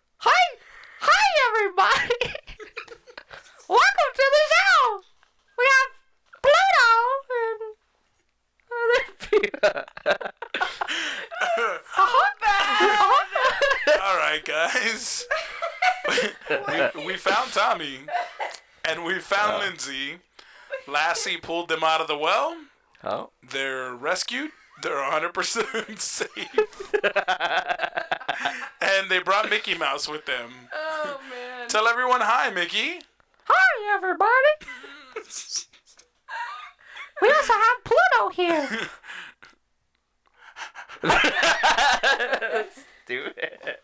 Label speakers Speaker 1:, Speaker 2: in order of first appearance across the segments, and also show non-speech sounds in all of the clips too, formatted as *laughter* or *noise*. Speaker 1: *laughs* *laughs*
Speaker 2: guys, we, we found Tommy and we found Lindsay. Lassie pulled them out of the well.
Speaker 3: Oh.
Speaker 2: They're rescued. They're 100% *laughs* safe. and they brought Mickey Mouse with them.
Speaker 4: Oh man.
Speaker 2: Tell everyone hi, Mickey.
Speaker 1: Hi, everybody. we also have Pluto here.
Speaker 3: Stupid.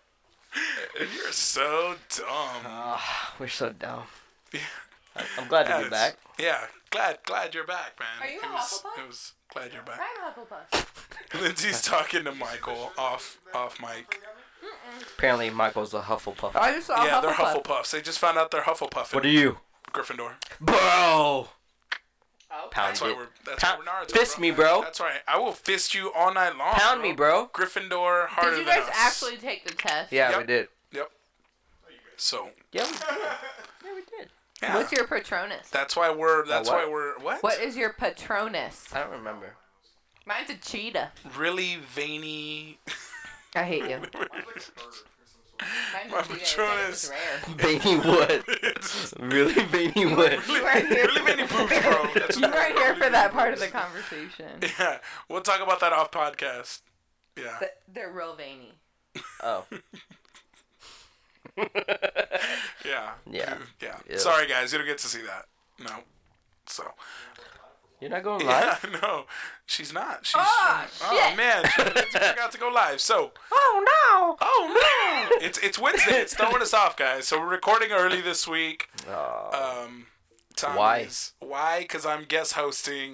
Speaker 2: You're so dumb.
Speaker 3: We're so dumb.
Speaker 2: *laughs* Yeah.
Speaker 3: I- I'm glad to
Speaker 2: Yes.
Speaker 3: be back.
Speaker 2: Yeah, glad glad you're back, man.
Speaker 4: Are you
Speaker 2: it
Speaker 4: a
Speaker 2: was,
Speaker 4: Hufflepuff?
Speaker 2: It was glad you're back.
Speaker 4: I'm Hufflepuff.
Speaker 2: *laughs* Lindsay's talking to Michael off off mic.
Speaker 3: Apparently, Michael's a Hufflepuff.
Speaker 4: Are you so
Speaker 2: yeah,
Speaker 4: Hufflepuff?
Speaker 2: they're Hufflepuffs. They just found out they're Hufflepuff.
Speaker 3: What are you,
Speaker 2: Gryffindor.
Speaker 3: bro?
Speaker 4: Oh.
Speaker 3: Pound
Speaker 2: That's why
Speaker 3: it.
Speaker 2: we're that's
Speaker 3: Pound-
Speaker 2: why we're Naruto.
Speaker 3: fist me, bro.
Speaker 2: That's right. I will fist you all night long.
Speaker 3: Pound me, bro.
Speaker 2: Gryffindor harder
Speaker 4: Did you
Speaker 2: than
Speaker 4: guys
Speaker 2: us.
Speaker 4: actually take the test?
Speaker 3: Yeah,
Speaker 2: Yep.
Speaker 3: we did.
Speaker 2: Yep. So
Speaker 3: Yeah, we, yeah, we did.
Speaker 2: yeah.
Speaker 4: What's your patronus?
Speaker 2: that's why we're that's
Speaker 3: what?
Speaker 2: why we're what?
Speaker 4: What is your patronus?
Speaker 3: I don't *laughs* remember.
Speaker 4: Mine's a cheetah.
Speaker 2: Really veiny
Speaker 4: I hate you.
Speaker 2: My
Speaker 4: Mine's a cheetah.
Speaker 2: patronus.
Speaker 4: It's
Speaker 2: *laughs*
Speaker 4: rare.
Speaker 3: Veiny Wood.
Speaker 2: It's
Speaker 3: really, Veiny Wood.
Speaker 2: really,
Speaker 4: right here.
Speaker 2: really veiny boobs, bro. That's
Speaker 4: You weren't here for that part of
Speaker 2: *laughs*
Speaker 4: the
Speaker 2: conversation.
Speaker 4: conversation.
Speaker 2: Yeah, we'll talk about that off podcast. Yeah.
Speaker 4: Th- They're real veiny.
Speaker 3: *laughs* Oh.
Speaker 2: Yeah.
Speaker 3: Yeah.
Speaker 2: Yeah.
Speaker 3: Yeah.
Speaker 2: Sorry, guys. You don't get to see that. No. So.
Speaker 3: You're not going live?
Speaker 2: *laughs* Yeah, no. She's not. She's,
Speaker 4: Ah,
Speaker 2: oh,
Speaker 4: shit.
Speaker 2: man. She forgot to go live. So.
Speaker 1: Oh no!
Speaker 2: Oh, no. It's, it's Wednesday. It's throwing us off, guys. So we're recording early this week.
Speaker 3: Aw.
Speaker 2: Um, Tom
Speaker 3: Why?
Speaker 2: is- Why? Because I'm guest hosting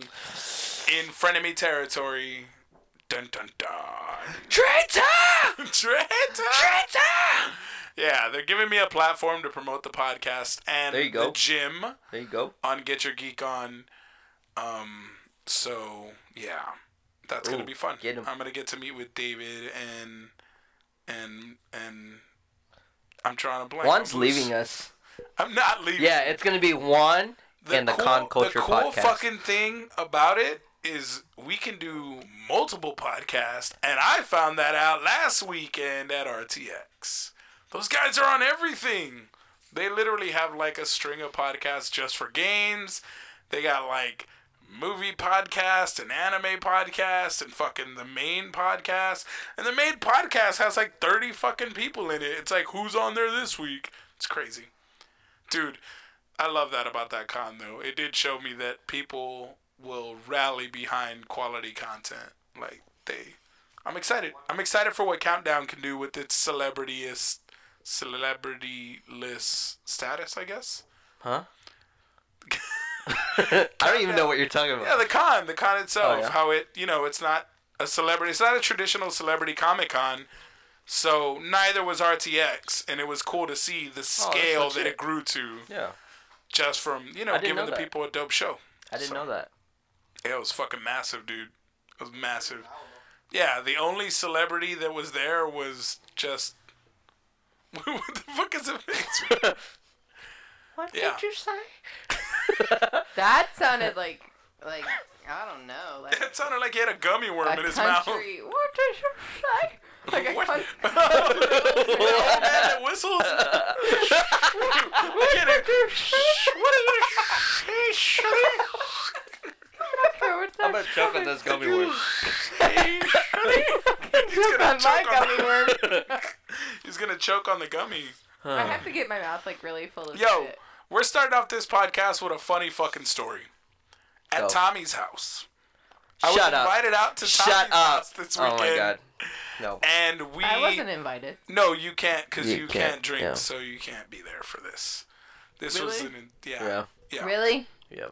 Speaker 2: in frenemy territory. Dun dun dun. Traitor! Traitor! Traitor! Yeah, they're giving me a platform to promote the podcast and
Speaker 3: There you go.
Speaker 2: the gym
Speaker 3: there you go.
Speaker 2: on Get Your Geek On. Um, so yeah, that's gonna
Speaker 3: Ooh,
Speaker 2: be fun.
Speaker 3: get 'em.
Speaker 2: I'm gonna get to meet with David and and and I'm trying to blank.
Speaker 3: Juan's
Speaker 2: I'm-
Speaker 3: leaving us.
Speaker 2: I'm not leaving
Speaker 3: Yeah, it's gonna be Juan and the Con
Speaker 2: the
Speaker 3: Culture
Speaker 2: cool
Speaker 3: podcast.
Speaker 2: fucking thing about it is we can do multiple podcasts, and I found that out last weekend at RTX. Those guys are on everything. They literally have like a string of podcasts just for games. They got like movie podcast and anime podcast and fucking the main podcast. And the main podcast has like 30 fucking people in it. It's like who's on there this week? It's crazy. Dude, I love that about that con though. It did show me that people will rally behind quality content. Like they I'm excited. I'm excited for what Countdown can do with its celebrityist celebrity list status, I guess.
Speaker 3: Huh? *laughs* I don't even know what you're talking
Speaker 2: Yeah,
Speaker 3: about.
Speaker 2: the con, the con itself,
Speaker 3: Oh, yeah.
Speaker 2: how it, you know, it's not a celebrity, it's not a traditional celebrity comic con. So neither was RTX, and it was cool to see the scale that
Speaker 3: Oh, legit.
Speaker 2: it grew to
Speaker 3: Yeah,
Speaker 2: just from you know
Speaker 3: I didn't
Speaker 2: giving
Speaker 3: know
Speaker 2: the
Speaker 3: that.
Speaker 2: people a dope show.
Speaker 3: I didn't
Speaker 2: So-
Speaker 3: know that.
Speaker 2: Yeah, it was fucking massive, dude. It was massive. Yeah, the only celebrity that was there was just. *laughs* what the fuck is it? *laughs*
Speaker 3: *laughs*
Speaker 1: What
Speaker 2: Yeah.
Speaker 1: did you say?
Speaker 4: That sounded like like I don't know like
Speaker 2: it sounded like he had a gummy worm
Speaker 4: a
Speaker 2: in his mouth.
Speaker 4: country. What did you say? Like a
Speaker 2: *laughs* What? *laughs*
Speaker 4: country.
Speaker 2: Oh, man,
Speaker 4: *laughs*
Speaker 2: that whistles. Look at it. What is
Speaker 4: What's that?
Speaker 3: choke on this gummy worm.
Speaker 2: He's gonna
Speaker 4: That's my
Speaker 2: choke on
Speaker 4: gummy worm.
Speaker 3: *laughs*
Speaker 2: *laughs* He's gonna choke on the gummy.
Speaker 4: I have to get my mouth like really full of
Speaker 2: Yo,
Speaker 4: shit.
Speaker 2: we're starting off this podcast with a funny fucking story. At
Speaker 3: Go.
Speaker 2: Tommy's house. I
Speaker 3: Oh. Shut
Speaker 2: was
Speaker 3: up.
Speaker 2: invited out to Tommy's
Speaker 3: Shut up.
Speaker 2: house this
Speaker 3: Oh
Speaker 2: weekend.
Speaker 3: my god. No.
Speaker 2: And we
Speaker 4: I wasn't invited.
Speaker 2: No, you can't cuz you,
Speaker 3: You
Speaker 2: can't,
Speaker 3: can't,
Speaker 2: drink,
Speaker 3: yeah.
Speaker 2: so you can't be there for this. This was
Speaker 4: Really?
Speaker 2: an yeah.
Speaker 3: Yeah.
Speaker 2: yeah.
Speaker 4: Really?
Speaker 3: Yeah.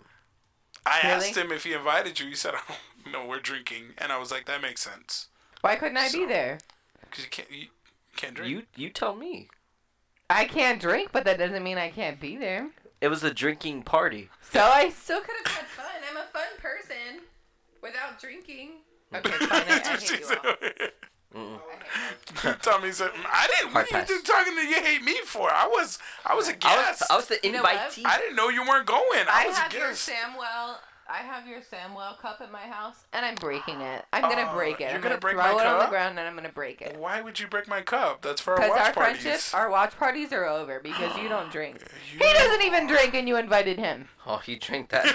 Speaker 2: I
Speaker 4: Really?
Speaker 2: asked him if he invited you. He said, *laughs* "Oh, "No, we're drinking." And I was like, "That makes sense."
Speaker 4: Why couldn't I be there?
Speaker 2: Cuz you can't you can't drink. *laughs*
Speaker 3: You you tell me.
Speaker 4: I can't drink, but that doesn't mean I can't be there.
Speaker 3: It was a drinking party.
Speaker 4: So I still could have had fun. I'm a fun person without drinking. Okay, fine. I, I
Speaker 2: *laughs*
Speaker 4: hate you all.
Speaker 2: Tommy said, "Mm, "I didn't. What
Speaker 3: Hard
Speaker 2: are you
Speaker 3: pass.
Speaker 2: talking to you hate me for? I was, I was a
Speaker 3: I was,
Speaker 2: guest. I,
Speaker 3: I was the
Speaker 4: know what?
Speaker 3: invitee.
Speaker 2: didn't know you weren't going. I,
Speaker 4: I
Speaker 2: was a
Speaker 4: have your
Speaker 2: guest.
Speaker 4: Samwell I have your Samwell cup at my house, and I'm breaking it. I'm gonna
Speaker 2: Oh,
Speaker 4: break it.
Speaker 2: you're
Speaker 4: I'm
Speaker 2: gonna
Speaker 4: gonna,
Speaker 2: break
Speaker 4: throw
Speaker 2: my
Speaker 4: it on the
Speaker 2: cup?
Speaker 4: ground, and I'm gonna break it.
Speaker 2: Why would you break my cup? That's for our
Speaker 4: Because
Speaker 2: watch
Speaker 4: our
Speaker 2: parties.
Speaker 4: friendship, our watch parties are over because you don't
Speaker 2: *laughs*
Speaker 4: drink.
Speaker 2: You-
Speaker 4: He doesn't even drink, and you invited him.
Speaker 3: Oh, he
Speaker 2: *laughs*
Speaker 3: drank that.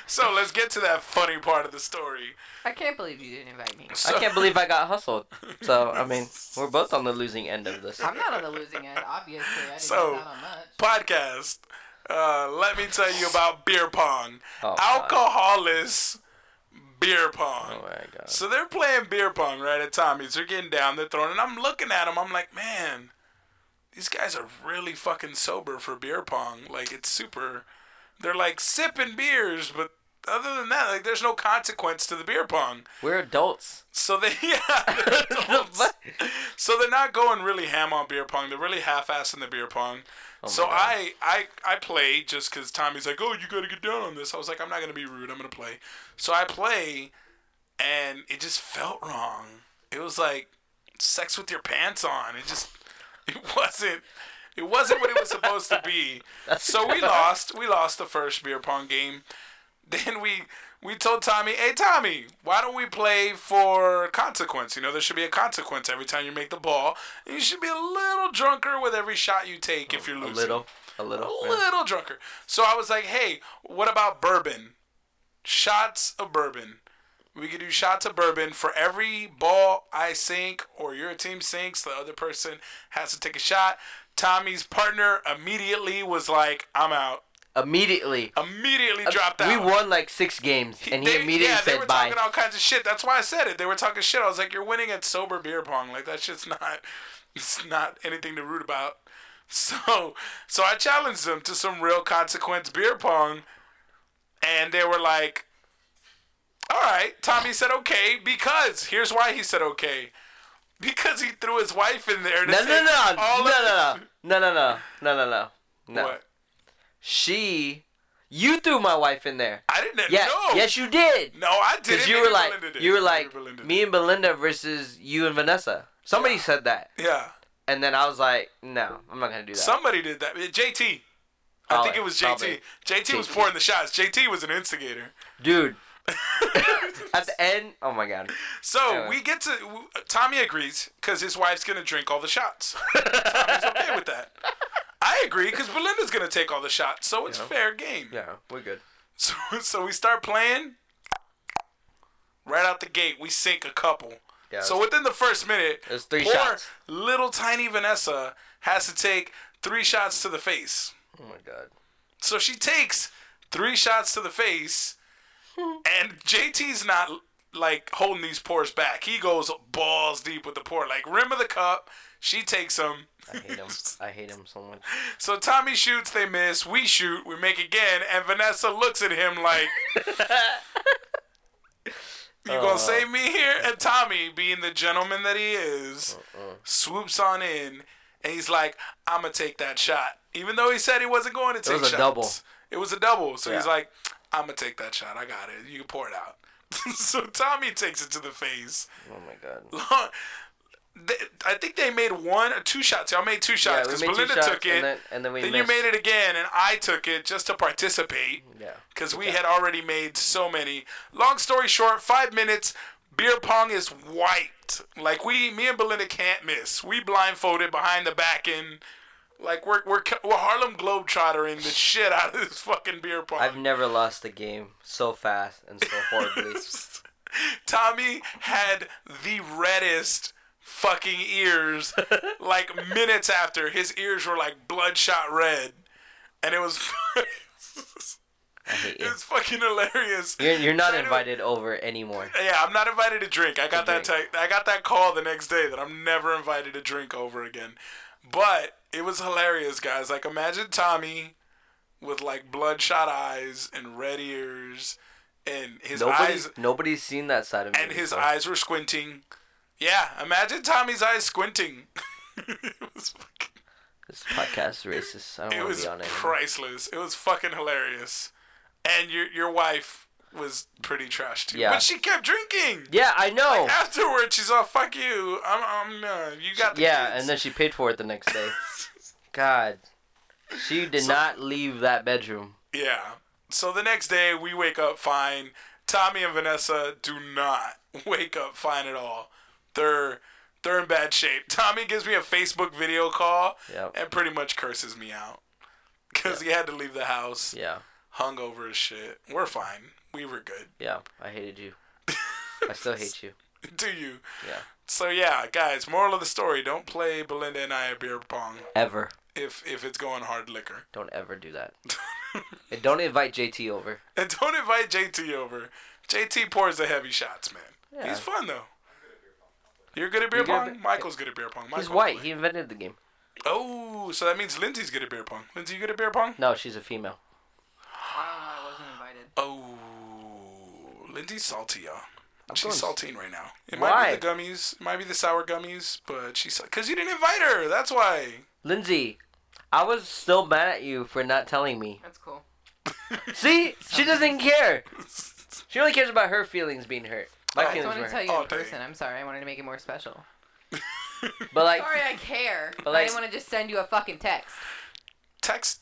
Speaker 3: *laughs*
Speaker 2: so let's get to that funny part of the story.
Speaker 4: I can't believe you didn't invite me.
Speaker 2: So,
Speaker 3: I can't believe I got hustled. So
Speaker 2: *laughs*
Speaker 3: I mean, we're both on the losing end of this.
Speaker 4: I'm not on the losing end, obviously. I didn't
Speaker 2: So-
Speaker 4: miss out on much.
Speaker 2: *laughs* podcast. Uh, let me tell you about beer pong.
Speaker 3: Oh, God.
Speaker 2: Alcoholics beer pong.
Speaker 3: Oh my god.
Speaker 2: So they're playing beer pong right at Tommy's. They're getting down, they're throwing, and I'm looking at them. I'm like, man, these guys are really fucking sober for beer pong. Like it's super. They're like sipping beers, but other than that, like there's no consequence to the beer pong.
Speaker 3: We're adults.
Speaker 2: So they, *laughs* yeah, they're adults.
Speaker 3: *laughs* What?
Speaker 2: so they're not going really ham on beer pong. They're really half-assing the beer pong. so
Speaker 3: God.
Speaker 2: I, I, I play just because Tommy's like, oh, you gotta get down on this. I was like, I'm not gonna be rude. I'm gonna play. So I play, and it just felt wrong. It was like sex with your pants on. It just, *laughs* it wasn't. It wasn't what it was supposed to be.
Speaker 3: *laughs*
Speaker 2: So we lost. We lost the first beer pong game *laughs* then we we told Tommy, "Hey Tommy, why don't we play for consequence? You know, there should be a consequence every time you make the ball, and you should be a little drunker with every shot you take if you're
Speaker 3: Mm, A
Speaker 2: losing.
Speaker 3: little. A little.
Speaker 2: a
Speaker 3: yeah.
Speaker 2: little drunker." So I was like, "Hey, what about bourbon? Shots of bourbon. We could do shots of bourbon for every ball I sink or your team sinks. The other person has to take a shot." Tommy's partner immediately was like, "I'm out."
Speaker 3: Immediately.
Speaker 2: Immediately dropped out.
Speaker 3: We won like six games, and he
Speaker 2: They-
Speaker 3: immediately
Speaker 2: yeah, they were
Speaker 3: said bye.
Speaker 2: talking all kinds of shit. That's why I said it. They were talking shit. I was like, "You're winning at sober beer pong. Like that's just not, *laughs* it's not anything to root about." So, so I challenged them to some real consequence beer pong, and they were like, "All right." Tommy said, "Okay," because here's why he said okay, because he threw his wife in there. To
Speaker 3: No,
Speaker 2: take
Speaker 3: no, no,
Speaker 2: all
Speaker 3: no, no,
Speaker 2: of
Speaker 3: no, no, no, no, no, no, no,
Speaker 2: the-
Speaker 3: no.
Speaker 2: *laughs* What?
Speaker 3: She, you threw my wife in there.
Speaker 2: I didn't
Speaker 3: Yeah.
Speaker 2: know.
Speaker 3: Yes, you did.
Speaker 2: no, I didn't.
Speaker 3: Because you
Speaker 2: Maybe
Speaker 3: were like,
Speaker 2: Belinda did.
Speaker 3: you were
Speaker 2: Maybe
Speaker 3: like,
Speaker 2: Belinda did.
Speaker 3: me and Belinda versus you and Vanessa. Somebody said that,
Speaker 2: Yeah.
Speaker 3: and then I was like, no, I'm not gonna do that.
Speaker 2: Somebody did that. JT. I
Speaker 3: Probably,
Speaker 2: think it was JT.
Speaker 3: probably.
Speaker 2: JT was
Speaker 3: JT.
Speaker 2: pouring the shots. JT was an instigator. *laughs*
Speaker 3: Dude. At the end, oh my god.
Speaker 2: So
Speaker 3: Yeah.
Speaker 2: we get to Tommy agrees because his wife's gonna drink all the
Speaker 3: *laughs*
Speaker 2: shots. Tommy's okay with that. I agree because Belinda's gonna take all the shots, so it's
Speaker 3: Yeah.
Speaker 2: fair game.
Speaker 3: Yeah, we're good.
Speaker 2: So, so we start playing. Right out the gate, we sink a couple.
Speaker 3: Yeah,
Speaker 2: so
Speaker 3: it's-
Speaker 2: within the first minute,
Speaker 3: it's three
Speaker 2: poor
Speaker 3: shots.
Speaker 2: little tiny Vanessa has to take three shots to the face.
Speaker 3: Oh my god.
Speaker 2: So she takes three shots to the face, and JT's not like holding these pours back. He goes balls deep with the pour, like rim of the cup. She takes them.
Speaker 3: I hate him. I hate him so much.
Speaker 2: So Tommy shoots, they miss. We shoot, we make again, and Vanessa looks at him like, "You gonna
Speaker 3: Uh.
Speaker 2: save me here?" And Tommy, being the gentleman that he is,
Speaker 3: Uh-uh.
Speaker 2: swoops on in, and he's like, "I'm gonna take that shot," even though he said he wasn't going to take
Speaker 3: was a
Speaker 2: shots.
Speaker 3: double.
Speaker 2: It was a double. So he's
Speaker 3: Yeah.
Speaker 2: like, "I'm gonna take that shot. I got it. You can pour it out." *laughs* so Tommy takes it to the face. *laughs*
Speaker 3: Oh my god.
Speaker 2: They- I think they made one or two shots. Y'all made two shots
Speaker 3: we
Speaker 2: because
Speaker 3: made two
Speaker 2: Belinda
Speaker 3: shots,
Speaker 2: took it.
Speaker 3: and then, and then we
Speaker 2: Then you
Speaker 3: missed.
Speaker 2: made it again, and I took it just to participate
Speaker 3: Yeah.
Speaker 2: because we had already made so many. Long story short, five minutes. Beer pong is white. Like we, me and Belinda can't miss. We blindfolded behind the back end. Like we're we're ca- we're Harlem
Speaker 3: *laughs*
Speaker 2: Globetrottering the shit out of this fucking beer pong.
Speaker 3: I've never lost a game so fast and so horribly.
Speaker 2: *laughs* Tommy had the reddest fucking
Speaker 3: *laughs*
Speaker 2: ears. like minutes after, his ears were like bloodshot red, and it was. *laughs*
Speaker 3: *laughs* I hate you.
Speaker 2: It's fucking hilarious.
Speaker 3: You're, you're not
Speaker 2: Try to-
Speaker 3: invited over anymore.
Speaker 2: Yeah, I'm not invited to drink. I got
Speaker 3: To
Speaker 2: that. Te- I got that call the next day that I'm never invited to drink over again. But it was hilarious, guys. Like imagine Tommy with like bloodshot eyes and red ears, and his
Speaker 3: Nobody's
Speaker 2: eyes
Speaker 3: nobody's seen that side of me.
Speaker 2: and his
Speaker 3: before.
Speaker 2: eyes were squinting. Yeah, imagine Tommy's eyes squinting. *laughs* it was fucking.
Speaker 3: This podcast is racist. I
Speaker 2: It
Speaker 3: don't want to
Speaker 2: was
Speaker 3: be on it. anymore.
Speaker 2: priceless. It was fucking hilarious. And your your wife was pretty trash too.
Speaker 3: Yeah.
Speaker 2: But she kept drinking.
Speaker 3: Yeah, I know.
Speaker 2: Afterwards, she's all fuck you. I'm I'm uh, you got the
Speaker 3: yeah,
Speaker 2: kids."
Speaker 3: and then she paid for it the
Speaker 2: *laughs*
Speaker 3: next day. God, she did not leave that bedroom.
Speaker 2: yeah. So the next day, we wake up fine. Tommy and Vanessa do not *laughs* wake up fine at all. They're they're in bad shape. Tommy gives me a Facebook video call
Speaker 3: Yep.
Speaker 2: and pretty much curses me out because he had to leave the house,
Speaker 3: Yeah,
Speaker 2: hungover as shit. We're fine. We were good. *laughs*
Speaker 3: yeah. I hated you. I still hate you.
Speaker 2: Do you?
Speaker 3: Yeah.
Speaker 2: So yeah, guys. Moral of the story: Don't play Belinda and I at beer pong
Speaker 3: Ever.
Speaker 2: if if it's going hard liquor, *laughs*
Speaker 3: Don't ever do that. and don't invite JT over.
Speaker 2: and don't invite JT over. JT pours the heavy shots, man.
Speaker 3: Yeah.
Speaker 2: He's fun though. You're good at beer
Speaker 3: You're good at
Speaker 2: pong.
Speaker 3: bi-
Speaker 2: Michael's good at beer pong.
Speaker 3: He's
Speaker 2: Michael-
Speaker 3: white. He invented the game.
Speaker 2: Oh, so that means Lindsay's good at beer pong. Lindsay, you good at beer pong?
Speaker 3: No, she's a female.
Speaker 4: I wasn't invited.
Speaker 2: Oh, Lindsay's salty, y'all. She's
Speaker 3: course.
Speaker 2: saltine right now. It
Speaker 3: Why?
Speaker 2: might be the gummies. It might be the sour gummies, but she's because you didn't invite her. That's why. *laughs*
Speaker 3: Lindsay, I was still mad at you for not telling me.
Speaker 4: That's cool.
Speaker 3: See, she doesn't care. She only cares about her feelings being hurt.
Speaker 2: Oh.
Speaker 3: My
Speaker 4: I just
Speaker 3: feelings
Speaker 4: wanted
Speaker 3: were
Speaker 4: to tell
Speaker 3: hurt.
Speaker 4: you in
Speaker 2: Oh, dang.
Speaker 4: person. I'm sorry. I wanted to make it more special.
Speaker 3: But like,
Speaker 4: Sorry, I care.
Speaker 3: But
Speaker 4: I
Speaker 3: like-
Speaker 4: didn't want to just send you a fucking text.
Speaker 2: Text.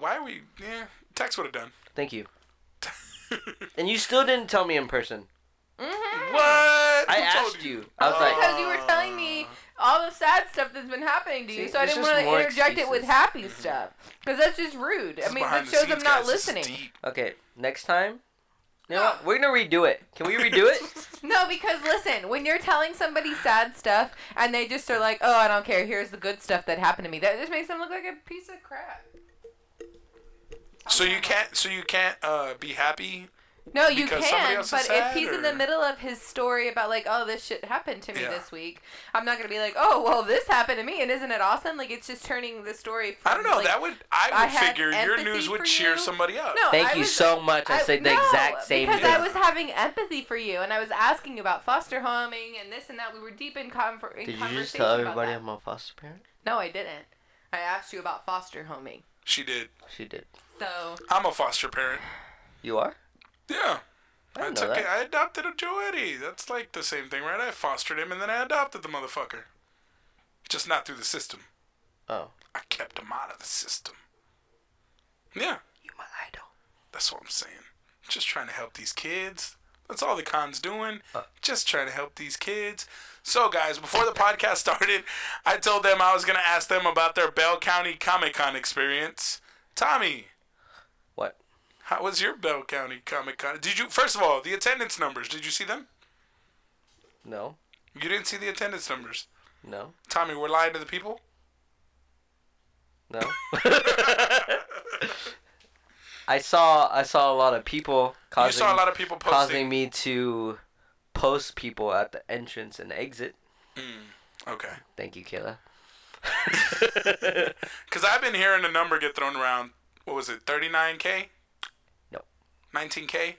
Speaker 2: Why we? Yeah, text would have done. *laughs*
Speaker 3: thank you. And you still didn't tell me in person.
Speaker 4: Mm-hmm.
Speaker 2: what?
Speaker 3: I
Speaker 2: Who told
Speaker 3: asked you. I was like,
Speaker 4: Because you were telling me all the sad stuff that's been happening to you,
Speaker 3: See,
Speaker 4: so I
Speaker 3: there's
Speaker 4: didn't
Speaker 3: just
Speaker 4: want to
Speaker 3: more
Speaker 4: interject it with
Speaker 3: excuses.
Speaker 4: happy stuff. Because that's just rude.
Speaker 2: This
Speaker 4: I
Speaker 2: is
Speaker 4: mean, that
Speaker 2: behind the
Speaker 4: shows I'm
Speaker 2: scenes,
Speaker 4: not
Speaker 2: guys. This is
Speaker 4: listening.
Speaker 2: deep.
Speaker 3: okay, next time. You know what? We're gonna redo it. Can we redo it?
Speaker 4: *laughs* *laughs* No, because listen, when you're telling somebody sad stuff and they just are like, "Oh, I don't care. Here's the good stuff that happened to me," that just makes them look like a piece of crap.
Speaker 2: So you can't. So you can't uh, be happy.
Speaker 4: No, you
Speaker 2: Because somebody
Speaker 4: can,
Speaker 2: else is
Speaker 4: but if
Speaker 2: sad,
Speaker 4: he's in the
Speaker 2: or-
Speaker 4: middle of his story about like, "Oh, this shit happened to me
Speaker 2: Yeah.
Speaker 4: this week," I'm not gonna be like, "Oh, well, this happened to me," and isn't it awesome? Like, it's just turning the story. From,
Speaker 2: I don't know.
Speaker 4: like-
Speaker 2: that would. I
Speaker 4: I
Speaker 2: would
Speaker 4: had
Speaker 2: figure your
Speaker 4: empathy
Speaker 2: news
Speaker 4: for
Speaker 2: would cheer
Speaker 4: you.
Speaker 2: somebody up.
Speaker 4: No,
Speaker 3: Thank
Speaker 4: I
Speaker 3: you
Speaker 4: was-
Speaker 3: so much. I, said the
Speaker 4: no,
Speaker 3: exact same
Speaker 4: because
Speaker 3: thing.
Speaker 4: I was having empathy for you, and I was asking about foster homing and this and that. We were deep in, conver- in
Speaker 3: Did you
Speaker 4: conversation
Speaker 3: just tell
Speaker 4: about
Speaker 3: everybody
Speaker 4: that.
Speaker 3: I'm a foster parent?
Speaker 4: No, I didn't. I asked you about foster homing.
Speaker 2: She did.
Speaker 3: She did.
Speaker 4: So
Speaker 2: I'm a foster parent.
Speaker 3: You are?
Speaker 2: Yeah.
Speaker 3: I
Speaker 2: I,
Speaker 3: didn't know
Speaker 2: took
Speaker 3: that.
Speaker 2: it. I adopted a Joetti. That's like the same thing, right? I fostered him and then I adopted the motherfucker. Just not through the system.
Speaker 3: Oh,
Speaker 2: I kept him out of the system. Yeah,
Speaker 3: you my idol.
Speaker 2: that's what I'm saying. Just trying to help these kids. That's all the con's doing.
Speaker 3: Uh.
Speaker 2: Just trying to help these kids. So, guys, before the podcast *laughs* started, I told them I was going to ask them about their Bell County Comic Con experience. Tommy,
Speaker 3: What?
Speaker 2: how was your Bell County Comic Con? Did you, first of all, the attendance numbers, did you see them?
Speaker 3: No,
Speaker 2: You didn't see the attendance numbers.
Speaker 3: no,
Speaker 2: Tommy, we're lying to the people?
Speaker 3: no. *laughs* I saw I saw a lot of people causing
Speaker 2: you saw a lot of people
Speaker 3: causing
Speaker 2: posting.
Speaker 3: me to post people at the entrance and exit.
Speaker 2: Okay.
Speaker 3: Thank you, *laughs* Kayla.
Speaker 2: Because I've been hearing a number get thrown around. What was it, 39K?
Speaker 3: Nope.
Speaker 2: 19K?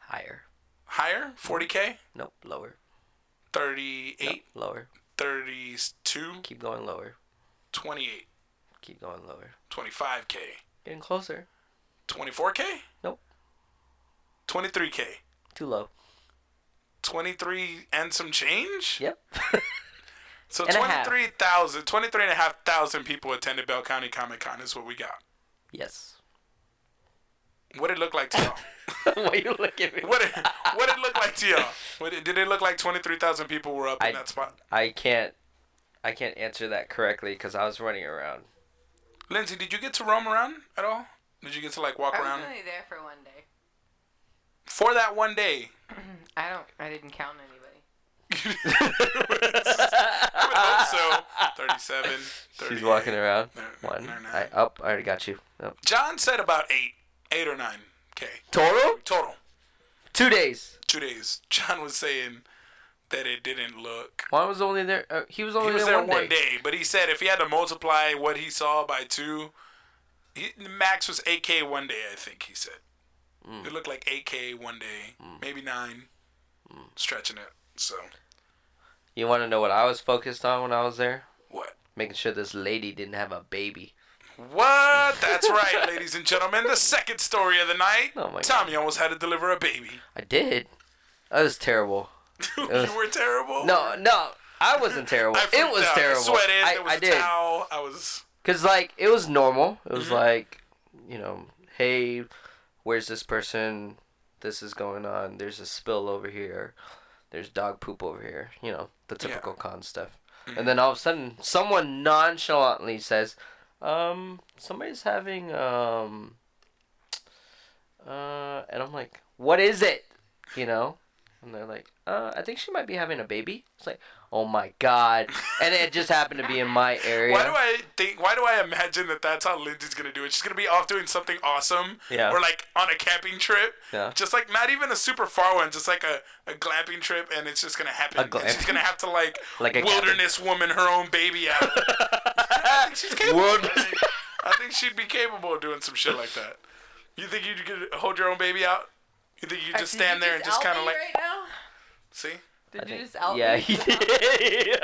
Speaker 3: Higher.
Speaker 2: Higher? 40K?
Speaker 3: Nope. Lower.
Speaker 2: 38,
Speaker 3: Nope. Lower.
Speaker 2: 32,
Speaker 3: Keep going lower.
Speaker 2: 28,
Speaker 3: Keep going lower.
Speaker 2: 25K,
Speaker 3: Getting closer.
Speaker 2: 24K?
Speaker 3: Nope.
Speaker 2: 23K.
Speaker 3: Too low.
Speaker 2: 23 and some change?
Speaker 3: Yep. *laughs*
Speaker 2: So
Speaker 3: And a half.
Speaker 2: 23,000, 23 and a half thousand people attended Bell County Comic Con is what we got.
Speaker 3: yes.
Speaker 2: What it look like to y'all?
Speaker 3: *laughs* Why you look at me?
Speaker 2: What it, what it look like to y'all? What it, did it look like 23,000 people were up
Speaker 3: I-
Speaker 2: in that spot?
Speaker 3: I can't. I can't answer that correctly because I was running *laughs* around.
Speaker 2: Lindsay, did you get to roam around at all? Did you get to like walk
Speaker 4: I
Speaker 2: around
Speaker 4: was only there for one day.
Speaker 2: for that one day?
Speaker 4: I don't. I didn't count anybody.
Speaker 2: I would hope
Speaker 3: *laughs*
Speaker 2: so. 37, 38.
Speaker 3: She's walking around.
Speaker 2: No,
Speaker 3: One.
Speaker 2: no, no.
Speaker 3: I up. I already got you. Yep.
Speaker 2: John said about eight, eight or nine. Okay,
Speaker 3: Total.
Speaker 2: total
Speaker 3: Two days.
Speaker 2: two days. John was saying that it didn't look.
Speaker 3: Juan was only there. Uh, he was only
Speaker 2: He was there
Speaker 3: one, day.
Speaker 2: but he said if he had to multiply what he saw by two, he, max was 8K one day. I think he said
Speaker 3: Hmm.
Speaker 2: it looked like 8K one day, maybe nine,
Speaker 3: Hmm.
Speaker 2: stretching it. So
Speaker 3: You want to know what I was focused on when I was there?
Speaker 2: what?
Speaker 3: Making sure this lady didn't have a baby.
Speaker 2: What? That's right, *laughs* ladies and gentlemen. The second story of the night.
Speaker 3: Oh my God.
Speaker 2: Tommy almost had to deliver a baby. *laughs*
Speaker 3: I did. That was terrible.
Speaker 2: you were terrible.
Speaker 3: No, no, I wasn't terrible.
Speaker 2: I
Speaker 3: it was
Speaker 2: freaked out.
Speaker 3: terrible.
Speaker 2: I sweated.
Speaker 3: I,
Speaker 2: there was
Speaker 3: I
Speaker 2: a
Speaker 3: did.
Speaker 2: towel. I was. Mm-hmm.
Speaker 3: Cause like it was normal. It was like, you know, hey, where's this person? This is going on. There's a spill over here. There's dog poop over here. You know,
Speaker 2: Yeah.
Speaker 3: the
Speaker 2: Mm-hmm.
Speaker 3: typical con stuff. And then all of a sudden, someone nonchalantly says, um, somebody's having, um, uh, and I'm like, what is it? You know? And they're like, uh, I think she might be having a baby. It's like, oh my god. And it just happened to be in my
Speaker 2: *laughs*
Speaker 3: area.
Speaker 2: Why do I think? Why do I imagine that that's how Lindsay's gonna do it? She's gonna be off doing something awesome,
Speaker 3: Yeah.
Speaker 2: or like on a camping trip,
Speaker 3: Yeah.
Speaker 2: just like not even a super far one, just like a, a glamping trip, and it's just gonna happen.
Speaker 3: A
Speaker 2: And she's
Speaker 3: glamping-
Speaker 2: gonna have to like,
Speaker 3: *laughs* Like a
Speaker 2: wilderness woman her own baby
Speaker 3: *laughs*
Speaker 2: out. I think she's capable.
Speaker 3: Wood.
Speaker 2: I think- I think she'd be capable of doing some shit like that. You think you could hold your own baby out? You think you just
Speaker 4: Did you
Speaker 2: stand there and just
Speaker 4: out
Speaker 2: kind of
Speaker 4: me
Speaker 2: like
Speaker 4: Right now?
Speaker 2: see?
Speaker 4: Did
Speaker 3: I
Speaker 4: you
Speaker 3: think-
Speaker 4: just out
Speaker 3: yeah, *laughs*
Speaker 4: me?
Speaker 3: he did.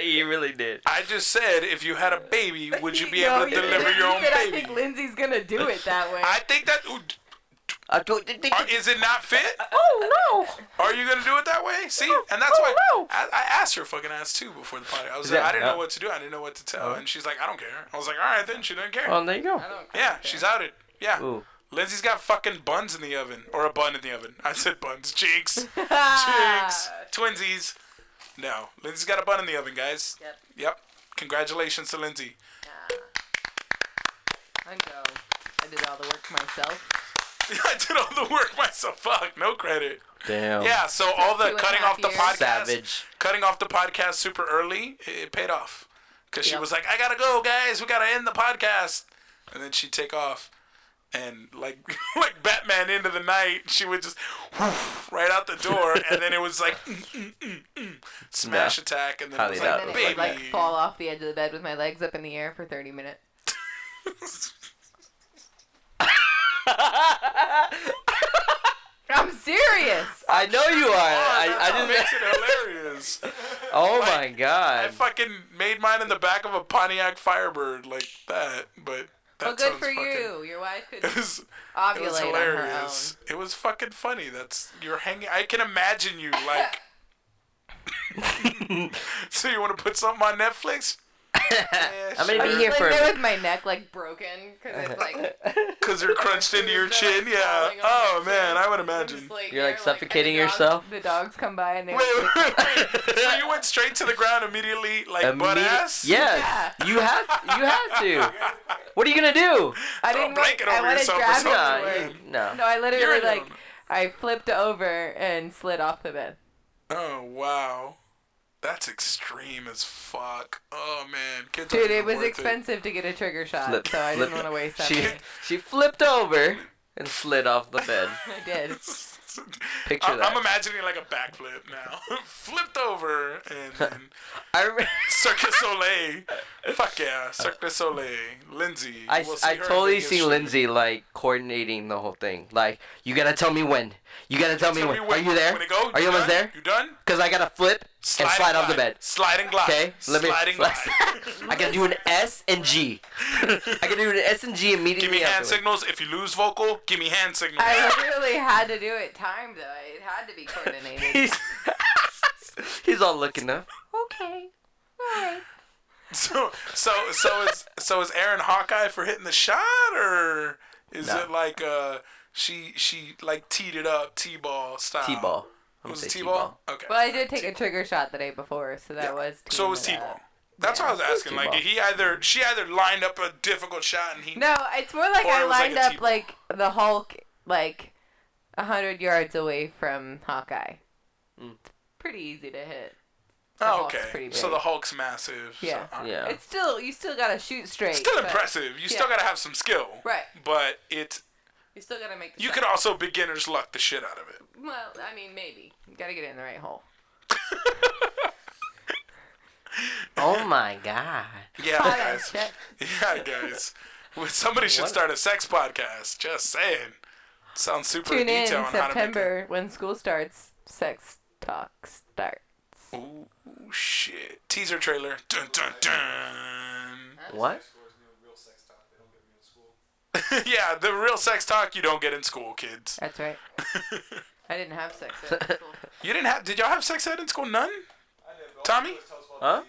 Speaker 3: *laughs* he really did.
Speaker 2: I just said if you had a baby, would you be able to
Speaker 4: No, he
Speaker 2: deliver your own
Speaker 4: said, I
Speaker 2: baby?
Speaker 4: think Lindsay's gonna do it that way.
Speaker 2: I think that ooh,
Speaker 3: I don't think
Speaker 2: Are, is it not fit?
Speaker 1: Oh
Speaker 2: Are you gonna do it that way? See,
Speaker 4: Oh,
Speaker 2: and that's why I, I asked her fucking ass too before the party. I was
Speaker 3: Is
Speaker 2: like,
Speaker 3: that-
Speaker 2: I didn't
Speaker 3: uh,
Speaker 2: know what to do. I didn't know what to tell, and she's like, I don't care. I was like, all right, then she doesn't care.
Speaker 3: Well, Oh, there you go.
Speaker 4: I don't
Speaker 2: yeah, she's outed. Yeah.
Speaker 3: Ooh.
Speaker 2: Lindsay's got fucking buns in the oven, or a bun in the oven. I said buns,
Speaker 4: *laughs*
Speaker 2: cheeks, cheeks,
Speaker 4: Ah.
Speaker 2: twinsies. No, Lindsay's got a bun in the oven, guys.
Speaker 4: Yep.
Speaker 2: Yep. Congratulations to Lindsay.
Speaker 4: I know. I did all the work myself.
Speaker 2: *laughs* I did all the work myself. Fuck, no credit.
Speaker 3: Damn.
Speaker 2: Yeah, so all
Speaker 4: two
Speaker 2: the
Speaker 4: and a
Speaker 2: cutting
Speaker 4: half
Speaker 2: off the
Speaker 4: years.
Speaker 2: podcast, *laughs*
Speaker 3: Oh. Savage.
Speaker 2: cutting off the podcast super early, it, it paid off because she
Speaker 4: Yep.
Speaker 2: was like, "I gotta go, guys. We gotta end the podcast," and then she'd take off, and like *laughs* like Batman into the night, she would just woof, right out the door, and then it was like *laughs* mm, mm, mm, mm, smash
Speaker 3: Yeah.
Speaker 2: attack, and then
Speaker 3: Highly
Speaker 2: it was
Speaker 4: And
Speaker 2: like
Speaker 4: then it
Speaker 2: baby.
Speaker 4: would like fall off the edge of the bed with my legs up in the air for 30 minutes. I'm
Speaker 2: *laughs*
Speaker 4: serious.
Speaker 3: I know you are. I,
Speaker 2: That's what
Speaker 3: I
Speaker 2: makes
Speaker 3: *laughs*
Speaker 2: it
Speaker 3: just.
Speaker 2: hilarious.
Speaker 3: *laughs* Oh my
Speaker 2: Like, I
Speaker 3: god.
Speaker 2: fucking made mine in the back of a Pontiac Firebird like that, but that
Speaker 4: Well, good
Speaker 2: sounds
Speaker 4: for
Speaker 2: fucking-
Speaker 4: you. Your wife could
Speaker 2: *laughs* It was-
Speaker 4: ovulate
Speaker 2: It was
Speaker 4: on her own.
Speaker 2: hilarious. It was fucking funny. That's you're hanging. I can imagine you
Speaker 4: *laughs*
Speaker 2: like.
Speaker 3: *laughs*
Speaker 2: so you want to put something on
Speaker 4: *laughs*
Speaker 2: Netflix?
Speaker 3: I'm gonna be
Speaker 4: I was
Speaker 3: here
Speaker 4: like
Speaker 3: for a
Speaker 4: there
Speaker 3: minute.
Speaker 4: with my neck like broken because
Speaker 2: *laughs*
Speaker 4: it's like
Speaker 2: Cause you're crunched into your
Speaker 4: They're, like,
Speaker 2: chin. Yeah.
Speaker 4: crawling on
Speaker 2: Oh
Speaker 4: my
Speaker 2: man,
Speaker 4: chin.
Speaker 2: I would
Speaker 4: I'm
Speaker 2: imagine.
Speaker 4: just,
Speaker 2: Wait,
Speaker 3: You're, like,
Speaker 4: there, and
Speaker 3: suffocating
Speaker 4: the dogs-
Speaker 3: yourself?
Speaker 4: The dogs come by and they.
Speaker 2: wait, wait. So you went straight to the ground immediately, like butt
Speaker 3: Immedi-
Speaker 2: ass.
Speaker 3: Yes. You have. You
Speaker 2: *laughs*
Speaker 3: have to. What are you gonna do?
Speaker 2: Throw a
Speaker 4: I didn't want.
Speaker 2: blanket
Speaker 4: I
Speaker 2: over
Speaker 4: wanted
Speaker 2: yourself or
Speaker 4: grab
Speaker 2: something.
Speaker 3: Nah,
Speaker 4: you.
Speaker 2: Yeah.
Speaker 3: you- no.
Speaker 4: No, I
Speaker 2: You're
Speaker 4: literally
Speaker 2: in
Speaker 4: like
Speaker 2: on
Speaker 4: I flipped over and slid off the bed.
Speaker 2: Oh wow, that's extreme as fuck. Oh man, kids.
Speaker 4: Dude,
Speaker 2: aren't
Speaker 4: it
Speaker 2: even
Speaker 4: was
Speaker 2: worth
Speaker 4: expensive to get a trigger shot,
Speaker 3: Flip,
Speaker 4: so uh, I
Speaker 3: flip.
Speaker 4: didn't want to waste that.
Speaker 3: She
Speaker 4: money.
Speaker 3: she flipped over and slid off the
Speaker 2: *laughs*
Speaker 3: bed.
Speaker 4: I did.
Speaker 3: Picture
Speaker 2: I'm,
Speaker 3: that.
Speaker 2: I'm imagining like a backflip now, *laughs* flipped over and then
Speaker 3: I remember.
Speaker 2: Cirque du Soleil. Fuck yeah, Cirque du Soleil. Lindsay.
Speaker 3: I,
Speaker 2: We'll see
Speaker 3: I
Speaker 2: her in
Speaker 3: totally
Speaker 2: Vegas.
Speaker 3: see Lindsay like coordinating the whole thing. Like, you gotta tell me when. You gotta tell, me,
Speaker 2: Tell
Speaker 3: when. Are you there?
Speaker 2: Wanna go?
Speaker 3: Are you almost
Speaker 2: done?
Speaker 3: there?
Speaker 2: You done?
Speaker 3: Cause I gotta flip and slide off the
Speaker 2: glide.
Speaker 3: bed.
Speaker 2: Slide and glide.
Speaker 3: Okay, let me- *laughs*
Speaker 2: Slide and
Speaker 3: let's-
Speaker 2: glide.
Speaker 3: I gotta do an S and G. I gotta do an S and G immediately.
Speaker 2: give me hand
Speaker 3: afterwards.
Speaker 2: signals. If you lose vocal, give me hand signals.
Speaker 4: I
Speaker 2: *laughs*
Speaker 4: literally had to do it timed though. It had to be coordinated.
Speaker 3: He's, *laughs* he's all looking up.
Speaker 1: no. Okay. Alright.
Speaker 2: so so so is so is Aaron Hawkeye for hitting the shot or is
Speaker 3: No.
Speaker 2: it like uh she she like teed it up T ball style?
Speaker 3: T-ball. I'm
Speaker 2: It Uh,
Speaker 3: gonna
Speaker 2: was
Speaker 3: say
Speaker 2: it T ball? Okay.
Speaker 4: well, I did take a trigger shot the day before, so that was.
Speaker 2: So it was T
Speaker 4: teeing
Speaker 2: ball.
Speaker 4: up.
Speaker 2: That's what I was asking. Like
Speaker 3: T-ball.
Speaker 2: he either she either lined up a difficult shot and he
Speaker 4: No, it's more like
Speaker 2: Or it
Speaker 4: I
Speaker 2: was like
Speaker 4: lined
Speaker 2: a
Speaker 4: up
Speaker 2: T-ball.
Speaker 4: like the Hulk, like a hundred yards away from Hawkeye. Pretty easy to hit. The
Speaker 2: Oh,
Speaker 4: Hulk's
Speaker 2: okay.
Speaker 4: pretty
Speaker 2: So
Speaker 4: big.
Speaker 2: the Hulk's massive. so-
Speaker 4: Yeah.
Speaker 2: all right.
Speaker 3: Yeah.
Speaker 4: It's still you still gotta shoot straight.
Speaker 2: Still
Speaker 4: but
Speaker 2: impressive. You still
Speaker 4: yeah.
Speaker 2: gotta have some skill.
Speaker 4: Right.
Speaker 2: But it's
Speaker 4: You still gotta make the
Speaker 2: you
Speaker 4: shot.
Speaker 2: could also beginner's luck the shit out of it. *laughs*
Speaker 4: Well, I mean, maybe. You gotta get it in the right hole.
Speaker 3: Oh my god.
Speaker 2: Yeah, guys. *laughs*
Speaker 4: Shit.
Speaker 2: Yeah,
Speaker 4: *laughs*
Speaker 2: guys. Well, Somebody should
Speaker 3: What?
Speaker 2: start a sex podcast. Just saying. Sounds super
Speaker 4: Tune in
Speaker 2: detailed on
Speaker 4: September when school starts. Sex talk start.
Speaker 2: how to make it. Ooh, shit. Teaser trailer. Dun dun dun. *laughs*
Speaker 3: What?
Speaker 2: yeah, the real sex talk you don't get in school, kids. *laughs*
Speaker 4: That's right. I didn't have sex
Speaker 3: *laughs*
Speaker 4: ed in school.
Speaker 2: You didn't have? Did y'all have sex ed in school? None. Tommy,
Speaker 3: Huh?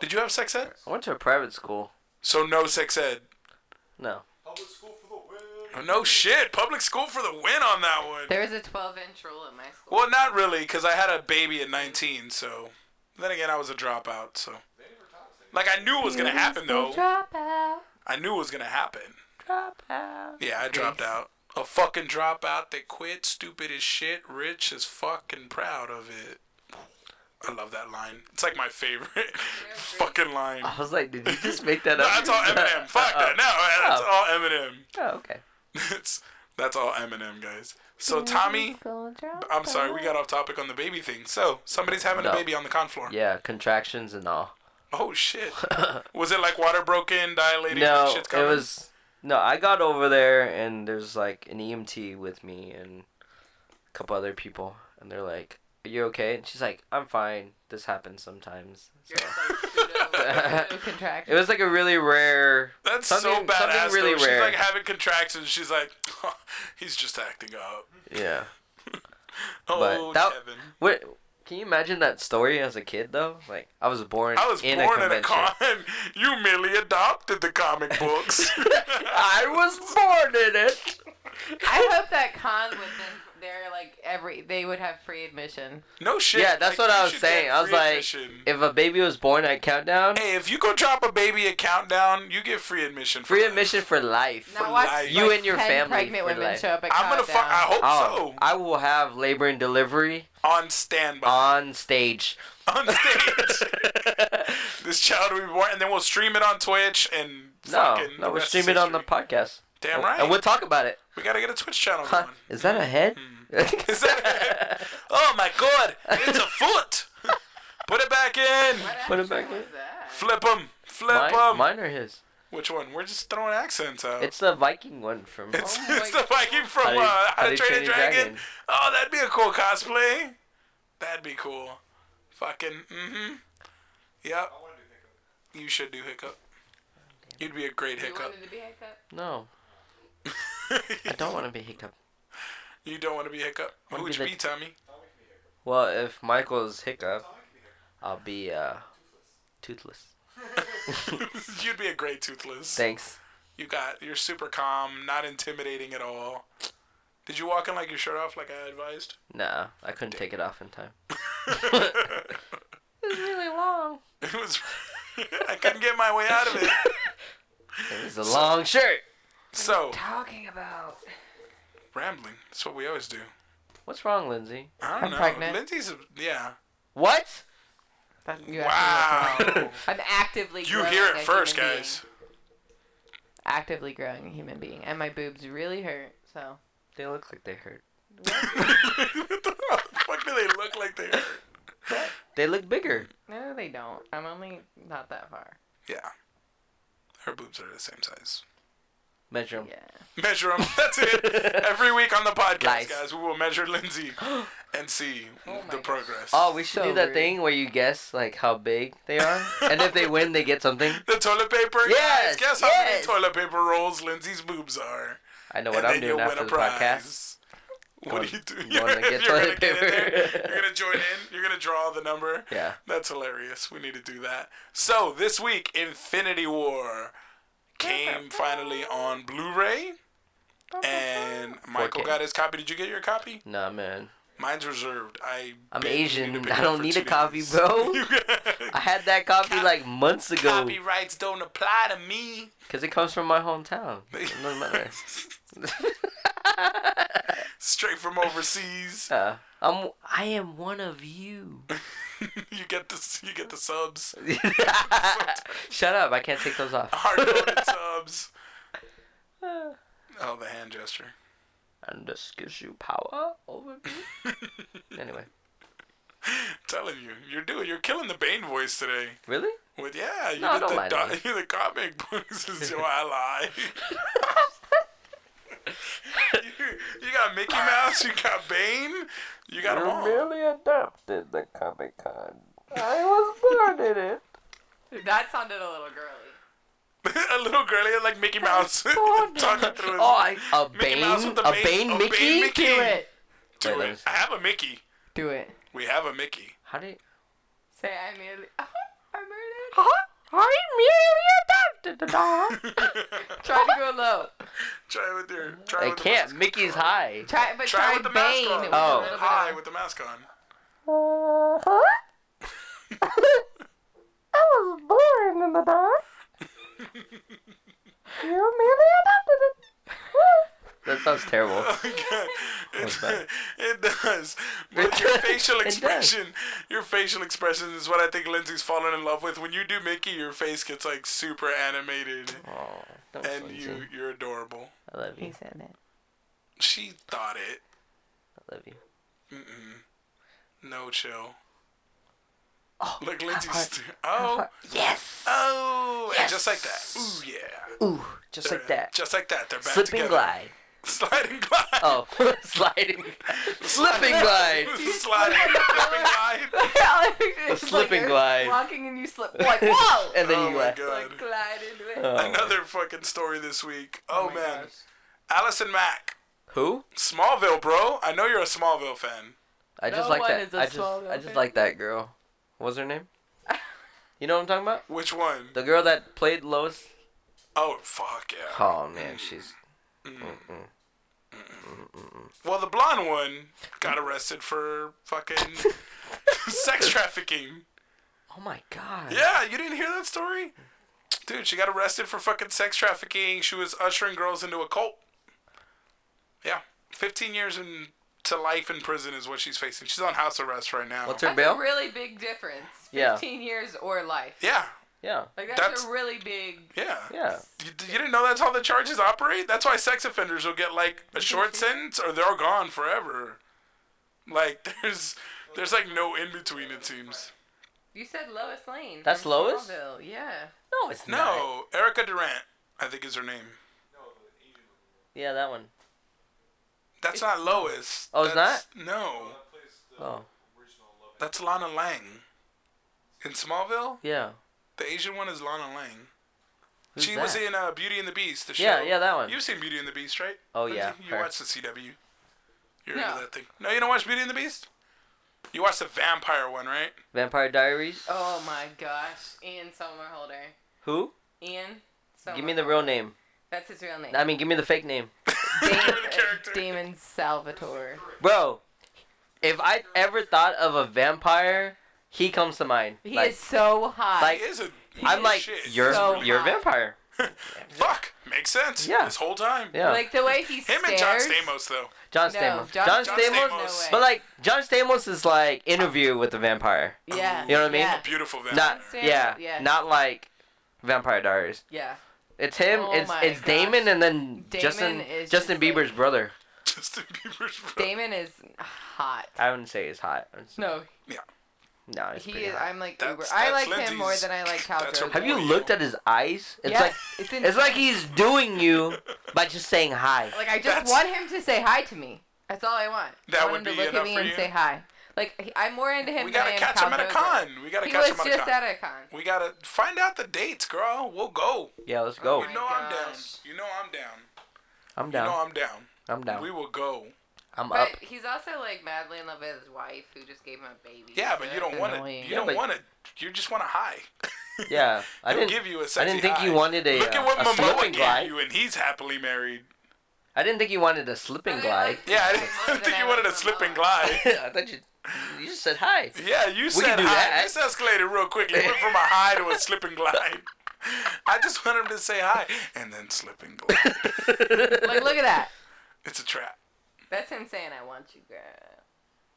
Speaker 2: did you have sex ed?
Speaker 3: I went to a private school.
Speaker 2: So no sex ed.
Speaker 3: No.
Speaker 5: Public school for the win.
Speaker 2: Oh, no shit. Public school for the win on that one.
Speaker 4: There is a 12 inch rule at my school.
Speaker 2: Well, not really, because I had a baby at 19, so. Then again, I was a dropout, so. Like, I knew it was going to happen, though.
Speaker 4: Drop out.
Speaker 2: I knew it was going to happen.
Speaker 3: Drop out.
Speaker 2: Yeah, I dropped out. A fucking dropout that quit, stupid as shit, rich as fucking proud of it. I love that line. It's like my favorite *laughs* fucking line.
Speaker 3: I was like, did you just make that
Speaker 2: *laughs* No,
Speaker 3: up?
Speaker 2: that's all Eminem.
Speaker 3: *laughs*
Speaker 2: Fuck that. No, that's all Eminem.
Speaker 3: Oh, okay.
Speaker 2: It's that's all Eminem, guys. So Tommy,
Speaker 4: School drop
Speaker 2: I'm sorry, we got off topic on the baby thing. So somebody's having a
Speaker 3: No.
Speaker 2: baby on the con floor.
Speaker 3: Yeah, contractions and all. *laughs*
Speaker 2: Oh shit! Was it like water broken, dilating?
Speaker 3: No,
Speaker 2: shit's
Speaker 3: it
Speaker 2: coming?
Speaker 3: was. No, I got over there and there's like an EMT with me and a couple other people, and they're like, "Are you okay?" And she's like, "I'm fine. This happens sometimes." So.
Speaker 4: pseudo
Speaker 3: *laughs*
Speaker 4: contract.
Speaker 3: It was like a really rare.
Speaker 2: That's so
Speaker 3: something- something
Speaker 2: badass.
Speaker 3: really
Speaker 2: though. She's
Speaker 3: rare.
Speaker 2: like having contractions. She's like, *laughs* he's just acting up.
Speaker 3: Yeah.
Speaker 2: Oh,
Speaker 3: But that-
Speaker 2: Kevin.
Speaker 3: What? Can you imagine that story as a kid though? Like I was born.
Speaker 2: I was
Speaker 3: in
Speaker 2: born
Speaker 3: a
Speaker 2: at a
Speaker 3: convention.
Speaker 2: con. *laughs* You merely adopted the comic books.
Speaker 3: *laughs* I was born in it.
Speaker 4: I hope that cons would then they're like every they would have free admission.
Speaker 2: *laughs* no shit.
Speaker 3: Yeah, that's
Speaker 2: Like,
Speaker 3: what
Speaker 2: you
Speaker 3: I was
Speaker 2: should get
Speaker 3: saying. I was
Speaker 2: free
Speaker 3: like,
Speaker 2: admission.
Speaker 3: If a baby was born at Countdown,
Speaker 2: Hey, if you go drop a baby a countdown, you get free admission. for
Speaker 3: free
Speaker 2: life.
Speaker 3: admission for life.
Speaker 4: Now watch
Speaker 2: life.
Speaker 3: You and your
Speaker 4: 10
Speaker 3: family
Speaker 4: pregnant
Speaker 3: for
Speaker 4: women
Speaker 3: life.
Speaker 4: show up at
Speaker 2: I'm gonna fuck. I
Speaker 4: Countdown.
Speaker 2: hope
Speaker 3: Oh, I will have labor and delivery
Speaker 2: so. On standby.
Speaker 3: on stage.
Speaker 2: *laughs* on stage. this child will be born, and then we'll stream it on Twitch and
Speaker 3: *laughs* No,
Speaker 2: fucking the
Speaker 3: no, we're
Speaker 2: rest
Speaker 3: streaming
Speaker 2: is
Speaker 3: on the
Speaker 2: history.
Speaker 3: podcast.
Speaker 2: Damn right.
Speaker 3: And we'll talk about it.
Speaker 2: we gotta get a Twitch channel
Speaker 3: Huh,
Speaker 2: going.
Speaker 3: Is that a head?
Speaker 2: Hmm. *laughs* Is that- Oh my god, it's a foot. *laughs* Put it back in.
Speaker 3: Put it back in.
Speaker 2: Flip them. Flip
Speaker 3: *laughs* Mine,
Speaker 2: them.
Speaker 3: mine or his?
Speaker 2: Which one? We're just throwing accents out.
Speaker 3: It's the Viking one from.
Speaker 2: It's,
Speaker 4: my
Speaker 2: it's the Viking from
Speaker 3: How
Speaker 2: uh,
Speaker 3: to-
Speaker 2: How to Train a
Speaker 3: Your
Speaker 2: Dragon. Oh, that'd be a cool cosplay. That'd be cool. Fucking. Mm-hmm. Yep. You should do Hiccup. You'd be a great Hiccup.
Speaker 3: No,
Speaker 2: *laughs*
Speaker 3: I don't want to be Hiccup.
Speaker 2: You don't want to be Hiccup. Who
Speaker 3: wanna
Speaker 2: would
Speaker 3: be
Speaker 2: you be,
Speaker 3: the- *laughs*
Speaker 2: Tommy?
Speaker 3: Well, if Michael's Hiccup, I'll be uh, toothless.
Speaker 2: *laughs* You'd be a great Toothless.
Speaker 3: Thanks.
Speaker 2: You got. You're super calm, not intimidating at all. Did you walk in like your shirt off, like I advised?
Speaker 3: Nah, I couldn't take it off in time.
Speaker 2: it
Speaker 3: It's really long.
Speaker 2: was. *laughs* I couldn't get my way out of it.
Speaker 3: It's a long shirt.
Speaker 2: So
Speaker 4: Talking about
Speaker 2: rambling. That's what we always do.
Speaker 3: What's wrong, Lindsay?
Speaker 2: I don't
Speaker 4: I'm
Speaker 2: know.
Speaker 4: pregnant.
Speaker 2: Lindsay's a, yeah.
Speaker 3: What?
Speaker 4: that, you
Speaker 2: Wow.
Speaker 4: actually- I'm
Speaker 2: *laughs*
Speaker 4: actively.
Speaker 2: you
Speaker 4: growing
Speaker 2: hear
Speaker 4: a
Speaker 2: it first,
Speaker 4: human
Speaker 2: guys. *laughs*
Speaker 4: being. Actively growing a human being, and my boobs really hurt. So
Speaker 3: They look like they hurt.
Speaker 2: what the fuck do they look like they are?
Speaker 3: They look bigger.
Speaker 4: no, they don't. I'm only not that far.
Speaker 2: Yeah. Her boobs are the same size.
Speaker 3: Measure 'em.
Speaker 4: Yeah.
Speaker 2: Measure them. *laughs* That's it. Every week on the podcast,
Speaker 3: Nice.
Speaker 2: guys, we will measure
Speaker 4: *gasps*
Speaker 2: Lindsay and see the
Speaker 4: gosh.
Speaker 2: progress.
Speaker 3: Oh, we should
Speaker 4: So
Speaker 3: do that
Speaker 4: rude.
Speaker 3: thing where you guess like how big they are, and if they win, they get something.
Speaker 2: the toilet paper? guys,
Speaker 3: Yes,
Speaker 2: guess how
Speaker 3: yes.
Speaker 2: many toilet paper rolls Lindsay's boobs are.
Speaker 3: I know
Speaker 2: *laughs*
Speaker 3: what
Speaker 2: and
Speaker 3: I'm
Speaker 2: then you'll
Speaker 3: doing
Speaker 2: win
Speaker 3: after
Speaker 2: a
Speaker 3: the podcast.
Speaker 2: prize. What
Speaker 3: Going-
Speaker 2: are you doing? *laughs*
Speaker 3: going to get
Speaker 2: gonna
Speaker 3: toilet
Speaker 2: get in there.
Speaker 3: paper.
Speaker 2: You're gonna join in. You're gonna draw the number.
Speaker 3: Yeah.
Speaker 2: That's hilarious. We need to do that. So this week, Infinity War came finally on Blu-ray, and Michael
Speaker 3: 4K.
Speaker 2: got his copy. Did you get your copy?
Speaker 3: Nah, man.
Speaker 2: Mine's reserved. I
Speaker 3: I'm
Speaker 2: bet you
Speaker 3: Asian.
Speaker 2: need to pick
Speaker 3: I
Speaker 2: it up
Speaker 3: don't
Speaker 2: for
Speaker 3: need
Speaker 2: two
Speaker 3: a copy,
Speaker 2: days.
Speaker 3: bro.
Speaker 2: *laughs* You got-
Speaker 3: I had that copy
Speaker 2: Cop-
Speaker 3: like
Speaker 2: *laughs*
Speaker 3: months ago
Speaker 2: Copyrights don't apply to me.
Speaker 3: because it comes from
Speaker 2: *laughs*
Speaker 3: my hometown. It doesn't matter.
Speaker 2: Straight from overseas.
Speaker 3: *laughs* Uh, I'm I am one of you. *laughs*
Speaker 2: you get the you get the subs.
Speaker 3: Shut up! I can't take those off.
Speaker 2: Hard
Speaker 3: *laughs*
Speaker 2: coded subs. Oh, the hand gesture. *laughs*
Speaker 3: and this gives you power over me. anyway,
Speaker 2: telling you, you're doing, you're killing the Bane voice today.
Speaker 3: really?
Speaker 2: With yeah, you
Speaker 3: No,
Speaker 2: did
Speaker 3: don't
Speaker 2: the
Speaker 3: lie to
Speaker 2: do-
Speaker 3: me.
Speaker 2: you're *laughs* the comic books is
Speaker 3: *laughs*
Speaker 2: your ally. you, you got Mickey Mouse, you got Bane, you got them
Speaker 3: Oh,
Speaker 2: all.
Speaker 3: adopted the Comic Con. I was born in it.
Speaker 4: That sounded a little girly.
Speaker 2: *laughs* a little girly like Mickey Mouse *laughs* talking through his
Speaker 3: Oh, I, a
Speaker 2: Mickey
Speaker 3: Bane,
Speaker 2: Mouse with the
Speaker 3: a Bane Mickey.
Speaker 2: Mickey.
Speaker 4: Do it.
Speaker 2: Do
Speaker 3: Wait, let me
Speaker 2: it.
Speaker 3: see.
Speaker 2: I have a Mickey.
Speaker 4: Do it.
Speaker 2: We have a Mickey. *laughs*
Speaker 3: How do you?
Speaker 4: Say *laughs* I merely. I *laughs* merely.
Speaker 1: I merely adopted the dog.
Speaker 4: Try to go low.
Speaker 2: Try with your. Try
Speaker 3: I
Speaker 2: with the
Speaker 3: can't.
Speaker 2: mask-
Speaker 3: Mickey's high.
Speaker 4: Try, but
Speaker 2: Try
Speaker 4: try,
Speaker 2: with the mask
Speaker 4: Bane.
Speaker 2: on.
Speaker 4: with a
Speaker 3: Oh.
Speaker 4: little bit
Speaker 2: Hi
Speaker 4: of- *laughs*
Speaker 2: with the mask on. *laughs*
Speaker 1: Uh huh. *laughs* I was born in the dark. You merely adopted it.
Speaker 3: That sounds
Speaker 2: *laughs*
Speaker 3: terrible.
Speaker 2: Okay.
Speaker 3: bad.
Speaker 2: Oh It, *laughs* it does. But your facial
Speaker 3: It does.
Speaker 2: expression, your facial expression is what I think Lindsay's fallen in love with. When you do Mickey, your face gets like super animated,
Speaker 3: Oh, thanks,
Speaker 2: and
Speaker 3: Lindsay.
Speaker 2: you you're adorable.
Speaker 3: I love you.
Speaker 4: He said that.
Speaker 2: She thought it.
Speaker 3: I love you.
Speaker 2: Mm-mm. No chill.
Speaker 3: Oh,
Speaker 2: Look, Lindsay's. st- oh,
Speaker 3: Yes.
Speaker 2: oh, and just like that. Ooh yeah.
Speaker 3: Ooh, just like that.
Speaker 2: Just like that. They're back
Speaker 3: Slip
Speaker 2: together. *laughs*
Speaker 3: and glide.
Speaker 2: Slide and glide. *laughs*
Speaker 3: Oh, *laughs* sliding. Slipping glide.
Speaker 2: Slide and slip and glide.
Speaker 4: I picture it's
Speaker 3: slip and
Speaker 4: you're
Speaker 3: glide.
Speaker 4: Walking and you slip. Like whoa.
Speaker 3: *laughs*
Speaker 2: *laughs*
Speaker 3: and then
Speaker 2: oh
Speaker 3: you uh,
Speaker 2: my
Speaker 3: left.
Speaker 2: god.
Speaker 4: like glide into it.
Speaker 3: Oh.
Speaker 2: Another fucking story this week. Uh. Oh,
Speaker 4: my
Speaker 2: man.
Speaker 4: gosh.
Speaker 2: Allison Mack.
Speaker 3: Who?
Speaker 2: Smallville, bro. I know you're a Smallville fan.
Speaker 3: I just
Speaker 4: No
Speaker 3: like
Speaker 4: one
Speaker 3: that.
Speaker 4: is a
Speaker 3: I just,
Speaker 4: swallow
Speaker 3: I just
Speaker 4: fan.
Speaker 3: like that girl. What was her *laughs* name? You know what I'm talking about?
Speaker 2: Which one?
Speaker 3: The girl that played Lois.
Speaker 2: Oh, fuck yeah.
Speaker 3: Oh man, she's. Mm-mm.
Speaker 2: Well, the blonde one got arrested for
Speaker 3: *laughs*
Speaker 2: fucking *laughs* sex trafficking.
Speaker 3: Oh my god.
Speaker 2: Yeah, you didn't hear that story? Dude, she got arrested for fucking sex trafficking. She was ushering girls into a cult. Yeah. 15 years in, to life in prison is what she's facing. She's on house arrest right now.
Speaker 3: What's her
Speaker 4: That's
Speaker 3: bail?
Speaker 4: a really big difference.
Speaker 3: Yeah.
Speaker 4: Fifteen years or life.
Speaker 2: yeah,
Speaker 3: yeah.
Speaker 4: Like that's,
Speaker 2: That's-
Speaker 4: a really big.
Speaker 2: yeah.
Speaker 3: Yeah.
Speaker 2: You, you didn't know that's how the charges operate? That's why sex offenders will get like a short sentence or they're gone forever. Like *laughs* there's there's like no in between it seems.
Speaker 4: You said Lois Lane.
Speaker 3: That's
Speaker 4: from
Speaker 3: Lois?
Speaker 4: Smallville, Yeah.
Speaker 3: No, it's not.
Speaker 2: No, Erica Durant, I think is her name.
Speaker 3: Yeah, that one.
Speaker 2: That's not Lois.
Speaker 3: Oh, it's
Speaker 2: That's- No,
Speaker 3: Oh,
Speaker 2: that's Lana Lang. In Smallville,
Speaker 3: yeah.
Speaker 2: the Asian one is Lana Lang.
Speaker 3: Who's
Speaker 2: she
Speaker 3: that?
Speaker 2: was in uh, Beauty and the Beast. The show.
Speaker 3: Yeah, yeah, that one.
Speaker 2: You've seen Beauty and the Beast, right?
Speaker 3: Oh,
Speaker 2: Lindsay?
Speaker 3: yeah,
Speaker 2: You
Speaker 3: her.
Speaker 2: watch the CW. You're
Speaker 4: No.
Speaker 2: into that thing. No, you don't watch Beauty and the Beast. You watch the vampire one, right? *laughs*
Speaker 3: Vampire Diaries.
Speaker 4: Oh my gosh, Ian Somerhalder.
Speaker 3: Who?
Speaker 4: Ian. Somerhalder.
Speaker 3: Give me the real name.
Speaker 4: That's his real name.
Speaker 3: I mean, give me the fake name,
Speaker 2: Give me
Speaker 4: *laughs* Damon, uh,
Speaker 2: the character.
Speaker 4: Damon Salvatore.
Speaker 3: bro. If I ever thought of a vampire, he comes to mind.
Speaker 4: He
Speaker 3: Like,
Speaker 4: is so hot.
Speaker 2: He
Speaker 3: like-
Speaker 2: is a.
Speaker 3: I'm like,
Speaker 2: shit.
Speaker 3: you're
Speaker 4: So
Speaker 3: you're a
Speaker 4: hot.
Speaker 3: vampire.
Speaker 2: *laughs* Fuck, makes sense.
Speaker 3: Yeah.
Speaker 2: This whole time.
Speaker 3: Yeah.
Speaker 4: Like the way he stares.
Speaker 2: Him and John Stamos though.
Speaker 3: John
Speaker 4: No,
Speaker 3: Stamos.
Speaker 4: John,
Speaker 3: John,
Speaker 2: John
Speaker 3: Stamos.
Speaker 2: Stamos.
Speaker 4: No way.
Speaker 3: But like John Stamos is like interview with a vampire.
Speaker 4: yeah.
Speaker 3: You know what I mean?
Speaker 4: Yeah.
Speaker 2: Beautiful vampire. *laughs*
Speaker 3: Not
Speaker 4: Stamos,
Speaker 3: yeah,
Speaker 4: yeah.
Speaker 3: not like Vampire Diaries.
Speaker 4: yeah.
Speaker 3: It's him.
Speaker 4: Oh
Speaker 3: it's
Speaker 4: my
Speaker 3: it's Damon,
Speaker 4: gosh.
Speaker 3: and then
Speaker 4: Damon
Speaker 3: Justin
Speaker 4: is
Speaker 3: Justin
Speaker 4: just,
Speaker 3: Bieber's
Speaker 4: like-
Speaker 3: brother.
Speaker 2: Justin Bieber's. brother.
Speaker 4: Damon is hot.
Speaker 3: I wouldn't say he's hot. I'm just-
Speaker 4: No,
Speaker 3: no, he's
Speaker 4: he
Speaker 3: pretty
Speaker 4: is.
Speaker 3: hot.
Speaker 4: I'm like
Speaker 2: That's-
Speaker 4: uber. I
Speaker 2: that's
Speaker 4: like him more
Speaker 2: Lindsay's-
Speaker 4: than I like Cal
Speaker 2: that's her
Speaker 4: Jordan.
Speaker 3: Have you
Speaker 2: boy,
Speaker 3: looked
Speaker 2: yo.
Speaker 3: at his eyes? It's
Speaker 4: Yes,
Speaker 3: like
Speaker 4: it's, in-
Speaker 3: it's like he's doing you by just saying
Speaker 4: *laughs*
Speaker 3: hi.
Speaker 4: Like I just
Speaker 2: That's-
Speaker 4: want him to say hi to me. That's all I want.
Speaker 2: That
Speaker 4: I want
Speaker 2: would
Speaker 4: him
Speaker 2: be
Speaker 4: to look
Speaker 2: enough
Speaker 4: at me
Speaker 2: for
Speaker 4: and
Speaker 2: you?
Speaker 4: say hi. Like he- I'm more into him
Speaker 2: We
Speaker 4: than I
Speaker 2: gotta
Speaker 4: am
Speaker 2: catch
Speaker 4: Cal
Speaker 2: him at a
Speaker 4: Jordan.
Speaker 2: con. We gotta
Speaker 4: He
Speaker 2: catch
Speaker 4: was
Speaker 2: him at a
Speaker 4: just
Speaker 2: con.
Speaker 4: at a con.
Speaker 2: we gotta find out the dates, girl. We'll go.
Speaker 3: Yeah, let's go.
Speaker 4: Oh
Speaker 2: you
Speaker 4: my
Speaker 2: know I'm down.
Speaker 4: gosh.
Speaker 2: You know I'm down.
Speaker 3: I'm
Speaker 2: You know
Speaker 3: down.
Speaker 2: I'm down.
Speaker 3: I'm down.
Speaker 2: We will go. *laughs*
Speaker 3: I'm
Speaker 4: But
Speaker 3: up.
Speaker 4: he's also like madly in love with his wife, who just gave him a baby.
Speaker 2: Yeah, but you
Speaker 4: That's
Speaker 2: don't want
Speaker 4: annoying.
Speaker 2: it. You
Speaker 3: Yeah,
Speaker 2: don't
Speaker 3: but-
Speaker 2: want it. You just want a high.
Speaker 3: Yeah, I
Speaker 2: He'll
Speaker 3: didn't.
Speaker 2: give you a
Speaker 3: I
Speaker 2: sexy
Speaker 3: didn't think
Speaker 2: high.
Speaker 3: you wanted a,
Speaker 2: Look
Speaker 3: uh,
Speaker 2: at what
Speaker 3: a slip
Speaker 2: Momoa
Speaker 3: and
Speaker 2: gave
Speaker 3: glide.
Speaker 2: you, and he's happily married.
Speaker 3: I didn't think you wanted a slip and
Speaker 4: I
Speaker 3: glide.
Speaker 4: like-
Speaker 2: Yeah, I
Speaker 4: *laughs*
Speaker 2: didn't,
Speaker 4: Momoa than
Speaker 2: think
Speaker 4: I
Speaker 2: you
Speaker 4: like
Speaker 2: wanted a slip and
Speaker 4: Momoa.
Speaker 2: glide.
Speaker 3: *laughs* I thought you you just said hi.
Speaker 2: Yeah, you said
Speaker 3: do
Speaker 2: hi.
Speaker 3: that.
Speaker 2: This escalated real quickly. It went from a high to a slip and glide. I just want him to say hi and then slip and
Speaker 3: *laughs*
Speaker 2: glide.
Speaker 4: *laughs* Like look at that.
Speaker 2: It's a trap.
Speaker 4: That's him saying, "I want you, girl."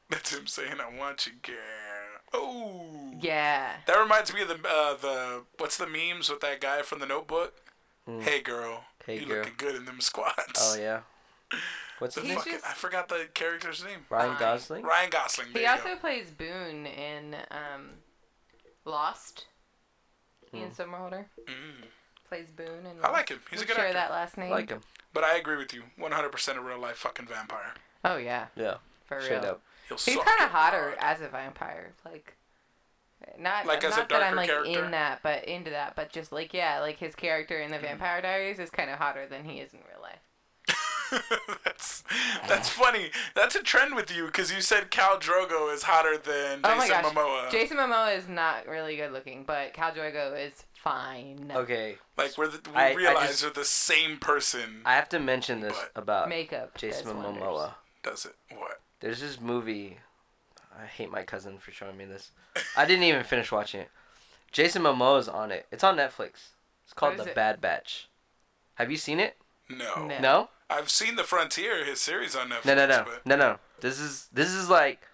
Speaker 2: That's him saying, "I want you, girl." Oh.
Speaker 4: Yeah.
Speaker 2: That reminds me of the uh, the what's the memes with that guy from the Notebook? Hey girl,
Speaker 3: Hmm. Hey,
Speaker 2: you
Speaker 3: girl.
Speaker 2: looking good in them squats.
Speaker 3: Oh yeah. What's
Speaker 2: *laughs* The
Speaker 3: his name?
Speaker 4: He's
Speaker 2: fucking,
Speaker 4: just-
Speaker 2: I forgot the character's name.
Speaker 3: Ryan
Speaker 4: fine.
Speaker 3: Gosling.
Speaker 2: Ryan Gosling. There
Speaker 4: He
Speaker 2: you
Speaker 4: also
Speaker 2: go.
Speaker 4: plays Boone in um, Lost. Ian Somerhalder
Speaker 2: Mm.
Speaker 4: plays Boone, and
Speaker 2: I like him. He's a good
Speaker 4: Mm-hmm. share
Speaker 2: actor.
Speaker 4: that last name.
Speaker 3: Like him.
Speaker 2: But I agree with you, 100% a real life fucking vampire.
Speaker 4: Oh yeah,
Speaker 3: Yeah.
Speaker 4: for real.
Speaker 3: Straight up.
Speaker 2: He'll
Speaker 4: He's
Speaker 2: suck
Speaker 4: kind
Speaker 2: your
Speaker 4: of hotter
Speaker 2: blood.
Speaker 4: as a vampire, like not
Speaker 2: Like,
Speaker 4: not
Speaker 2: as a
Speaker 4: that I'm
Speaker 2: darker
Speaker 4: like
Speaker 2: character?
Speaker 4: in that, but into that, Hmm. but just like yeah, like his character in the Vampire Diaries is kind of hotter than he is in real life.
Speaker 2: *laughs* that's that's funny. That's a trend with you because you said Cal Drogo is hotter than
Speaker 4: Oh my
Speaker 2: Jason
Speaker 4: gosh.
Speaker 2: Momoa.
Speaker 4: Jason Momoa is not really good looking, but Cal Drogo is fine.
Speaker 3: Okay,
Speaker 2: like we're the, we
Speaker 3: I- I
Speaker 2: realize
Speaker 3: just-
Speaker 2: they're the same person.
Speaker 3: I have to mention this
Speaker 2: But-
Speaker 3: about
Speaker 4: Makeup.
Speaker 3: uh, Jason
Speaker 4: does wonders.
Speaker 3: Momoa.
Speaker 2: Does it what?
Speaker 3: There's this movie. I hate my cousin for showing me this. I didn't even finish watching it. Jason Momoa's on it. It's on Netflix. It's called
Speaker 4: is
Speaker 3: The
Speaker 4: it?
Speaker 3: Bad Batch. Have you seen it?
Speaker 2: No.
Speaker 4: No.
Speaker 3: No.
Speaker 2: I've seen The Frontier, his series on Netflix.
Speaker 3: No, no, no,
Speaker 2: But
Speaker 3: no, no. This is this is like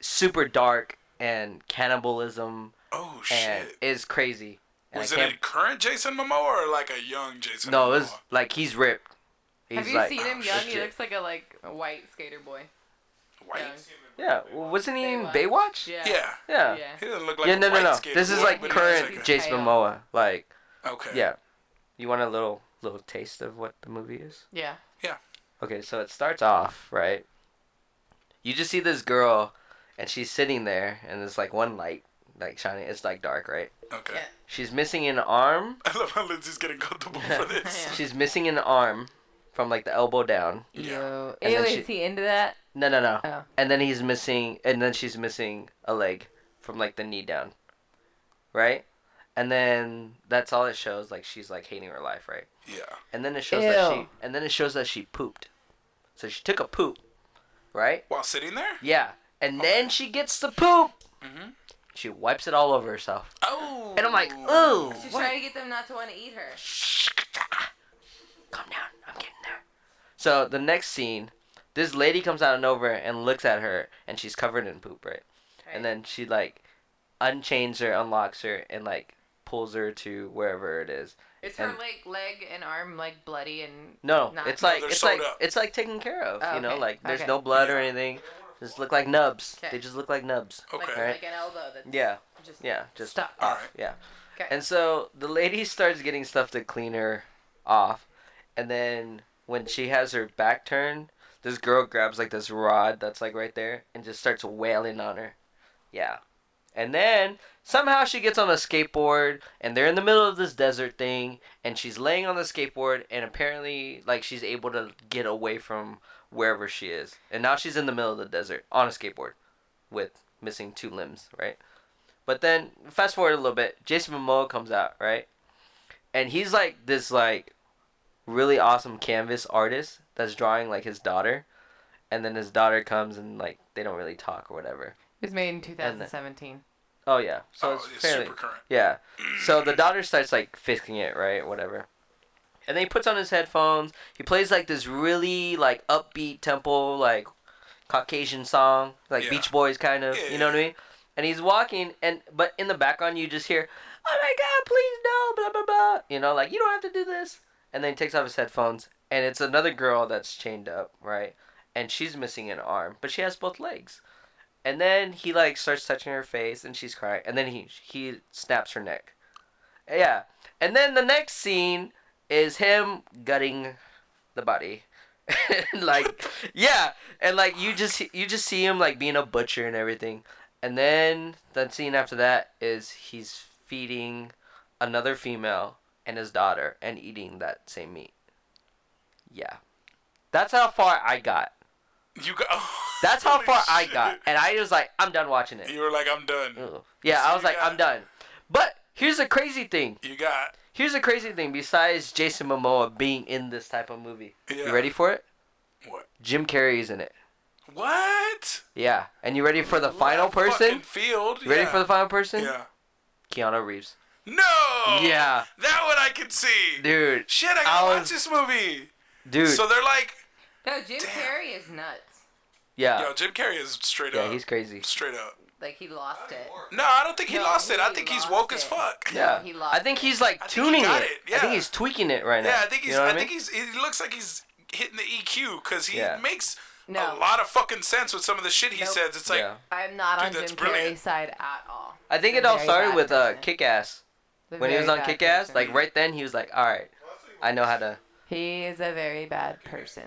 Speaker 3: super dark and cannibalism
Speaker 2: oh
Speaker 3: and
Speaker 2: shit.
Speaker 3: is crazy. And
Speaker 2: was
Speaker 3: I
Speaker 2: it
Speaker 3: can't.
Speaker 2: a current Jason Momoa or like a young Jason?
Speaker 3: no,
Speaker 2: Momoa?
Speaker 3: it's like he's ripped. He's
Speaker 4: Have you
Speaker 3: like,
Speaker 4: seen him
Speaker 2: oh,
Speaker 4: young? He
Speaker 3: shit.
Speaker 4: looks like a like a white skater boy.
Speaker 2: white.
Speaker 3: Yeah, well, wasn't he in
Speaker 4: Baywatch?
Speaker 3: Baywatch?
Speaker 4: Yeah.
Speaker 2: Yeah.
Speaker 3: Yeah.
Speaker 4: Yeah.
Speaker 2: He doesn't look like
Speaker 3: yeah,
Speaker 2: a
Speaker 3: no, no,
Speaker 2: white
Speaker 3: no.
Speaker 2: skater
Speaker 3: This is
Speaker 2: boy,
Speaker 3: like
Speaker 2: but he looks
Speaker 3: current
Speaker 2: like a-
Speaker 3: Jason
Speaker 4: Pale.
Speaker 3: Momoa. Like,
Speaker 2: okay.
Speaker 3: yeah. You want a little little taste of what the movie is?
Speaker 4: Yeah.
Speaker 3: Okay, so it starts off, right? You just see this girl and she's sitting there and there's like one light like shining. It's like dark, right?
Speaker 2: Okay.
Speaker 4: Yeah.
Speaker 3: She's missing an arm.
Speaker 2: *laughs* I love how Lindsay's getting comfortable
Speaker 3: *laughs*
Speaker 2: for this.
Speaker 4: Yeah.
Speaker 3: She's missing an arm from like the elbow down.
Speaker 2: Yeah.
Speaker 4: Ew.
Speaker 3: And then
Speaker 4: Ew,
Speaker 3: she-
Speaker 4: is he into that?
Speaker 3: No, no, no.
Speaker 4: Oh.
Speaker 3: And then he's missing, and then she's missing a leg from like the knee down, right? And then that's all it shows. Like she's like hating her life, right?
Speaker 2: Yeah.
Speaker 3: And then it shows that she,
Speaker 4: Ew.
Speaker 3: and then it shows that she pooped. So she took a poop, right?
Speaker 2: While sitting there?
Speaker 3: Yeah. And then she gets the poop.
Speaker 4: Mm-hmm.
Speaker 2: Mhm.
Speaker 3: She wipes it all over herself,
Speaker 2: Oh.
Speaker 3: and I'm like, ooh,
Speaker 4: She's
Speaker 3: what?
Speaker 4: trying to get them not to want to eat her.
Speaker 3: calm down. I'm getting there. So the next scene, this lady comes out and over and looks at her, and she's covered in poop, right? And then she like unchains her, unlocks her, and like pulls her to wherever it is.
Speaker 4: Is her
Speaker 3: and-
Speaker 4: like leg and arm like bloody and
Speaker 3: No,
Speaker 4: Not-
Speaker 3: it's
Speaker 4: No,
Speaker 3: like
Speaker 2: they're
Speaker 3: it's
Speaker 2: sewed
Speaker 3: like
Speaker 2: up.
Speaker 3: it's like taken care of.
Speaker 4: Oh,
Speaker 3: you know,
Speaker 4: okay,
Speaker 3: like there's
Speaker 4: okay.
Speaker 3: no blood or
Speaker 2: Yeah.
Speaker 3: anything. Just look like nubs. They
Speaker 4: Okay.
Speaker 3: just look like nubs.
Speaker 4: like,
Speaker 2: Okay.
Speaker 3: Right.
Speaker 4: like an elbow that's
Speaker 3: Yeah,
Speaker 4: just
Speaker 3: yeah, just
Speaker 4: Stuck.
Speaker 3: off.
Speaker 2: Alright.
Speaker 3: Yeah.
Speaker 4: Okay.
Speaker 3: And so the lady *laughs* starts getting stuff to clean her off, and then when she has her back turned, this girl grabs like this rod that's like right there and just starts wailing on her. Yeah. And then somehow she gets on a skateboard and they're in the middle of this desert thing and she's laying on the skateboard and apparently like she's able to get away from wherever she is. And now she's in the middle of the desert on a skateboard with missing two limbs, right? But then fast forward a little bit, Jason Momoa comes out, right? And he's like this like really awesome canvas artist that's drawing like his daughter. And then his daughter comes and like they don't really talk or whatever.
Speaker 4: It was made in 2017.
Speaker 3: Oh yeah. So
Speaker 2: Oh,
Speaker 3: it's,
Speaker 2: it's
Speaker 3: fairly
Speaker 2: super current.
Speaker 3: Yeah. So the daughter starts like fixing it, right? Whatever. And then he puts on his headphones. He plays like this really like upbeat tempo, like Caucasian song, like
Speaker 2: Yeah.
Speaker 3: Beach Boys kind of.
Speaker 2: Yeah,
Speaker 3: You know what I mean? And he's walking, and but in the background you just hear, "Oh my God, please no!" Blah blah blah. You know, like you don't have to do this. And then he takes off his headphones, and it's another girl that's chained up, right? And she's missing an arm, but she has both legs. And then he like starts touching her face, and she's crying. And then he he snaps her neck. Yeah. And then the next scene is him gutting the body. *laughs* like yeah, and like you just you just see him like being a butcher and everything. And then the scene after that is he's feeding another female and his daughter and eating that same meat. Yeah. That's how far I got.
Speaker 2: You got. *laughs* oh,
Speaker 3: That's how
Speaker 2: Holy
Speaker 3: far I
Speaker 2: shit.
Speaker 3: got. And I was like, I'm done watching it.
Speaker 2: You were like, I'm done.
Speaker 3: Ugh. Yeah, I was like, I'm
Speaker 2: Yeah.
Speaker 3: done. But here's the crazy thing.
Speaker 2: You got.
Speaker 3: Here's the crazy thing. Besides Jason Momoa being in this type of movie,
Speaker 2: Yeah.
Speaker 3: you ready for it?
Speaker 2: What?
Speaker 3: Jim Carrey is in it.
Speaker 2: What?
Speaker 3: Yeah, and you ready for the final
Speaker 2: Left fucking
Speaker 3: person?
Speaker 2: Field.
Speaker 3: You ready
Speaker 2: yeah.
Speaker 3: for the final person?
Speaker 2: Yeah. Oh.
Speaker 3: Keanu Reeves.
Speaker 2: No.
Speaker 3: Yeah.
Speaker 2: That one I can see.
Speaker 3: Dude,
Speaker 2: Shit, I
Speaker 3: I
Speaker 2: gotta watch
Speaker 3: was-
Speaker 2: this movie.
Speaker 3: dude.
Speaker 2: So they're like,
Speaker 4: No, Jim
Speaker 2: Damn.
Speaker 4: Carrey is nuts.
Speaker 3: yeah,
Speaker 2: yo, Jim Carrey is straight
Speaker 3: yeah,
Speaker 2: up.
Speaker 3: he's crazy.
Speaker 2: straight up.
Speaker 4: Like he lost it.
Speaker 2: No, I don't think he
Speaker 4: No,
Speaker 2: lost it. I
Speaker 4: he
Speaker 2: think he's
Speaker 4: lost
Speaker 2: woke
Speaker 4: it.
Speaker 2: as fuck.
Speaker 3: Yeah,
Speaker 4: he lost
Speaker 3: I think
Speaker 4: it.
Speaker 3: he's like
Speaker 2: I think he
Speaker 3: tuning
Speaker 2: got
Speaker 3: it.
Speaker 2: it,
Speaker 3: I think
Speaker 2: yeah.
Speaker 3: he's tweaking it right now.
Speaker 2: Yeah, I think he's.
Speaker 3: You know
Speaker 2: I,
Speaker 3: what
Speaker 2: think
Speaker 3: mean?
Speaker 2: he's. He looks like he's hitting the EQ because he
Speaker 3: Yeah.
Speaker 2: makes
Speaker 4: No.
Speaker 2: a lot of fucking sense with some of the shit he
Speaker 4: Nope.
Speaker 2: says. It's like,
Speaker 3: yeah.
Speaker 4: I'm not
Speaker 2: Dude,
Speaker 4: on
Speaker 2: that's
Speaker 4: Jim
Speaker 2: brilliant.
Speaker 4: Carrey's side at all.
Speaker 3: I think
Speaker 4: The
Speaker 3: it all
Speaker 4: very
Speaker 3: started
Speaker 4: bad
Speaker 3: with uh,
Speaker 4: person.
Speaker 3: Kick Ass.
Speaker 4: The
Speaker 3: When he
Speaker 4: very
Speaker 3: was on
Speaker 4: bad
Speaker 3: Kick Ass,
Speaker 4: person.
Speaker 3: like right then he was like, all right, I know how to.
Speaker 4: he is a very bad person.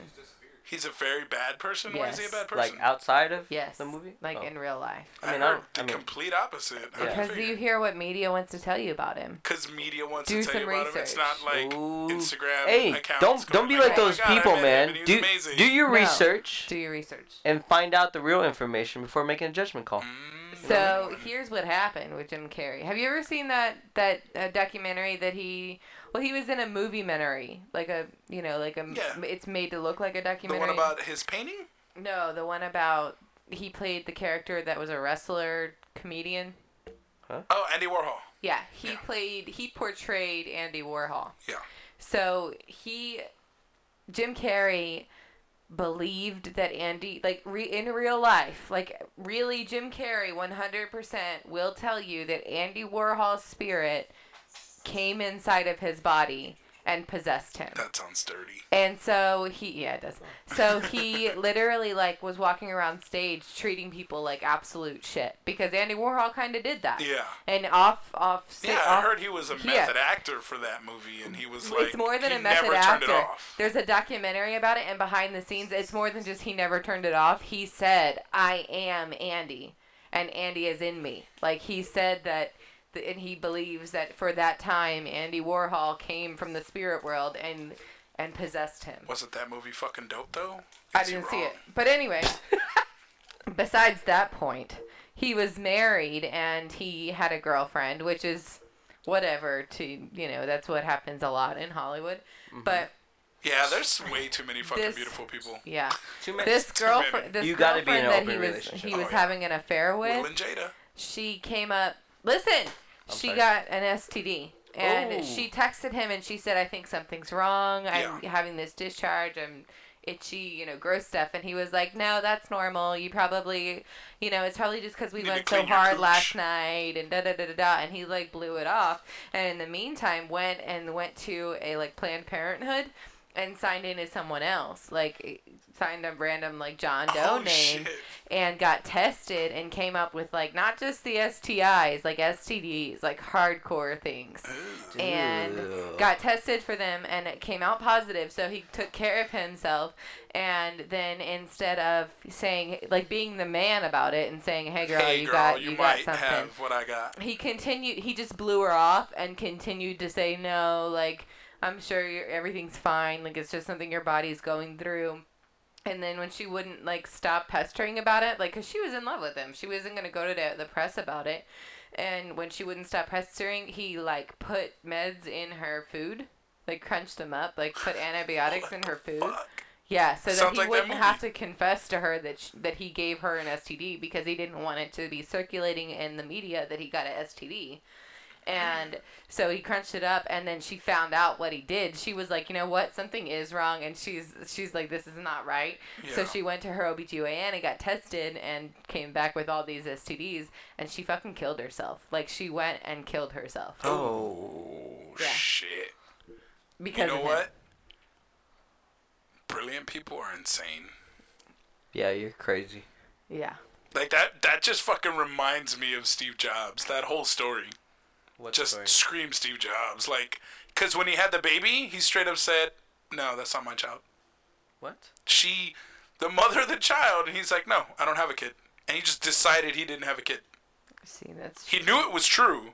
Speaker 2: He's a very bad person. Why is he a
Speaker 4: Yes.
Speaker 2: bad person?
Speaker 3: Like outside of
Speaker 4: Yes.
Speaker 3: the movie?
Speaker 4: Like
Speaker 3: Oh.
Speaker 4: in real life.
Speaker 3: I mean,
Speaker 2: heard
Speaker 3: I,
Speaker 2: the
Speaker 3: I mean,
Speaker 2: complete opposite.
Speaker 3: Yeah.
Speaker 4: Because you hear what media wants to tell you about him.
Speaker 2: Because media wants
Speaker 4: Do
Speaker 2: to tell you
Speaker 4: some
Speaker 2: about him. It's
Speaker 4: research.
Speaker 2: not like
Speaker 3: Ooh.
Speaker 2: Instagram.
Speaker 3: Hey,
Speaker 2: accounts
Speaker 3: don't
Speaker 2: going
Speaker 3: don't be like
Speaker 2: "Oh my
Speaker 3: those
Speaker 2: God, I
Speaker 3: people,
Speaker 2: met him
Speaker 3: man.
Speaker 2: and he was
Speaker 3: Do
Speaker 2: amazing."
Speaker 3: do your
Speaker 4: No.
Speaker 3: research
Speaker 4: Do your research.
Speaker 3: and find out the real information before making a judgment call.
Speaker 2: Mm-hmm.
Speaker 4: So here's what happened with Jim Carrey. Have you ever seen that that uh, documentary that he? Well, he was in a movie mentary, like a you know, like a. m-
Speaker 2: Yeah.
Speaker 4: It's made to look like a
Speaker 2: the
Speaker 4: documentary.
Speaker 2: one about his painting.
Speaker 4: No, the one about he played the character that was a wrestler comedian.
Speaker 2: Oh, Andy Warhol.
Speaker 4: Yeah, he
Speaker 2: Yeah.
Speaker 4: played he portrayed Andy Warhol.
Speaker 2: Yeah.
Speaker 4: So he Jim Carrey believed that Andy like re, in real life, like really Jim Carrey 100% will tell you that Andy Warhol's spirit came inside of his body and possessed him.
Speaker 2: That sounds dirty.
Speaker 4: And so he, yeah, it does.
Speaker 2: *laughs*
Speaker 4: So he literally like was walking around stage treating people like absolute shit because Andy Warhol kind of did that.
Speaker 2: Yeah.
Speaker 4: And off, off, sta-
Speaker 2: Yeah, I
Speaker 4: off
Speaker 2: heard he was a
Speaker 4: yeah.
Speaker 2: method actor for that movie, and he was like,
Speaker 4: it's more than
Speaker 2: he
Speaker 4: a method
Speaker 2: never
Speaker 4: actor.
Speaker 2: turned it off.
Speaker 4: There's a documentary about it, and behind the scenes, it's more than just he never turned it off. He said, "I am Andy, and Andy is in me." Like he said that, th- and he believes that for that time, Andy Warhol came from the spirit world and and possessed him.
Speaker 2: Wasn't that movie fucking dope though?
Speaker 4: I
Speaker 2: Is he
Speaker 4: didn't see it.
Speaker 2: wrong?
Speaker 4: But anyway, *laughs* besides that point, he was married and he had a girlfriend, which is whatever to you know that's what happens a lot in hollywood but
Speaker 2: Yeah, there's way too many fucking
Speaker 4: This-
Speaker 2: beautiful people.
Speaker 4: yeah
Speaker 3: Too many.
Speaker 4: this
Speaker 2: Too many.
Speaker 4: girlfriend, this
Speaker 3: You gotta
Speaker 4: girlfriend
Speaker 3: be in an
Speaker 4: that
Speaker 3: open
Speaker 4: he was
Speaker 3: relationship.
Speaker 4: he was
Speaker 2: Oh, yeah.
Speaker 4: having an affair
Speaker 2: Will
Speaker 4: with,
Speaker 2: and Jada.
Speaker 4: she came up. Listen, she
Speaker 3: sorry.
Speaker 4: got an STD, and
Speaker 2: Oh.
Speaker 3: Ooh.
Speaker 4: she texted him and she said, "I think something's wrong. I'm
Speaker 2: Yeah.
Speaker 4: having this discharge. I'm itchy, you know, gross stuff." And he was like, "No, that's normal. You probably, you know, it's probably just because we
Speaker 2: Need to
Speaker 4: went so
Speaker 2: clean your
Speaker 4: hard
Speaker 2: cooch."
Speaker 4: last night and da da da da da." And he like blew it off, and in the meantime went and went to a like Planned Parenthood. And signed in as someone else, like signed a random like John
Speaker 2: oh
Speaker 4: Doe name,
Speaker 2: shit!
Speaker 4: and got tested and came up with like not just the STIs, like STDs, like hardcore things.
Speaker 2: Ooh.
Speaker 4: And
Speaker 3: Ew.
Speaker 4: got tested for them and it came out positive. So he took care of himself. And then instead of saying, like being the man about it and saying, hey girl,
Speaker 2: hey
Speaker 4: you
Speaker 2: girl,
Speaker 4: got,
Speaker 2: you,
Speaker 4: you, got
Speaker 2: might
Speaker 4: something.
Speaker 2: have what I got.
Speaker 4: He continued, he just blew her off and continued to say, no, like, I'm sure you're, everything's fine. Like, it's just something your body's going through. And then when she wouldn't like stop pestering about it, like, 'cause she was in love with him, she wasn't gonna go to the, the press about it. And when she wouldn't stop pestering, he like put meds in her food, like crunched them up, like put antibiotics in her food.
Speaker 2: Fuck.
Speaker 4: Yeah, so that
Speaker 2: Sounds
Speaker 4: he
Speaker 2: like that
Speaker 4: wouldn't
Speaker 2: movie.
Speaker 4: have to confess to her that sh- that he gave her an STD because he didn't want it to be circulating in the media that he got an STD. And so he crunched it up, and then she found out what he did. She was like, you know what, something is wrong, and she's she's like, this is not right. So
Speaker 2: Yeah.
Speaker 4: she went to her OBGYN and got tested and came back with all these STDs, and she fucking killed herself. Like she went and killed herself
Speaker 2: Oh
Speaker 4: Yeah.
Speaker 2: shit!
Speaker 4: because
Speaker 2: Oh, You know
Speaker 4: of him.
Speaker 2: what? Brilliant people are insane.
Speaker 3: Yeah, you're crazy.
Speaker 4: Yeah.
Speaker 2: Like that. That just fucking reminds me of Steve Jobs. That whole story.
Speaker 3: What
Speaker 2: just
Speaker 3: story?
Speaker 2: scream Steve Jobs. Like, because when he had the baby, he straight up said, No, that's not my child.
Speaker 3: What?
Speaker 2: She, the mother of the child, and he's like, No, I don't have a kid. And he just decided he didn't have a kid.
Speaker 4: See, that's
Speaker 2: He knew it was true,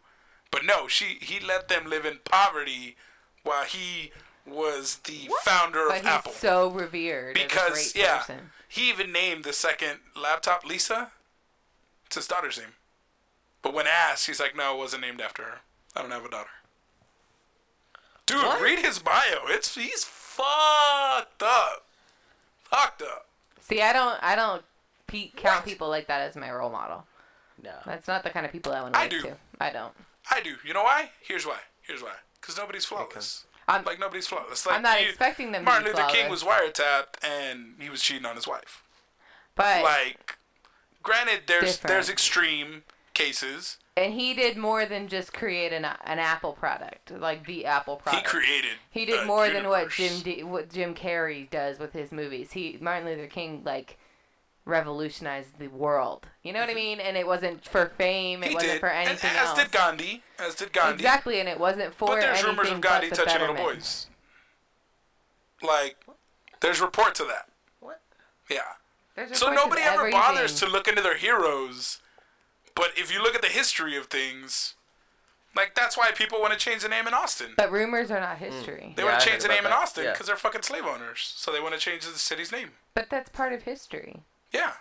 Speaker 2: but no, she he let them live in poverty while he was the founder of
Speaker 4: but he's
Speaker 2: Apple.
Speaker 4: so revered as a
Speaker 2: because,
Speaker 4: great
Speaker 2: yeah,
Speaker 4: person.
Speaker 2: he even named the second laptop Lisa. It's his daughter's name. But when asked, he's like, No, it wasn't named after her. I don't have a daughter. Dude,
Speaker 3: What?
Speaker 2: read his bio. It's he's fucked up. Fucked up.
Speaker 4: See, I don't, I don't pe- count people like that as my role model.
Speaker 3: No.
Speaker 4: That's not the kind of people I want to
Speaker 2: I
Speaker 4: look
Speaker 2: do.
Speaker 4: to. I don't.
Speaker 2: I do. You know why? Here's why. Here's why. Because nobody's flawless.
Speaker 4: I'm-
Speaker 2: like nobody's flawless. Like,
Speaker 4: not expecting them to be
Speaker 2: Martin Luther King
Speaker 4: flawless.
Speaker 2: was wiretapped and he was cheating on his wife.
Speaker 4: But
Speaker 2: Like, granted, there's
Speaker 4: Different.
Speaker 2: there's extreme cases.
Speaker 4: and he did more than just create an an Apple product, like the Apple product.
Speaker 2: He created.
Speaker 4: He did
Speaker 2: a
Speaker 4: more than what Jim
Speaker 2: universe.
Speaker 4: D, what Jim Carrey does with his movies. He Martin Luther King like revolutionized the world. You know what I mean? And it wasn't for fame. It
Speaker 2: Mm-hmm. He
Speaker 4: wasn't
Speaker 2: did.
Speaker 4: for
Speaker 2: and
Speaker 4: anything
Speaker 2: as
Speaker 4: else.
Speaker 2: did Gandhi. As did Gandhi.
Speaker 4: Exactly, and it wasn't for
Speaker 2: But there's
Speaker 4: anything
Speaker 2: rumors of
Speaker 4: but
Speaker 2: Gandhi
Speaker 4: the
Speaker 2: touching
Speaker 4: betterment.
Speaker 2: little boys. Like, there's reports of that.
Speaker 3: What?
Speaker 2: Yeah.
Speaker 4: There's a
Speaker 2: So
Speaker 4: bunch of
Speaker 2: nobody ever
Speaker 4: everything.
Speaker 2: bothers to look into their heroes. But if you look at the history of things, like that's why people want to change the name in Austin.
Speaker 4: But rumors are not history.
Speaker 2: They
Speaker 3: Yeah, I
Speaker 2: want to
Speaker 3: heard
Speaker 2: change the
Speaker 3: about
Speaker 2: name in
Speaker 3: that.
Speaker 2: Austin
Speaker 3: Yeah.
Speaker 2: because they're fucking slave owners. So they want to change the city's name.
Speaker 4: But that's part of history.
Speaker 2: Yeah.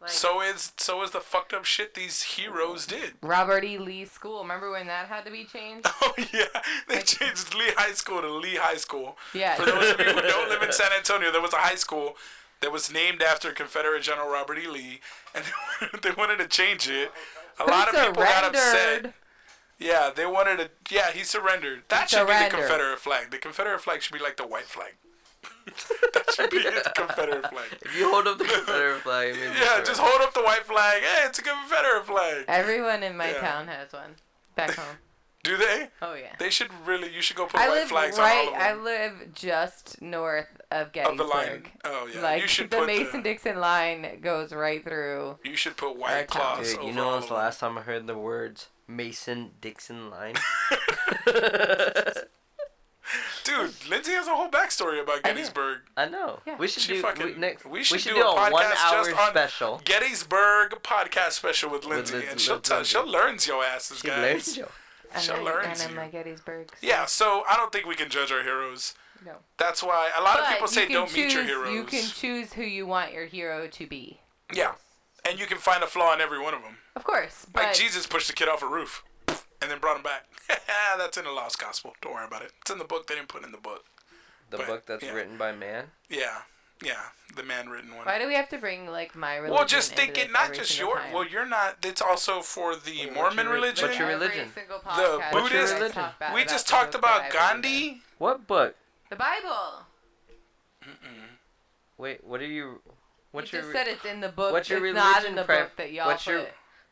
Speaker 4: Like
Speaker 2: So is so is the fucked up shit these heroes did. *laughs*
Speaker 4: Robert E. Lee School. Remember when that had to be changed?
Speaker 2: Oh yeah, they changed Lee High School to Lee High School.
Speaker 4: Yeah.
Speaker 2: *laughs* For those of you who don't
Speaker 4: *laughs*
Speaker 2: live in San Antonio, there was a high school that was named after Confederate General Robert E. Lee, and *laughs* they wanted to change it. A lot of
Speaker 4: Who
Speaker 2: people got upset.
Speaker 4: surrendered?
Speaker 2: Yeah, they wanted to. Yeah, he surrendered. That
Speaker 4: He
Speaker 2: should be
Speaker 4: surrendered.
Speaker 2: the Confederate flag. The Confederate flag should be like the white flag. *laughs* that should
Speaker 4: *laughs*
Speaker 2: be his Confederate flag.
Speaker 3: If you hold up the Confederate flag, it means
Speaker 2: *laughs*
Speaker 3: it's
Speaker 2: Yeah, just
Speaker 3: around.
Speaker 2: hold up the white flag. Hey, it's a Confederate flag.
Speaker 4: Everyone in my
Speaker 2: Yeah.
Speaker 4: town has one. Back home.
Speaker 2: Do they?
Speaker 4: Oh yeah.
Speaker 2: They should really. You should go put
Speaker 4: I
Speaker 2: white
Speaker 4: live
Speaker 2: flags on
Speaker 4: right.
Speaker 2: all of
Speaker 4: I
Speaker 2: them.
Speaker 4: live just north of
Speaker 2: of the line.
Speaker 4: Gettysburg.
Speaker 2: Oh yeah.
Speaker 4: Like
Speaker 2: you should
Speaker 4: the
Speaker 2: put
Speaker 4: Mason Dixon line goes right through.
Speaker 2: You should put
Speaker 4: Our
Speaker 2: white
Speaker 4: town.
Speaker 2: cloths
Speaker 3: Dude,
Speaker 2: over
Speaker 3: you know
Speaker 2: all
Speaker 3: when was
Speaker 2: of
Speaker 3: the
Speaker 2: them.
Speaker 3: last time I heard the words Mason Dixon *laughs* line?
Speaker 2: Dude, Lindsay has a whole backstory about
Speaker 3: I know.
Speaker 2: Gettysburg.
Speaker 3: I know.
Speaker 4: Yeah.
Speaker 3: We should
Speaker 2: She
Speaker 3: do
Speaker 2: fucking-
Speaker 3: we, next.
Speaker 2: we
Speaker 3: We should,
Speaker 2: should do
Speaker 3: do,
Speaker 2: a
Speaker 3: a,
Speaker 2: podcast
Speaker 3: one hour
Speaker 2: just on
Speaker 3: special.
Speaker 2: Gettysburg podcast special with Lindsay,
Speaker 3: Lindsay-
Speaker 2: and she'll
Speaker 3: with
Speaker 2: tell
Speaker 3: Lindsay.
Speaker 2: she'll learns your asses,
Speaker 3: She
Speaker 2: guys.
Speaker 3: learns you.
Speaker 4: And
Speaker 2: She
Speaker 4: then-
Speaker 2: learns
Speaker 4: And
Speaker 2: you.
Speaker 4: then my Gettysburg. so,
Speaker 2: Yeah, so I don't think we can judge our heroes.
Speaker 4: No.
Speaker 2: That's why a lot
Speaker 4: But
Speaker 2: of people say
Speaker 4: you can
Speaker 2: don't meet your
Speaker 4: choose-
Speaker 2: heroes.
Speaker 4: You can choose who you want your hero to be.
Speaker 2: yeah, and you can find a flaw in every one of them.
Speaker 4: Of course. But
Speaker 2: Like Jesus pushed the kid off a roof, and then brought him back. *laughs* That's in the Lost Gospel. Don't worry about it. It's in the book. They didn't put it in the book.
Speaker 3: The
Speaker 2: But,
Speaker 3: book that's
Speaker 2: yeah.
Speaker 3: written by man.
Speaker 2: Yeah, yeah, the man written one.
Speaker 4: why do we have to bring like my religion?
Speaker 2: Well, just
Speaker 4: into
Speaker 2: think it
Speaker 4: this
Speaker 2: not
Speaker 4: every
Speaker 2: just
Speaker 4: single
Speaker 2: your.
Speaker 4: time?
Speaker 2: Well, you're not. It's also for the Mormon
Speaker 3: your re-
Speaker 2: religion.
Speaker 3: what's your religion?
Speaker 4: Every single
Speaker 2: The
Speaker 4: podcast
Speaker 3: What's your
Speaker 2: Buddhist.
Speaker 4: I
Speaker 3: religion?
Speaker 4: talk bad
Speaker 2: we just
Speaker 4: the
Speaker 2: talked
Speaker 4: book that
Speaker 2: about
Speaker 4: I believe in.
Speaker 2: Gandhi.
Speaker 3: What book?
Speaker 4: The Bible.
Speaker 3: Wait, what are you? What's
Speaker 4: you
Speaker 3: your
Speaker 4: just said it's in the book.
Speaker 3: what's your
Speaker 4: it's not
Speaker 3: religion
Speaker 4: in the
Speaker 3: pref-
Speaker 4: book that y'all
Speaker 3: what's
Speaker 4: put.
Speaker 3: your-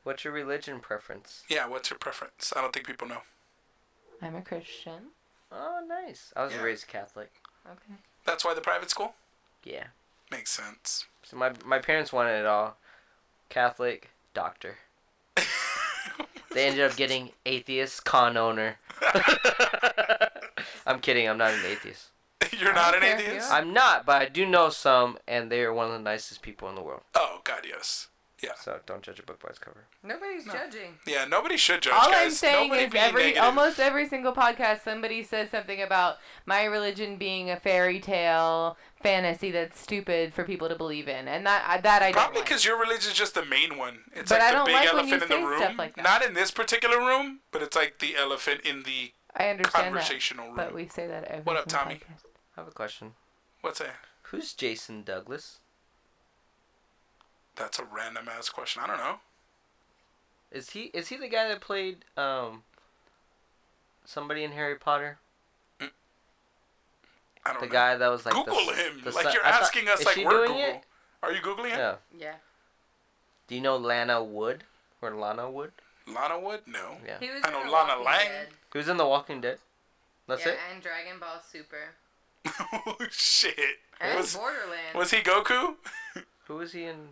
Speaker 3: what's your religion preference?
Speaker 2: Yeah. What's your preference? I don't think people know.
Speaker 4: I'm a Christian.
Speaker 3: Oh, nice. I was
Speaker 2: Yeah.
Speaker 3: raised Catholic.
Speaker 4: Okay.
Speaker 2: That's why the private school
Speaker 3: Yeah.
Speaker 2: makes sense. *laughs*
Speaker 3: So my my parents wanted it all. Catholic, doctor. They ended up getting atheist, con owner. I'm kidding. I'm not an atheist.
Speaker 2: you're not an
Speaker 4: care if
Speaker 2: atheist.
Speaker 4: you are.
Speaker 3: I'm not, but I do know some, and they are one of the nicest people in the world.
Speaker 2: Oh God, yes. Yeah.
Speaker 3: So don't judge a book by its cover.
Speaker 4: Nobody's judging.
Speaker 2: Yeah. Nobody should judge.
Speaker 4: All
Speaker 2: guys.
Speaker 4: I'm saying
Speaker 2: nobody
Speaker 4: is
Speaker 2: be
Speaker 4: every
Speaker 2: negative.
Speaker 4: almost every single podcast somebody says something about my religion being a fairy tale fantasy that's stupid for people to believe in, and that I- that I don't
Speaker 2: Probably
Speaker 4: like.
Speaker 2: because your religion's just the main one. It's
Speaker 4: But
Speaker 2: like
Speaker 4: I
Speaker 2: the
Speaker 4: don't
Speaker 2: big
Speaker 4: like when you
Speaker 2: elephant in the
Speaker 4: say
Speaker 2: room.
Speaker 4: stuff like that.
Speaker 2: Not in this particular room, but it's like the elephant in the
Speaker 4: I understand that,
Speaker 2: conversational room.
Speaker 4: but we say that every.
Speaker 2: What up,
Speaker 4: single
Speaker 2: Tommy?
Speaker 4: podcast.
Speaker 3: I have a question.
Speaker 2: What's that?
Speaker 3: Who's Jason Douglas?
Speaker 2: That's a random ass question. I don't know.
Speaker 3: Is he is he the guy that played um somebody in Harry Potter?
Speaker 2: I don't
Speaker 3: The
Speaker 2: know.
Speaker 3: guy that was like the
Speaker 2: Oh, Google
Speaker 3: s-
Speaker 2: him.
Speaker 3: the
Speaker 2: like
Speaker 3: son-
Speaker 2: you're
Speaker 3: I thought-
Speaker 2: asking us,
Speaker 3: is
Speaker 2: like
Speaker 3: she
Speaker 2: we're
Speaker 3: doing
Speaker 2: Google.
Speaker 3: it?
Speaker 2: Are you googling him?
Speaker 3: Yeah.
Speaker 4: Yeah,
Speaker 3: Do you know Lana Wood or Lana Wood?
Speaker 2: Lana Wood? No.
Speaker 3: Yeah.
Speaker 4: was.
Speaker 2: I know in The Lana Walking Lang. Dead.
Speaker 3: Who's in The Walking Dead? That's it.
Speaker 4: and Dragon Ball Super
Speaker 2: *laughs* oh shit. Was,
Speaker 4: Borderlands.
Speaker 2: was he Goku? *laughs*
Speaker 3: Who is he in?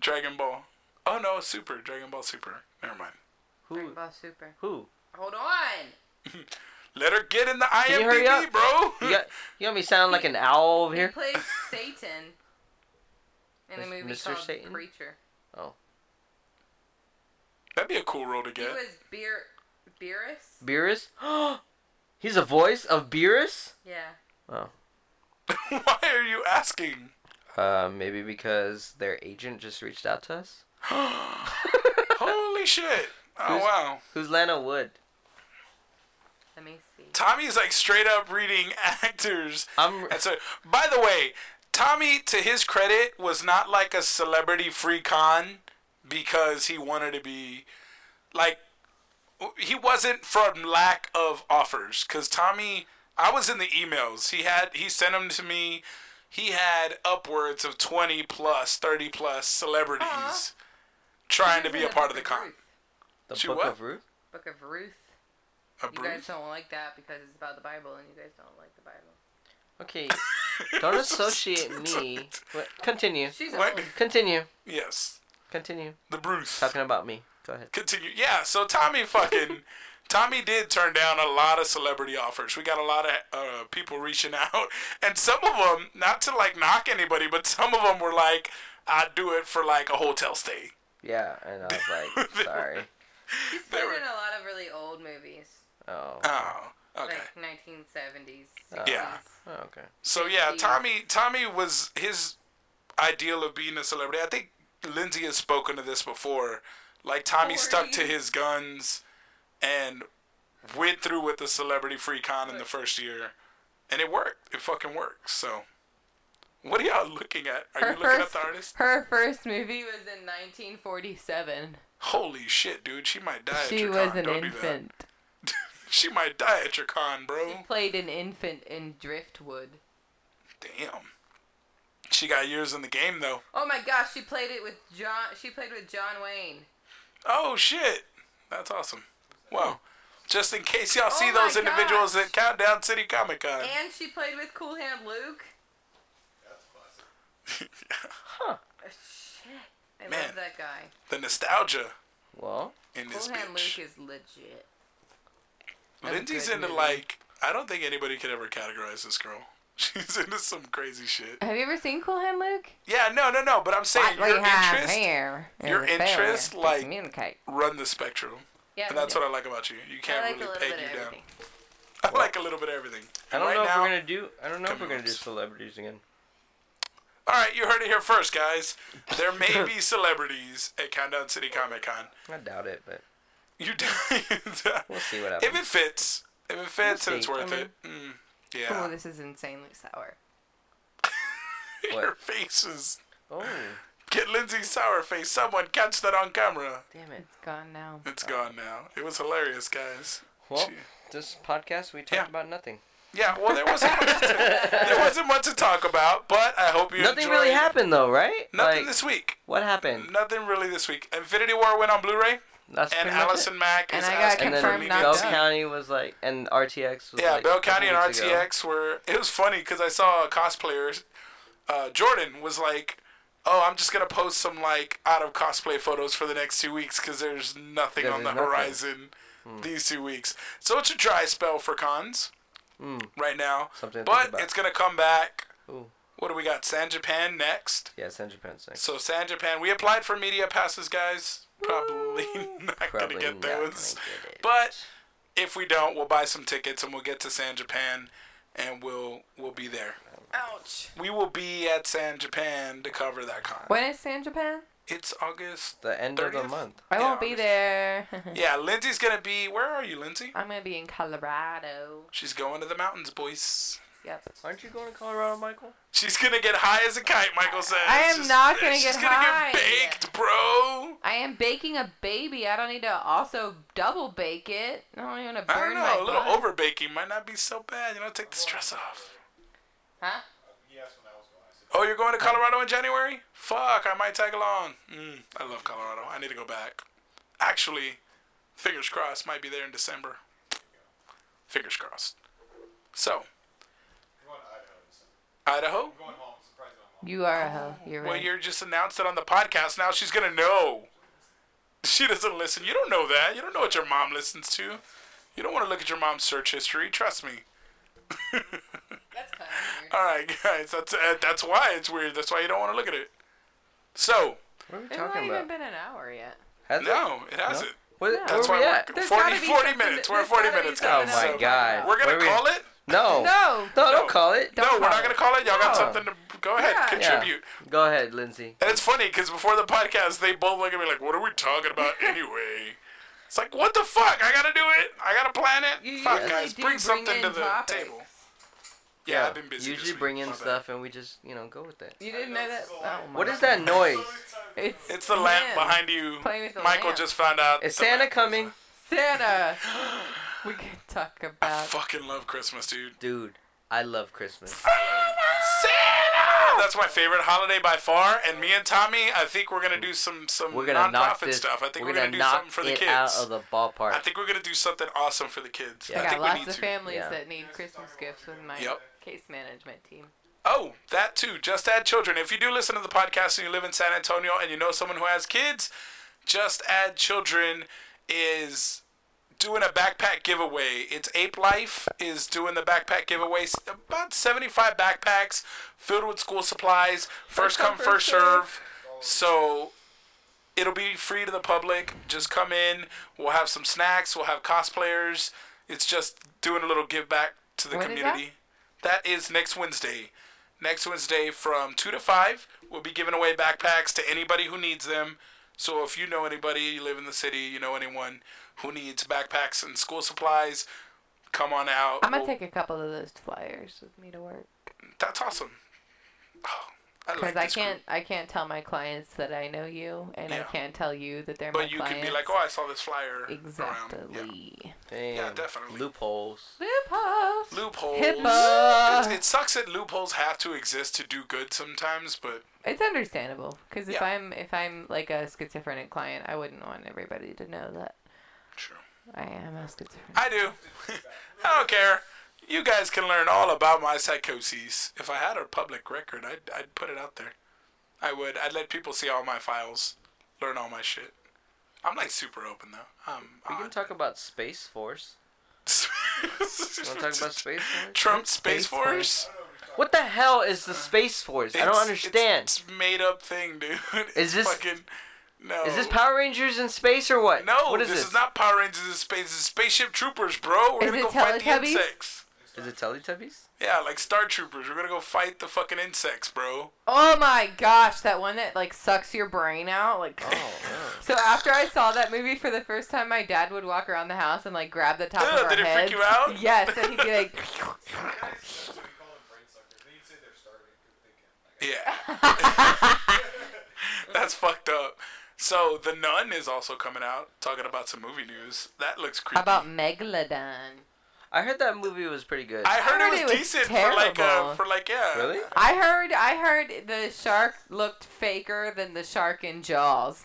Speaker 2: Dragon Ball. Oh no, Super. Dragon Ball Super. Never mind.
Speaker 3: Who?
Speaker 4: Super.
Speaker 3: Who?
Speaker 4: Hold on.
Speaker 2: Let her get in the
Speaker 3: you hurry
Speaker 2: IMDb,
Speaker 3: up?
Speaker 2: bro.
Speaker 3: You got you got me sounding like an owl over here. *laughs*
Speaker 4: plays Satan in
Speaker 3: a Mis- movie Mr. called Satan?
Speaker 4: Preacher.
Speaker 2: *laughs* That'd be a cool role to get.
Speaker 4: Beer, Beerus.
Speaker 3: Beerus. *gasps* He's a voice of Beerus.
Speaker 4: Yeah.
Speaker 2: *laughs* Why are you asking?
Speaker 3: Uh, maybe because their agent just reached out to us.
Speaker 2: Holy shit. Oh
Speaker 3: Who's-
Speaker 2: wow.
Speaker 3: Who's Lana Wood?
Speaker 4: Let me see.
Speaker 2: Tommy's like straight up reading *laughs* actors.
Speaker 3: I'm.
Speaker 2: *laughs* And so, by the way, Tommy, to his credit, was not like a celebrity free con because he wanted to be like he wasn't from lack of offers because Tommy I was in the emails he had he sent them to me he had upwards of 20 plus 30 plus celebrities
Speaker 4: Aw.
Speaker 2: trying to be a part of the con
Speaker 3: The
Speaker 2: She
Speaker 3: Book
Speaker 2: what?
Speaker 3: of Ruth.
Speaker 4: Book of Ruth.
Speaker 2: a
Speaker 4: You guys
Speaker 2: Bruce?
Speaker 4: don't like that because it's about the Bible, and you guys don't like the
Speaker 2: *laughs*
Speaker 4: Bible.
Speaker 3: Okay. Don't associate me. What? Continue.
Speaker 4: She's
Speaker 2: What? *laughs*
Speaker 4: old.
Speaker 3: Continue.
Speaker 2: yes
Speaker 3: Continue.
Speaker 2: the Bruce
Speaker 3: Talking about me. Go ahead.
Speaker 2: continue yeah so Tommy fucking Tommy did turn down a lot of celebrity offers. We got a lot of uh, people reaching out, *laughs* and some of them, not to like knock anybody, but some of them were like, "I'd do it for like a hotel stay."
Speaker 3: Yeah, and I was like,
Speaker 2: *laughs*
Speaker 3: sorry.
Speaker 4: He's
Speaker 2: They
Speaker 4: been
Speaker 2: were-
Speaker 4: in a lot of really old movies,
Speaker 3: Oh,
Speaker 2: Oh, okay.
Speaker 4: like 1970s.
Speaker 3: Uh.
Speaker 2: Yeah.
Speaker 4: 60s.
Speaker 3: Oh, okay.
Speaker 2: So yeah,
Speaker 4: Yeah.
Speaker 2: Tommy Tommy was his ideal of being a celebrity. I think Lindsay has spoken to this before. Like Tommy stuck to
Speaker 4: Forty.
Speaker 2: his guns and went through with the celebrity free con in the first year. And it worked. It fucking worked. So what are y'all looking at? Are
Speaker 4: Her
Speaker 2: you looking at
Speaker 4: first-
Speaker 2: the artist?
Speaker 4: Her first movie was in 1947.
Speaker 2: Holy shit, dude. She might die at
Speaker 4: She
Speaker 2: your
Speaker 4: was
Speaker 2: con.
Speaker 4: an
Speaker 2: Don't do that.
Speaker 4: infant.
Speaker 2: *laughs* She might die at your con,
Speaker 4: *laughs*
Speaker 2: bro.
Speaker 4: Played an infant in Driftwood.
Speaker 2: Damn. She got years in the game though.
Speaker 4: Oh my gosh, she played it with John. She played with John Wayne.
Speaker 2: Oh shit! That's awesome. Wow. Just in case y'all see
Speaker 4: Oh my
Speaker 2: those individuals
Speaker 4: gosh.
Speaker 2: at Countdown City Comic Con.
Speaker 4: And she played with Cool Hand Luke. Oh, shit. I
Speaker 2: Man.
Speaker 4: love that guy.
Speaker 2: *laughs* the nostalgia
Speaker 3: Well,
Speaker 2: in this
Speaker 4: Cool Hand
Speaker 2: bitch.
Speaker 4: Luke is legit.
Speaker 2: Lindsay's
Speaker 4: good
Speaker 2: into
Speaker 4: movie.
Speaker 2: like I don't think anybody could ever categorize this girl. *laughs* She's into some crazy shit.
Speaker 4: Have you ever seen Cool Hand Luke?
Speaker 2: Yeah, no, no, no. But I'm saying your
Speaker 4: ah,
Speaker 2: interest
Speaker 4: here
Speaker 2: your
Speaker 4: is a failure
Speaker 2: interest,
Speaker 4: to
Speaker 2: like-
Speaker 4: communicate.
Speaker 2: run the spectrum,
Speaker 4: Yeah,
Speaker 2: and that's what I like about you. You can't
Speaker 4: like a
Speaker 2: really
Speaker 4: little
Speaker 2: peg
Speaker 4: bit of
Speaker 2: you down.
Speaker 4: everything.
Speaker 2: *laughs* I like a little bit of everything.
Speaker 3: I don't
Speaker 2: right
Speaker 3: know if
Speaker 2: now,
Speaker 3: we're gonna do. I don't know if we're gonna do
Speaker 2: Chameleons.
Speaker 3: celebrities again.
Speaker 2: All right, you heard it here first, guys. There
Speaker 3: *laughs*
Speaker 2: may be celebrities at Countdown City Comic Con.
Speaker 3: I doubt it, but
Speaker 2: You do. *laughs* we'll
Speaker 3: see what
Speaker 2: If it
Speaker 3: happens.
Speaker 2: fits, if it fits,
Speaker 3: We'll
Speaker 2: and it's
Speaker 3: see.
Speaker 2: worth
Speaker 3: I mean-
Speaker 2: it. Mm,
Speaker 4: Oh,
Speaker 2: yeah.
Speaker 4: this is insanely sour.
Speaker 2: *laughs* Your face is.
Speaker 3: oh,
Speaker 2: Get Lindsay's sour face. Someone catch that on camera.
Speaker 3: damn it.
Speaker 4: It's gone now.
Speaker 2: It's gone now. It was hilarious, guys.
Speaker 3: Oh. Well,
Speaker 2: Gee.
Speaker 3: this podcast we talked
Speaker 2: Yeah.
Speaker 3: about nothing.
Speaker 2: Yeah. Well, there wasn't much to,
Speaker 3: *laughs*
Speaker 2: there wasn't much to talk about, but I hope you
Speaker 3: Nothing
Speaker 2: enjoyed.
Speaker 3: really happened though, right?
Speaker 2: Nothing
Speaker 3: like,
Speaker 2: this week.
Speaker 3: what happened?
Speaker 2: Nothing really this week. Infinity War went on Blu-ray,
Speaker 3: That's
Speaker 2: and
Speaker 3: pretty much
Speaker 2: Allison Mack
Speaker 4: And
Speaker 2: is
Speaker 4: I got
Speaker 3: it.
Speaker 2: asking
Speaker 3: And then
Speaker 2: for
Speaker 4: confirmed
Speaker 2: lenient
Speaker 4: not
Speaker 3: Bell
Speaker 4: to.
Speaker 2: time.
Speaker 3: County was like, and RTX was
Speaker 2: Yeah,
Speaker 3: like.
Speaker 2: Bell
Speaker 3: a couple
Speaker 2: County and
Speaker 3: weeks ago.
Speaker 2: RTX were. It was funny because I saw a cosplayer, uh, Jordan, was like, "Oh, I'm just gonna post some like out of cosplay photos for the next two weeks because there's nothing
Speaker 3: Because
Speaker 2: on the
Speaker 3: there's nothing. Hmm.
Speaker 2: horizon these two weeks." So it's a dry spell for cons right now,
Speaker 3: Hmm. Something to think
Speaker 2: but
Speaker 3: about.
Speaker 2: it's gonna come back.
Speaker 3: Ooh.
Speaker 2: What do we got? San Japan next.
Speaker 3: Yeah, San Japan's next.
Speaker 2: So San Japan, we applied for media passes, guys. Probably *laughs* not
Speaker 3: Probably
Speaker 2: gonna get
Speaker 3: not gonna
Speaker 2: those,
Speaker 3: get it.
Speaker 2: *laughs* but if we don't, we'll buy some tickets and we'll get to San Japan, and we'll we'll be there.
Speaker 4: Ouch.
Speaker 2: We will be at San Japan to cover that con.
Speaker 4: When is San Japan?
Speaker 2: It's August.
Speaker 3: the end of
Speaker 2: 30th?
Speaker 3: the month.
Speaker 4: I
Speaker 2: Yeah,
Speaker 4: won't be
Speaker 2: August.
Speaker 4: there. *laughs*
Speaker 2: Yeah, Lindsay's gonna be. Where are you, Lindsay?
Speaker 4: I'm gonna be in Colorado.
Speaker 2: She's going to the mountains, boys.
Speaker 4: Yep.
Speaker 3: Aren't you going to Colorado, Michael?
Speaker 2: She's gonna get high as a kite. Michael says.
Speaker 4: I am
Speaker 2: She's-
Speaker 4: not gonna get
Speaker 2: she's gonna
Speaker 4: high.
Speaker 2: get baked, bro.
Speaker 4: I am baking a baby. I don't need to also double bake it. I don't even want
Speaker 2: I
Speaker 4: to burn
Speaker 2: don't
Speaker 4: Oh my
Speaker 2: know. A little
Speaker 4: butt.
Speaker 2: over baking might not be so bad. You know, take the stress off.
Speaker 4: Huh?
Speaker 2: Oh, you're going to Colorado in January? Fuck, I might tag along. Mm, I love Colorado. I need to go back. Actually, fingers crossed, might be there in December. Fingers crossed. So, Idaho?
Speaker 4: You are a hoe. You're right.
Speaker 2: Well, you just announced it on the podcast. Now she's going to know. She doesn't listen. You don't know that. You don't know what your mom listens to. You don't want to look at your mom's search history. Trust me.
Speaker 4: That's kind of weird.
Speaker 2: All right, *laughs* guys. That's uh, that's why it's weird. That's why you don't want to look at it. So,
Speaker 3: What are we
Speaker 4: It's not
Speaker 3: talking
Speaker 4: even
Speaker 3: about?
Speaker 4: been an hour yet.
Speaker 3: Has it?
Speaker 2: no, it hasn't.
Speaker 3: Where,
Speaker 2: That's
Speaker 3: where
Speaker 2: why
Speaker 3: we at?
Speaker 2: we're
Speaker 4: There's
Speaker 2: 40,
Speaker 4: gotta be
Speaker 2: 40
Speaker 4: something-
Speaker 2: minutes. We're at
Speaker 4: there's
Speaker 2: 40
Speaker 4: gotta be
Speaker 2: minutes,
Speaker 3: Oh
Speaker 2: guys.
Speaker 4: something
Speaker 3: my
Speaker 4: else.
Speaker 2: So
Speaker 3: god.
Speaker 2: We're going
Speaker 3: Where
Speaker 2: to
Speaker 3: we-
Speaker 2: call it?
Speaker 3: No.
Speaker 4: *laughs* No.
Speaker 3: No,
Speaker 2: No.
Speaker 3: don't call it.
Speaker 2: No, we're
Speaker 4: call
Speaker 2: not
Speaker 4: it.
Speaker 2: going to call it. Y'all got
Speaker 3: No.
Speaker 2: something to go ahead,
Speaker 4: Yeah.
Speaker 2: contribute.
Speaker 3: Go ahead, Lindsay.
Speaker 2: And it's funny because before the podcast, they both look at me like, what are we talking about
Speaker 4: *laughs*
Speaker 2: anyway? It's like, what the fuck? I got to do it. I got to plan it.
Speaker 4: You
Speaker 2: fuck,
Speaker 4: usually
Speaker 2: guys.
Speaker 4: do
Speaker 2: Bring
Speaker 4: bring
Speaker 2: something
Speaker 4: in
Speaker 2: to the
Speaker 4: topics.
Speaker 2: table. Yeah, I've been busy. this
Speaker 3: Usually
Speaker 2: week.
Speaker 3: bring in
Speaker 2: My bad.
Speaker 3: stuff and we just, you know, go with it.
Speaker 4: You didn't know that. Oh my
Speaker 3: What is
Speaker 2: *laughs*
Speaker 3: that noise?
Speaker 4: It's
Speaker 2: It's the lamp
Speaker 4: him.
Speaker 2: behind you.
Speaker 4: Playing with the
Speaker 2: Michael
Speaker 4: lamp.
Speaker 2: just found out.
Speaker 3: Is
Speaker 2: the lamp
Speaker 3: Santa
Speaker 2: was a-
Speaker 3: coming?
Speaker 4: Santa.
Speaker 2: *gasps*
Speaker 4: we could talk
Speaker 2: I
Speaker 4: about.
Speaker 2: fucking love Christmas, dude.
Speaker 3: Dude, I love Christmas.
Speaker 2: Santa! That's my favorite holiday by far. And me and Tommy, I think we're gonna do some some
Speaker 3: We're gonna knock
Speaker 2: nonprofit
Speaker 3: this.
Speaker 2: stuff. I think
Speaker 3: we're
Speaker 2: we're, gonna, do
Speaker 3: knock
Speaker 2: something for the
Speaker 3: it
Speaker 2: kids.
Speaker 3: out of the ballpark.
Speaker 2: I think we're gonna do something awesome for the kids. I
Speaker 3: Yeah.
Speaker 4: I got
Speaker 2: think we
Speaker 4: lots
Speaker 2: need
Speaker 4: of
Speaker 2: to.
Speaker 4: families
Speaker 3: Yeah.
Speaker 4: that need Christmas gifts with my
Speaker 2: Yep.
Speaker 4: case management team.
Speaker 2: Oh, that too. Just add children. If you do listen to the podcast and you live in San Antonio and you know someone who has kids, just add children is doing a backpack giveaway. It's Ape Life is doing the backpack giveaway. S- About 75 backpacks filled with school supplies. First come, first serve. So it'll be free to the public. Just come in. We'll have some snacks. We'll have cosplayers. It's just doing a little give back to the
Speaker 4: When is that?
Speaker 2: community. that is next Wednesday. Next Wednesday from 2 to 5, we'll be giving away backpacks to anybody who needs them. So if you know anybody, you live in the city, you know anyone who needs backpacks and school supplies, come on out.
Speaker 4: I'm gonna
Speaker 2: We'll-
Speaker 4: take a couple of those flyers with me to work
Speaker 2: That's awesome. Oh, I like
Speaker 4: because I
Speaker 2: this group.
Speaker 4: can't I can't tell my clients that I know you, and I
Speaker 2: Yeah.
Speaker 4: can't tell you that they're my
Speaker 2: But you
Speaker 4: clients.
Speaker 2: can be like, oh, I saw this flyer around. Yeah.
Speaker 4: exactly.
Speaker 3: Damn.
Speaker 2: Yeah, definitely.
Speaker 3: Loopholes.
Speaker 4: Loopholes.
Speaker 2: Loopholes.
Speaker 3: Uh,
Speaker 4: HIPAA.
Speaker 2: It's- It sucks that loopholes have to exist to do good sometimes, but
Speaker 4: It's understandable because if
Speaker 2: Yeah.
Speaker 4: I'm if I'm like a schizophrenic client, I wouldn't want everybody to know that
Speaker 2: sure.
Speaker 4: I am a schizophrenic.
Speaker 2: I do. *laughs* I don't care. You guys can learn all about my psychoses. If I had a public record, I'd, I'd put it out there. I would. I'd let people see all my files, learn all my shit. I'm like super open though. Um,
Speaker 3: We can talk about Space Force. *laughs* You want to talk about Space Force?
Speaker 2: *laughs* Trump Space,
Speaker 4: Space
Speaker 2: Force.
Speaker 3: What the hell is the Space Force? I don't
Speaker 2: uh, It's-
Speaker 3: understand.
Speaker 2: It's, it's made up thing, dude. *laughs* It's
Speaker 3: this-
Speaker 2: fucking no?
Speaker 3: is this Power Rangers in space or what?
Speaker 2: uh, No,
Speaker 3: What is
Speaker 2: this,
Speaker 3: this?
Speaker 2: is not Power Rangers in space. This is Spaceship Troopers, bro. We're
Speaker 4: Is
Speaker 2: gonna
Speaker 4: it
Speaker 2: go fight the
Speaker 4: Teletubbies?
Speaker 2: insects.
Speaker 3: Is
Speaker 2: *laughs*
Speaker 3: it Teletubbies?
Speaker 2: Yeah, like Star Troopers. We're gonna go fight the fucking insects, bro.
Speaker 4: Oh my gosh, that one that like sucks your brain out, like.
Speaker 3: Oh,
Speaker 4: So after I saw that movie for the first time, my dad would walk around the house and like grab the top
Speaker 2: Ugh,
Speaker 4: of our
Speaker 2: did it freak
Speaker 4: heads.
Speaker 2: you out?
Speaker 4: Yes, and he'd be like,
Speaker 2: Yeah,
Speaker 3: *laughs*
Speaker 2: *laughs* that's fucked up. So the Nun is also coming out, talking about some movie news. That looks creepy.
Speaker 4: "How about Megalodon?"
Speaker 3: I heard that movie was pretty good.
Speaker 2: I heard,
Speaker 4: I heard
Speaker 2: it was
Speaker 4: it was
Speaker 2: decent for like uh,
Speaker 4: terrible.
Speaker 2: for like yeah.
Speaker 3: really?
Speaker 4: I heard, I heard the shark looked faker than the shark in Jaws.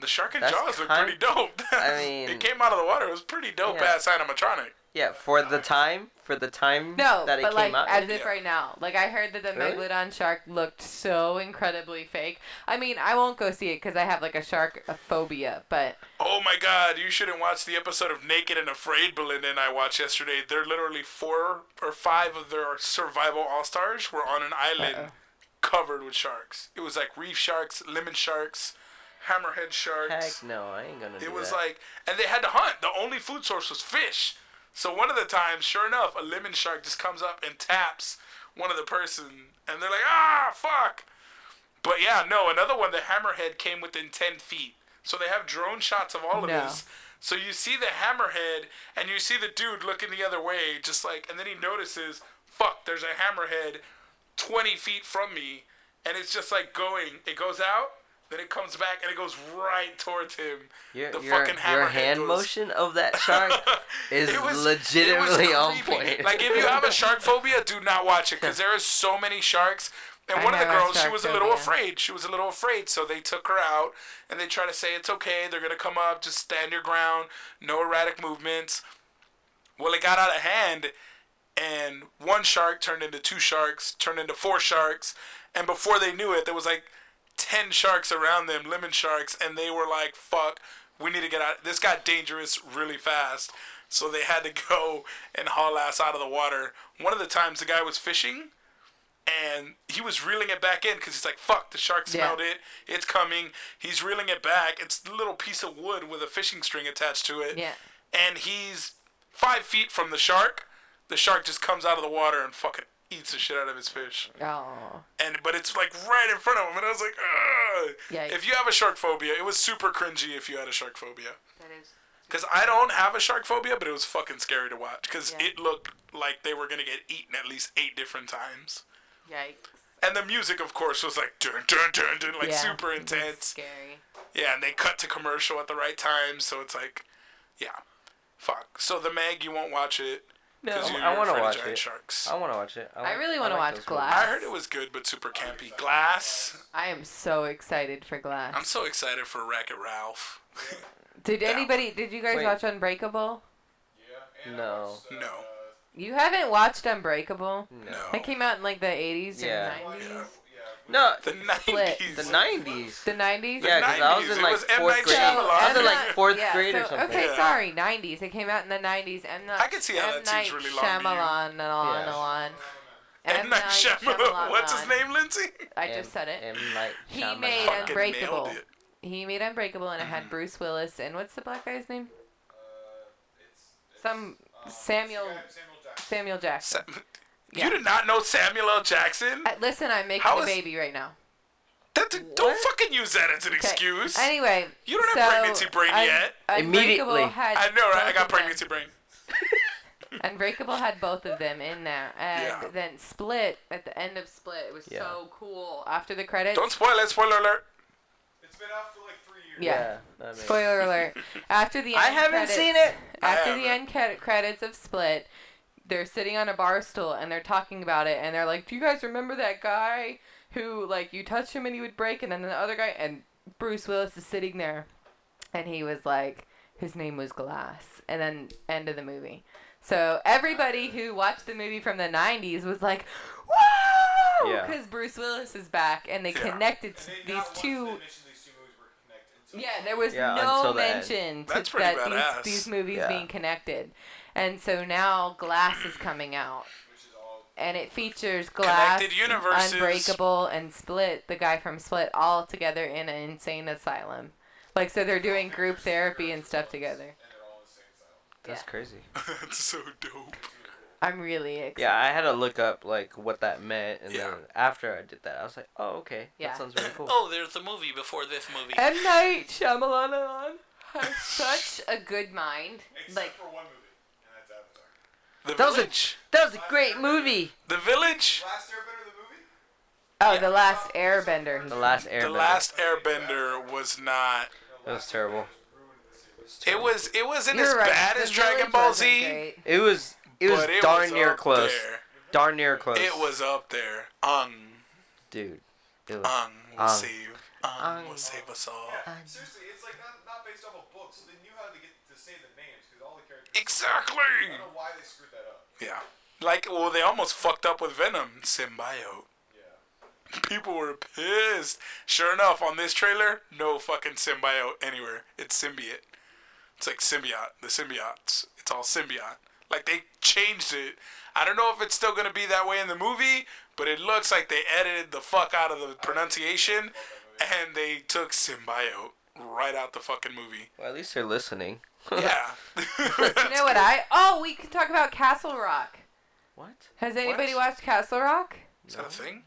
Speaker 2: The shark and
Speaker 3: That's
Speaker 2: Jaws look
Speaker 3: kind-
Speaker 2: pretty dope.
Speaker 3: I mean-
Speaker 2: *laughs* it came out of the water. It was pretty dope
Speaker 3: Yeah.
Speaker 2: ass animatronic.
Speaker 3: Yeah, for the time, for the time
Speaker 4: No,
Speaker 3: that it
Speaker 4: but
Speaker 3: came
Speaker 4: like
Speaker 3: out.
Speaker 4: as
Speaker 3: in.
Speaker 4: if right now, like I heard that the
Speaker 3: Really?
Speaker 4: megalodon shark looked so incredibly fake. I mean, I won't go see it because I have like a shark phobia, but
Speaker 2: Oh my god, you shouldn't watch the episode of Naked and Afraid Belinda and I watched yesterday. They're literally four or five of their survival all stars were on an island covered with sharks. It was like reef sharks, lemon sharks, hammerhead
Speaker 3: Heck
Speaker 2: sharks.
Speaker 3: no, I ain't gonna do
Speaker 2: It was
Speaker 3: that.
Speaker 2: like, and they had to hunt. The only food source was fish. So one of the times, sure enough, a lemon shark just comes up and taps one of the person, and they're like, ah, fuck. But yeah, no, another one, the hammerhead came within 10 feet. So they have drone shots of all of
Speaker 4: No.
Speaker 2: this. So you see the hammerhead, and you see the dude looking the other way, just like, and then he notices, fuck, there's a hammerhead 20 feet from me, and it's just like going, it goes out, then it comes back, and it goes right towards him.
Speaker 3: your,
Speaker 2: the
Speaker 3: your,
Speaker 2: fucking
Speaker 3: your
Speaker 2: hammerhead
Speaker 3: hand
Speaker 2: goes-
Speaker 3: motion of that shark
Speaker 2: *laughs*
Speaker 3: is
Speaker 2: It was- it was
Speaker 3: legitimately *laughs* on
Speaker 2: creepy.
Speaker 3: point.
Speaker 2: Like if you have a
Speaker 3: *laughs*
Speaker 2: shark phobia, do not watch it because there is so many sharks. And
Speaker 4: I
Speaker 2: one of the
Speaker 4: have a
Speaker 2: girls, she
Speaker 4: shark
Speaker 2: was a little
Speaker 4: phobia.
Speaker 2: afraid. She was a little afraid, so they took her out and they try to say it's okay. They're gonna come up, just stand your ground, no erratic movements. Well, it got out of hand, and one shark turned into two sharks, turned into four sharks, and before they knew it, there was like ten sharks around them, lemon sharks, and they were like, "Fuck, we need to get out." This got dangerous really fast, so they had to *laughs* go and haul ass out of the water. One of the times, the guy was fishing, and he was reeling it back in because he's like, "Fuck, the shark
Speaker 4: Yeah.
Speaker 2: smelled it. It's coming." He's reeling it back. It's a little piece of wood with a fishing string attached to it
Speaker 4: yeah.
Speaker 2: and he's five feet from the shark. The shark just comes out of the water and fucking eats the shit out of his fish.
Speaker 4: Oh,
Speaker 2: And but it's like right in front of him, and I was like, Ugh.
Speaker 4: Yikes.
Speaker 2: If you have a shark phobia, it was super cringy. If you had a shark phobia,
Speaker 4: that is.
Speaker 2: because I don't have a shark phobia, but it was fucking scary to watch because
Speaker 4: Yeah.
Speaker 2: it looked like they were gonna get eaten at least eight different times.
Speaker 4: Yikes.
Speaker 2: And the music, of course, was like dun dun dun dun, like
Speaker 4: Yeah,
Speaker 2: super
Speaker 4: that's
Speaker 2: intense.
Speaker 4: Scary.
Speaker 2: Yeah, and they cut to commercial at the right time, so it's like, yeah, fuck. So the Meg, you won't watch it because
Speaker 3: No.
Speaker 2: you're
Speaker 3: I wanna
Speaker 2: afraid of
Speaker 3: watch
Speaker 2: giant
Speaker 3: it.
Speaker 2: sharks.
Speaker 3: I want to watch it. I, like-
Speaker 4: really
Speaker 3: I
Speaker 4: wanna
Speaker 3: like
Speaker 4: watch
Speaker 3: those
Speaker 4: Glass.
Speaker 2: I heard it was good, but super campy. Glass.
Speaker 4: I am so excited for Glass.
Speaker 2: I'm so excited for Wreck It Ralph.
Speaker 4: Did anybody? Did you guys
Speaker 3: Wait.
Speaker 4: watch Unbreakable?
Speaker 3: movies. No,
Speaker 5: uh,
Speaker 2: No,
Speaker 4: You haven't watched Unbreakable?
Speaker 3: no.
Speaker 2: no.
Speaker 4: That came out in like the 80s
Speaker 3: Yeah.
Speaker 4: and 90s.
Speaker 3: No,
Speaker 2: The
Speaker 4: Split.
Speaker 2: nineties.
Speaker 3: the nineties.
Speaker 4: The 90s?
Speaker 3: Yeah, because I was
Speaker 2: 90s,
Speaker 3: in
Speaker 2: it
Speaker 3: like
Speaker 2: was M.
Speaker 3: fourth
Speaker 2: Night
Speaker 3: grade.
Speaker 2: Shyamalan.
Speaker 3: I was in like
Speaker 2: Yeah.
Speaker 3: fourth
Speaker 4: yeah,
Speaker 3: grade
Speaker 4: so,
Speaker 3: or something.
Speaker 4: Okay,
Speaker 2: Yeah.
Speaker 4: sorry, 90s. It came out in the 90s. M. Not,
Speaker 2: I could see how
Speaker 4: M.
Speaker 2: that seems
Speaker 4: Night
Speaker 2: really long to you.
Speaker 4: Shyamalan, and on
Speaker 3: Yeah.
Speaker 4: and on.
Speaker 2: M. Night *laughs* Shyamalan. What's his
Speaker 4: on.
Speaker 2: name, Lindsay?
Speaker 4: I just said it.
Speaker 3: M. Night
Speaker 4: He
Speaker 3: Shyamalan.
Speaker 4: made a-
Speaker 2: Fucking
Speaker 4: Unbreakable.
Speaker 2: nailed it.
Speaker 4: He made Unbreakable, and it
Speaker 3: Mm-hmm.
Speaker 4: had Bruce Willis and what's the black guy's name?
Speaker 2: Uh,
Speaker 4: Some Samuel Samuel Jackson.
Speaker 2: Sa-
Speaker 4: Yeah.
Speaker 2: You did not know Samuel L. Jackson?
Speaker 4: Uh, listen, I'm making
Speaker 2: How
Speaker 4: a
Speaker 2: is-
Speaker 4: baby right now.
Speaker 2: That, don't
Speaker 3: What?
Speaker 2: fucking use that as an
Speaker 4: 'Kay.
Speaker 2: excuse.
Speaker 4: Anyway,
Speaker 2: You don't have
Speaker 4: so
Speaker 2: pregnancy brain
Speaker 4: Un-
Speaker 2: yet.
Speaker 4: Unbreakable
Speaker 3: Immediately.
Speaker 4: Had
Speaker 2: I know, right? I
Speaker 4: both
Speaker 2: got
Speaker 4: of them.
Speaker 2: pregnancy brain.
Speaker 4: Unbreakable had both of them in there, and
Speaker 2: Yeah.
Speaker 4: then Split at the end of Split it was
Speaker 3: Yeah.
Speaker 4: so cool. After the credits,
Speaker 2: Don't spoil it. Spoiler alert. *laughs*
Speaker 5: It's been out for like three years.
Speaker 4: yeah.
Speaker 3: I mean-
Speaker 4: Spoiler
Speaker 2: *laughs*
Speaker 4: alert. After the end
Speaker 3: I haven't
Speaker 4: credits-
Speaker 3: seen it.
Speaker 2: I
Speaker 4: After the end
Speaker 2: haven't.
Speaker 4: cre- credits of Split, they're sitting on a bar stool and they're talking about it, and they're like, "Do you guys remember that guy who like you touched him and he would break?" And then the other guy and Bruce Willis is sitting there, and he was like, "His name was Glass," and then end of the movie. So everybody who watched the movie from the '90s was like, "Whoa!"
Speaker 3: Yeah.
Speaker 4: because Bruce Willis is back, and they
Speaker 2: Yeah.
Speaker 4: connected
Speaker 5: And
Speaker 4: to
Speaker 5: they
Speaker 4: these
Speaker 5: not once did
Speaker 4: two.
Speaker 5: mention these two movies were connected. So
Speaker 4: Yeah, there was
Speaker 3: Yeah,
Speaker 4: no
Speaker 3: until the end.
Speaker 4: mention to
Speaker 2: That's pretty
Speaker 4: that
Speaker 2: badass.
Speaker 4: these, these movies
Speaker 3: Yeah.
Speaker 4: being connected. And so now Glass is coming out.
Speaker 5: Which is all.
Speaker 4: And it features Glass,
Speaker 2: Connected universes.
Speaker 4: Unbreakable, and Split, the guy from Split, all together in an insane asylum. Like, so they're doing group therapy and stuff together.
Speaker 5: And they're all in the same style.
Speaker 3: That's
Speaker 4: Yeah.
Speaker 3: crazy.
Speaker 2: That's so dope.
Speaker 4: I'm really excited.
Speaker 3: Yeah, I had to look up like what that meant, and
Speaker 2: Yeah.
Speaker 3: then after I did that, I was like, "Oh, okay,
Speaker 4: Yeah.
Speaker 3: that sounds really cool."
Speaker 2: Oh, there's a movie before this movie.
Speaker 4: M. Night Shyamalan has such a good mind.
Speaker 5: Except
Speaker 4: Like,
Speaker 5: for one movie, and that's Avatar.
Speaker 2: The
Speaker 3: That was a-
Speaker 2: Village.
Speaker 3: That was a great movie.
Speaker 2: The Village.
Speaker 5: Last Airbender, the movie.
Speaker 4: oh, The Last Airbender.
Speaker 3: The last Airbender.
Speaker 2: The Last Airbender was not.
Speaker 3: It was terrible.
Speaker 2: It was. It wasn't
Speaker 4: You're
Speaker 2: as
Speaker 4: right,
Speaker 2: bad
Speaker 4: The
Speaker 2: as Dragon
Speaker 4: Village
Speaker 2: Ball
Speaker 4: wasn't
Speaker 2: Z. *laughs*
Speaker 4: great.
Speaker 3: It was. It was
Speaker 2: but it
Speaker 3: darn
Speaker 2: was
Speaker 3: near
Speaker 2: up
Speaker 3: close.
Speaker 2: There.
Speaker 3: Darn near close.
Speaker 2: It was up there. Ung,
Speaker 3: Dude. It was.
Speaker 2: Ung will
Speaker 3: Ung.
Speaker 2: save. Ung, will
Speaker 4: Ung.
Speaker 2: save us all.
Speaker 5: Yeah, seriously, it's like not, not based off a book, so they knew how to get to say the names because all the characters.
Speaker 2: Exactly.
Speaker 5: I don't know why they screwed that up.
Speaker 2: Yeah. Like, well, they almost fucked up with Venom symbiote.
Speaker 5: Yeah.
Speaker 2: People were pissed. Sure enough, on this trailer, no fucking symbiote anywhere. It's symbiote. It's like symbiote. The symbiotes. It's all symbiote. Like they changed it. I don't know if it's still gonna be that way in the movie, but it looks like they edited the fuck out of the pronunciation, and they took symbiote right out the fucking movie.
Speaker 3: Well, at least they're listening.
Speaker 2: Yeah. *laughs*
Speaker 4: You know what I? Oh, we can talk about Castle Rock.
Speaker 3: *laughs* What?
Speaker 4: Has anybody
Speaker 2: What?
Speaker 4: watched Castle Rock?
Speaker 2: Is that a thing?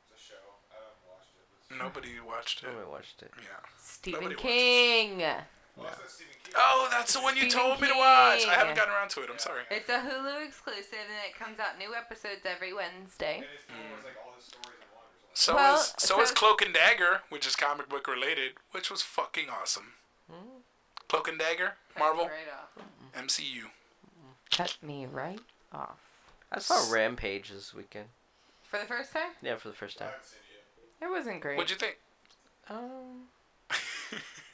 Speaker 5: It's a show. I haven't watched it. But
Speaker 2: Nobody watched it.
Speaker 3: I haven't watched it.
Speaker 2: Yeah.
Speaker 4: Stephen
Speaker 2: Nobody watches.
Speaker 4: King.
Speaker 5: Well, that's that Stephen King.
Speaker 2: Oh, that's the one you
Speaker 4: Stephen
Speaker 2: told me to watch. I
Speaker 4: King.
Speaker 2: haven't gotten around to it. I'm sorry.
Speaker 4: It's a Hulu exclusive and it comes out new episodes every Wednesday.
Speaker 5: And it's the one where it's like all his stories and wonders. Like,
Speaker 2: So
Speaker 4: Well,
Speaker 2: is so,
Speaker 4: so-
Speaker 2: is Cloak and Dagger, which is comic book related, which was fucking awesome. Cloak and Dagger, Marvel,
Speaker 4: Cut me Hmm. right off.
Speaker 2: MCU.
Speaker 4: Cut me right off.
Speaker 3: I saw Rampage this weekend.
Speaker 4: For the first time?
Speaker 3: Yeah, for the first time.
Speaker 5: I haven't seen it yet.
Speaker 4: It wasn't great.
Speaker 2: What'd you think? *laughs*
Speaker 3: Um,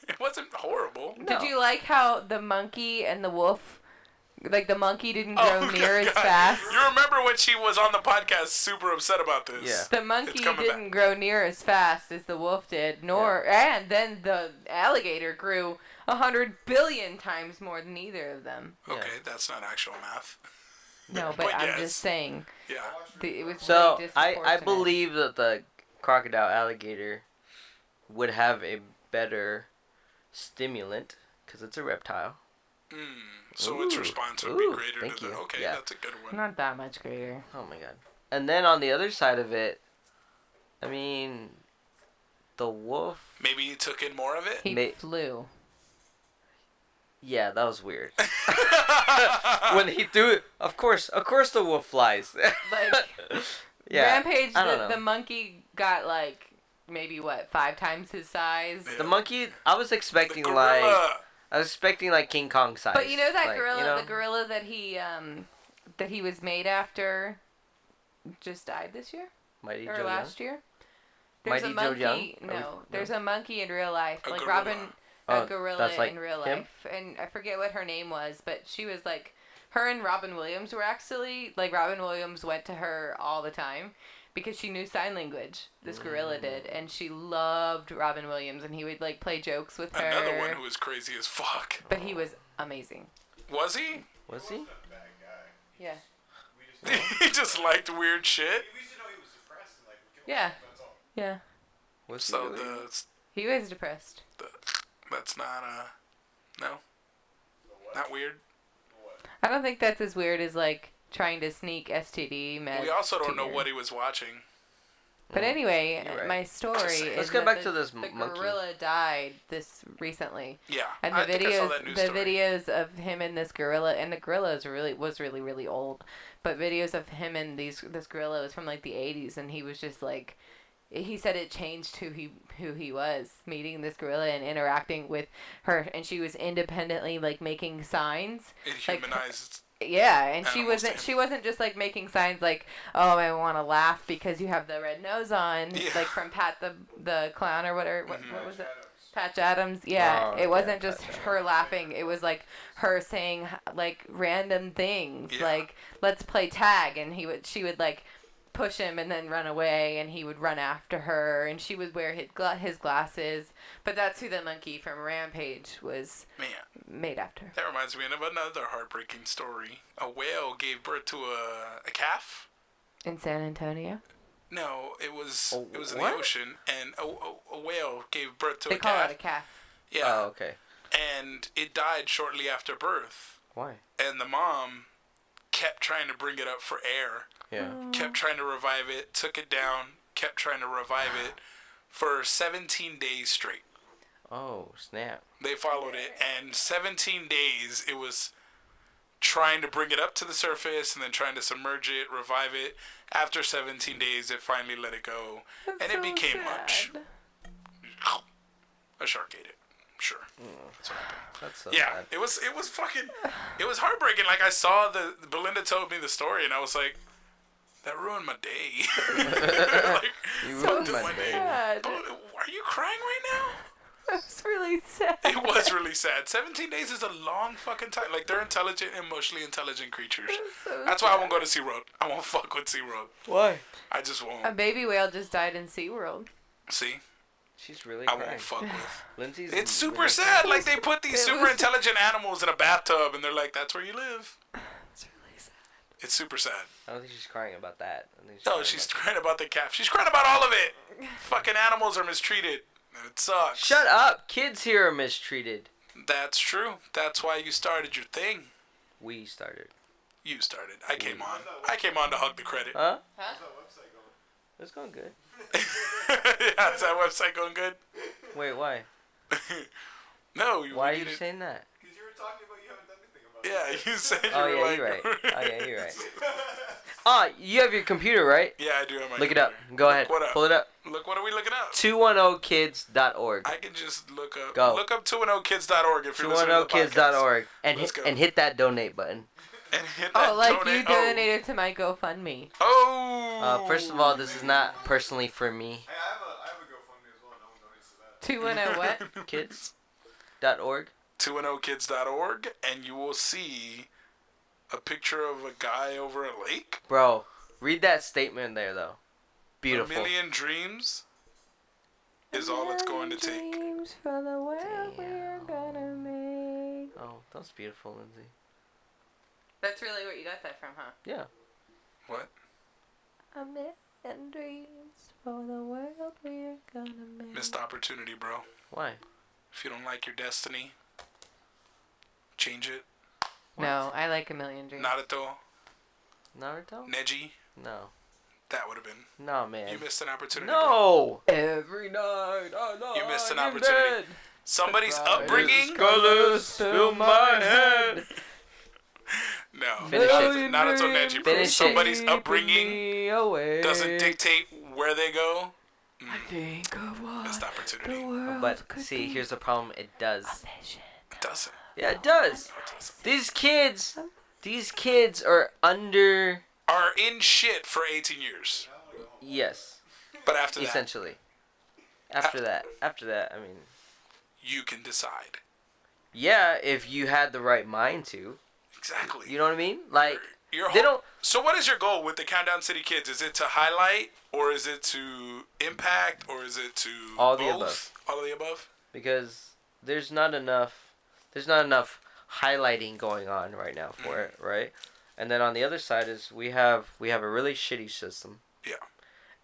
Speaker 2: It wasn't horrible.
Speaker 4: Did
Speaker 3: No.
Speaker 4: you like how the monkey and the wolf, like the monkey didn't grow
Speaker 2: Oh, *laughs*
Speaker 4: near as
Speaker 2: God.
Speaker 4: fast?
Speaker 2: You remember when she was on the podcast, super upset about this?
Speaker 3: Yeah.
Speaker 4: The monkey
Speaker 2: coming back.
Speaker 4: didn't grow near as fast as the wolf did, nor and then the alligator grew a hundred billion times more than either of them.
Speaker 2: Okay, that's not actual math.
Speaker 4: No, but,
Speaker 2: But
Speaker 4: I'm
Speaker 2: yes.
Speaker 4: just saying
Speaker 2: Yeah.
Speaker 4: the, it was
Speaker 3: so
Speaker 4: really
Speaker 3: I I
Speaker 4: disproportionate.
Speaker 3: believe that the crocodile alligator would have a better stimulant because it's a reptile.
Speaker 2: Hmm. So its
Speaker 3: Ooh.
Speaker 2: response would
Speaker 3: Ooh,
Speaker 2: be greater
Speaker 3: thank
Speaker 2: to the.
Speaker 3: you.
Speaker 2: Okay,
Speaker 3: Yeah.
Speaker 2: that's a good one.
Speaker 4: not that much greater.
Speaker 3: Oh my god. And then on the other side of it, I mean, the wolf.
Speaker 2: Maybe you took in more
Speaker 3: *laughs*
Speaker 2: of *laughs* it.
Speaker 4: He
Speaker 3: Ma-
Speaker 4: flew.
Speaker 3: Yeah, that was
Speaker 2: *laughs*
Speaker 3: weird. when he threw it, of course, of course, the wolf flies. *laughs*
Speaker 4: Like
Speaker 3: yeah,
Speaker 4: Rampage,
Speaker 3: I don't
Speaker 4: the,
Speaker 3: know.
Speaker 4: the monkey got like maybe what five times his size.
Speaker 2: Yeah.
Speaker 3: The monkey, I was
Speaker 2: The
Speaker 3: expecting like,
Speaker 2: gorilla.
Speaker 3: I was expecting like King Kong size.
Speaker 4: But you know that
Speaker 3: like,
Speaker 4: gorilla,
Speaker 3: you know?
Speaker 4: the gorilla that he um that he was made after, just died this year.
Speaker 3: Mighty
Speaker 4: or
Speaker 3: Joe
Speaker 4: last year. There's a
Speaker 3: Mighty Joe Young?
Speaker 4: monkey.
Speaker 3: Are we-
Speaker 4: No,
Speaker 3: no.
Speaker 4: there's a monkey in real life,
Speaker 2: A
Speaker 4: like
Speaker 2: gorilla.
Speaker 4: Robin,
Speaker 3: Oh,
Speaker 4: a gorilla
Speaker 3: that's like
Speaker 4: in real
Speaker 3: him?
Speaker 4: life, and I forget what her name was, but she was like, her and Robin Williams were actually like Robin Williams went to her all the time. because she knew sign language. This
Speaker 3: Mm.
Speaker 4: gorilla did, and she loved Robin Williams, and he would like play jokes with her.
Speaker 2: Another one who was crazy as fuck.
Speaker 4: but he was amazing.
Speaker 2: Was he? *laughs*
Speaker 3: Was he?
Speaker 5: a bad guy.
Speaker 4: Yeah.
Speaker 5: We just
Speaker 2: he just liked weird shit.
Speaker 5: we used to know he was depressed and like we killed
Speaker 4: Yeah.
Speaker 5: him. That's all.
Speaker 4: Yeah.
Speaker 3: Was he
Speaker 2: So
Speaker 3: really?
Speaker 2: the,
Speaker 4: He was depressed.
Speaker 2: the that's not uh no,
Speaker 5: The what?
Speaker 2: not weird.
Speaker 5: The what?
Speaker 4: I don't think that's as weird as like trying to sneak STD meds.
Speaker 2: We also
Speaker 4: to
Speaker 2: don't know
Speaker 4: your-
Speaker 2: what he was watching.
Speaker 4: But anyway,
Speaker 3: You're right.
Speaker 4: my story.
Speaker 2: Let's
Speaker 4: is
Speaker 3: go
Speaker 4: that
Speaker 3: back
Speaker 4: the-
Speaker 3: to this
Speaker 4: The
Speaker 3: monkey.
Speaker 4: gorilla died this recently,
Speaker 2: Yeah,
Speaker 4: and the
Speaker 2: I think I saw
Speaker 4: videos,
Speaker 2: that news
Speaker 4: the
Speaker 2: story.
Speaker 4: videos of him and this gorilla, and the gorilla is really was really really old, but videos of him and these this gorilla was from like the '80s, and he was just like, he said it changed who he who he was meeting this gorilla and interacting with her, and she was independently like making signs,
Speaker 2: It
Speaker 4: like- *laughs*
Speaker 2: humanized.
Speaker 4: yeah, and she
Speaker 2: Animals
Speaker 4: wasn't
Speaker 2: too.
Speaker 4: she wasn't just like making signs like, "Oh, I want to laugh because you have the red nose on,"
Speaker 2: Yeah.
Speaker 4: like from Pat the the clown or whatever. What,
Speaker 2: Mhm.
Speaker 4: what was it?
Speaker 5: Adams.
Speaker 4: Patch Adams. Yeah,
Speaker 3: Mm-hmm. Oh,
Speaker 4: it
Speaker 3: yeah,
Speaker 4: wasn't
Speaker 3: Patch
Speaker 4: just her laughing. It was like her saying like random things,
Speaker 2: Yeah.
Speaker 4: like "Let's play tag," and he would she would like push him and then run away, and he would run after her, and she would wear his, gla- his glasses. But that's who the monkey from Rampage was
Speaker 2: Man,
Speaker 4: made after.
Speaker 2: that reminds me of another heartbreaking story. A whale gave birth to a, a calf.
Speaker 4: In San Antonio,
Speaker 2: No, it was
Speaker 3: A
Speaker 2: it was in the
Speaker 3: what?
Speaker 2: ocean, and a, a, a whale gave birth to
Speaker 4: they
Speaker 2: a
Speaker 4: call
Speaker 2: calf.
Speaker 4: it a calf.
Speaker 2: Yeah,
Speaker 3: Oh, okay.
Speaker 2: and it died shortly after birth.
Speaker 3: Why?
Speaker 2: And the mom kept trying to bring it up for air,
Speaker 3: Yeah.
Speaker 2: kept trying to revive it, took it down, kept trying to revive it for 17 days straight.
Speaker 3: Oh snap.
Speaker 2: They followed it, and 17 days it was trying to bring it up to the surface and then trying to submerge it, revive it. After 17 days, it finally let it go, and it became lunch. *sighs* A shark ate it. Sure. That's what happened.
Speaker 3: That's so
Speaker 2: Yeah,
Speaker 3: bad.
Speaker 2: it was it was fucking it was heartbreaking. Like I saw the Belinda told me the story, and I was like, that ruined my day. *laughs* like,
Speaker 3: You
Speaker 2: fuck
Speaker 3: ruined
Speaker 2: this
Speaker 3: my
Speaker 2: one
Speaker 3: day.
Speaker 2: But Are you crying right
Speaker 4: That's really sad.
Speaker 2: now? It was really sad. Seventeen days is a long fucking time. Like they're intelligent, emotionally intelligent creatures. That's why I won't go to SeaWorld. I won't fuck with SeaWorld.
Speaker 3: Why?
Speaker 2: I just won't.
Speaker 4: A baby whale just died in SeaWorld.
Speaker 2: See,
Speaker 3: She's really
Speaker 2: I
Speaker 3: crying.
Speaker 2: won't fuck with.
Speaker 3: Lindsay's.
Speaker 2: It's super
Speaker 3: really-
Speaker 2: sad. Like they put these
Speaker 4: It
Speaker 2: super
Speaker 4: was-
Speaker 2: intelligent animals in a bathtub, and they're like, "That's where you live."
Speaker 4: That's really sad.
Speaker 2: It's super sad.
Speaker 3: I don't think she's crying about that. I think she's
Speaker 2: No,
Speaker 3: crying
Speaker 2: Oh, she's
Speaker 3: about-
Speaker 2: crying about the calf. She's crying about all of it. Fucking animals are mistreated. and It sucks.
Speaker 3: Shut up! Kids here are mistreated.
Speaker 2: That's true. That's why you started your thing.
Speaker 3: We started.
Speaker 2: You started. I came on. I came on to hug the credit. *laughs*
Speaker 3: Huh?
Speaker 5: How's that website going?
Speaker 3: It's going good.
Speaker 2: yeah, is that website going good? *laughs*
Speaker 3: Wait, why?
Speaker 2: No, you
Speaker 3: Why are
Speaker 2: we
Speaker 3: you
Speaker 2: need it.
Speaker 3: saying that?
Speaker 5: Because you were talking about you haven't done anything about it.
Speaker 2: *laughs* Yeah,
Speaker 3: *laughs*
Speaker 2: you said you
Speaker 3: Oh
Speaker 2: were
Speaker 3: yeah,
Speaker 2: like.
Speaker 3: you're right.
Speaker 2: *laughs*
Speaker 3: Oh yeah, you're right. Ah, you have your computer, right?
Speaker 2: Yeah, I do have my
Speaker 3: Look it up.
Speaker 2: computer.
Speaker 3: Go ahead.
Speaker 2: What up?
Speaker 3: Pull it up.
Speaker 2: Look, what are we looking up?
Speaker 3: 210kids.org.
Speaker 2: I can just look up.
Speaker 3: Go.
Speaker 2: Look up 210kids.org if you're listening to the podcast.
Speaker 3: 210kids.org and
Speaker 2: Let's
Speaker 3: hit,
Speaker 2: go.
Speaker 3: and hit that donate button.
Speaker 2: And hit that
Speaker 4: Oh, like you
Speaker 2: donate- oh.
Speaker 4: donated to my GoFundMe.
Speaker 2: Oh.
Speaker 3: Uh, first of all, this is not personally for me.
Speaker 5: *laughs* Hey, I have a I have a GoFundMe as well. No one donates to that.
Speaker 2: *laughs*
Speaker 4: Two one oh what?
Speaker 3: Kids.org.
Speaker 2: 210kids.org and you will see a picture of a guy over a lake.
Speaker 3: Bro, read that statement there though. Beautiful.
Speaker 2: A million dreams is all it's going to take.
Speaker 4: Dreams for the world we are
Speaker 3: Damn.
Speaker 4: gonna make.
Speaker 3: Oh, that's beautiful, Lindsay.
Speaker 4: That's really where you got that from, huh?
Speaker 3: Yeah.
Speaker 2: What?
Speaker 4: A million dreams for the world we are gonna make.
Speaker 2: Missed opportunity, bro.
Speaker 3: Why?
Speaker 2: If you don't like your destiny, change it.
Speaker 4: No, I like a million dreams.
Speaker 2: Naruto,
Speaker 3: Naruto?
Speaker 2: Neji,
Speaker 3: No.
Speaker 2: that would have been.
Speaker 3: No, man.
Speaker 2: You missed an opportunity. bro.
Speaker 3: no. Every night I lie
Speaker 2: You missed an
Speaker 3: in
Speaker 2: opportunity. Somebody's
Speaker 3: Right.
Speaker 2: upbringing.
Speaker 3: There's Colors fill my head.
Speaker 2: No.
Speaker 3: Finish it.
Speaker 2: Naruto, Neji, bro.
Speaker 3: Finish it.
Speaker 2: Somebody's upbringing doesn't dictate
Speaker 3: dictate.
Speaker 2: where they go.
Speaker 4: I think of what
Speaker 2: Missed opportunity.
Speaker 4: the world
Speaker 3: Oh, But
Speaker 4: could
Speaker 3: see,
Speaker 4: be.
Speaker 3: here's the problem. It does.
Speaker 4: Vision.
Speaker 2: It doesn't.
Speaker 3: Yeah, it does.
Speaker 2: It doesn't.
Speaker 3: These kids, these kids are under.
Speaker 2: are in shit for 18 years.
Speaker 3: Yes,
Speaker 2: But after that,
Speaker 3: essentially. After that, after that, I mean,
Speaker 2: you can decide.
Speaker 3: yeah, if you had the right mind to,
Speaker 2: Exactly.
Speaker 3: you know what I mean? Like,
Speaker 2: You're- your
Speaker 3: They
Speaker 2: whole-
Speaker 3: don't-
Speaker 2: So what is your goal with the Countdown City Kids? Is it to highlight, or is it to impact, or is it to
Speaker 3: All the
Speaker 2: both? All of the above.
Speaker 3: because there's not enough there's not enough highlighting going on right now for it,
Speaker 2: Mm-hmm.
Speaker 3: right? And then on the other side is we have we have a really shitty system.
Speaker 2: Yeah.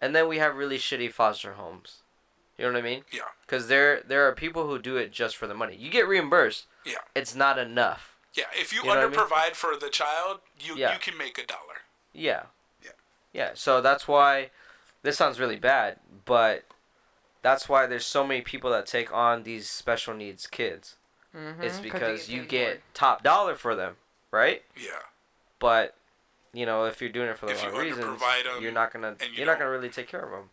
Speaker 3: And then we have really shitty foster homes. You know what I mean?
Speaker 2: Yeah.
Speaker 3: Cuz there there are people who do it just for the money. You get reimbursed.
Speaker 2: Yeah.
Speaker 3: It's not enough.
Speaker 2: Yeah. If you,
Speaker 3: You know what I
Speaker 2: under
Speaker 3: mean?
Speaker 2: provide for the child, you
Speaker 3: Yeah.
Speaker 2: you can make a dollar.
Speaker 3: Yeah.
Speaker 2: Yeah.
Speaker 3: Yeah, so that's why this sounds really bad, but that's why there's so many people that take on these special needs kids.
Speaker 4: Mm-hmm.
Speaker 3: It's because you
Speaker 4: paid
Speaker 3: get
Speaker 4: more.
Speaker 3: top dollar for them, right?
Speaker 2: Yeah.
Speaker 3: But you know, if you're doing it for the
Speaker 2: If
Speaker 3: wrong
Speaker 2: you
Speaker 3: reasons,
Speaker 2: underprovide 'em
Speaker 3: you're not gonna
Speaker 2: and you
Speaker 3: you are not
Speaker 2: don't-
Speaker 3: gonna really take care of them.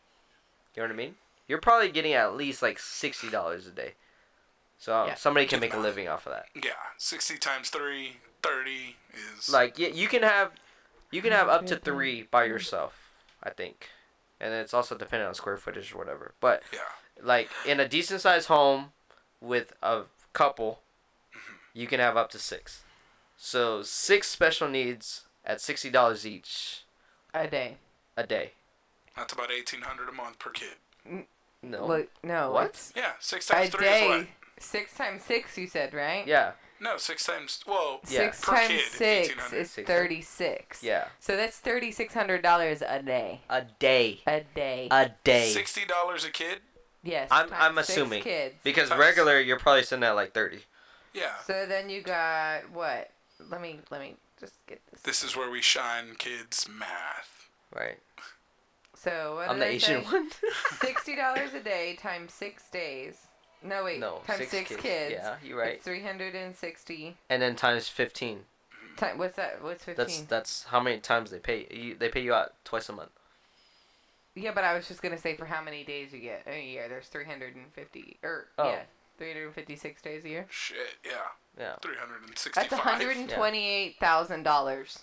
Speaker 3: You know what I mean? You're probably getting at least like sixty dollars a day, so
Speaker 4: Yeah.
Speaker 3: somebody can make a
Speaker 2: Yeah.
Speaker 3: living off of that.
Speaker 2: Yeah. Sixty times three, 30 is
Speaker 3: Like yeah, you can have, you can have up to three by yourself, I think, and it's also dependent on square footage or whatever. But
Speaker 2: yeah.
Speaker 3: like in a decent sized home with a couple, you can have up to six. So six special needs at sixty dollars each
Speaker 4: a day.
Speaker 3: a day.
Speaker 2: That's about eighteen hundred a month per kid.
Speaker 3: No.
Speaker 4: Look, no.
Speaker 3: Oh. What?
Speaker 4: it's
Speaker 2: Yeah. Six
Speaker 4: A
Speaker 2: times three
Speaker 4: day.
Speaker 2: is what?
Speaker 4: Six times six, you said, right?
Speaker 3: Yeah.
Speaker 2: No, six times. Well,
Speaker 3: Yeah.
Speaker 4: Six
Speaker 2: per
Speaker 4: times
Speaker 2: kid,
Speaker 4: six
Speaker 2: 1,800.
Speaker 4: is
Speaker 3: Six.
Speaker 4: thirty-six.
Speaker 3: Yeah.
Speaker 4: So that's thirty-six hundred dollars a day.
Speaker 3: A day.
Speaker 4: A day.
Speaker 3: A day.
Speaker 2: sixty dollars a kid.
Speaker 4: yes.
Speaker 3: I'm
Speaker 4: times
Speaker 3: I'm
Speaker 4: six
Speaker 3: assuming
Speaker 4: kids.
Speaker 3: because
Speaker 2: Times-
Speaker 3: regular you're probably sitting at like thirty.
Speaker 2: Yeah.
Speaker 4: So then you got what? Let me let me just get this.
Speaker 2: This is where we shine kids math.
Speaker 3: Right.
Speaker 4: So what
Speaker 3: I'm
Speaker 4: did
Speaker 3: the
Speaker 4: I
Speaker 3: Asian
Speaker 4: say?
Speaker 3: one. *laughs*
Speaker 4: Sixty dollars a day times six days. No wait.
Speaker 3: no.
Speaker 4: times six, kids.
Speaker 3: Yeah, you're right.
Speaker 4: Three hundred and sixty.
Speaker 3: And then times fifteen.
Speaker 4: Time. What's that? What's fifteen?
Speaker 3: That's that's how many times they pay you. They pay you out twice a month.
Speaker 4: Yeah, but I was just gonna say for how many days you get in a year. There's 350 or
Speaker 3: Oh.
Speaker 4: er, yeah, 356 days a year.
Speaker 2: Shit. Yeah.
Speaker 3: Yeah.
Speaker 2: Three hundred and
Speaker 4: That's
Speaker 2: sixty-five.
Speaker 4: 128 thousand dollars.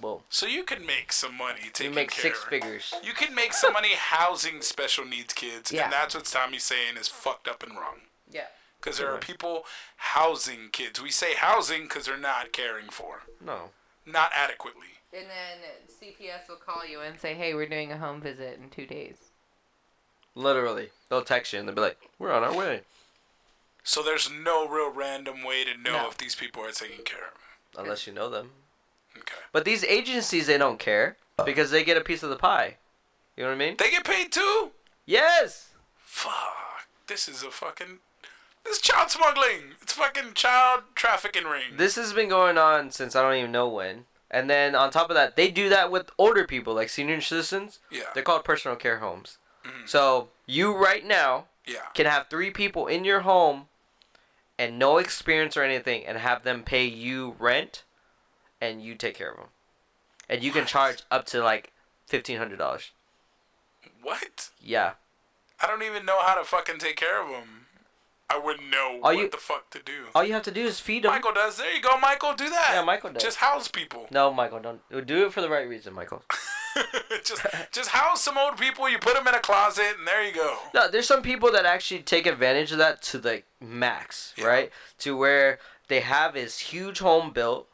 Speaker 3: Whoa.
Speaker 2: So you could make some money
Speaker 3: You
Speaker 2: taking
Speaker 3: make
Speaker 2: care.
Speaker 3: six figures.
Speaker 2: You can make some money housing special needs kids,
Speaker 4: Yeah.
Speaker 2: and that's what Tommy's saying is fucked up and wrong.
Speaker 4: Yeah.
Speaker 2: Because there are people housing kids. We say housing because they're not caring for,
Speaker 3: No.
Speaker 2: not adequately.
Speaker 4: And then CPS will call you and say, "Hey, we're doing a home visit in two days."
Speaker 3: Literally, they'll text you and they'll be like, "We're on our way,"
Speaker 2: So there's no real random way to know
Speaker 4: No.
Speaker 2: if these people are taken care of.
Speaker 3: unless you know them.
Speaker 2: Okay.
Speaker 3: But these agencies, they don't care because they get a piece of the pie. You know what I mean?
Speaker 2: They get paid too.
Speaker 3: Yes.
Speaker 2: Fuck. This is a fucking. This is child smuggling. It's fucking child trafficking ring.
Speaker 3: This has been going on since I don't even know when. And then on top of that, they do that with older people like senior citizens.
Speaker 2: yeah.
Speaker 3: They're called personal care homes. So you right now
Speaker 2: Yeah.
Speaker 3: can have three people in your home and no experience or anything and have them pay you rent and you take care of them. And you can charge up to like $1500.
Speaker 2: What?
Speaker 3: Yeah.
Speaker 2: I don't even know how to fucking take care of them. I wouldn't know
Speaker 3: Are
Speaker 2: what
Speaker 3: you-
Speaker 2: the fuck to do.
Speaker 3: All you have to do is feed them.
Speaker 2: Michael does. There you go, Michael. Do that.
Speaker 3: Yeah, Michael does.
Speaker 2: Just house people.
Speaker 3: No, Michael, don't do it for the right reason, Michael.
Speaker 2: *laughs* just, just house some old people. You put them in a closet, and there you go.
Speaker 3: No, there's some people that actually take advantage of that to the max,
Speaker 2: Yeah.
Speaker 3: right? To where they have this huge home built,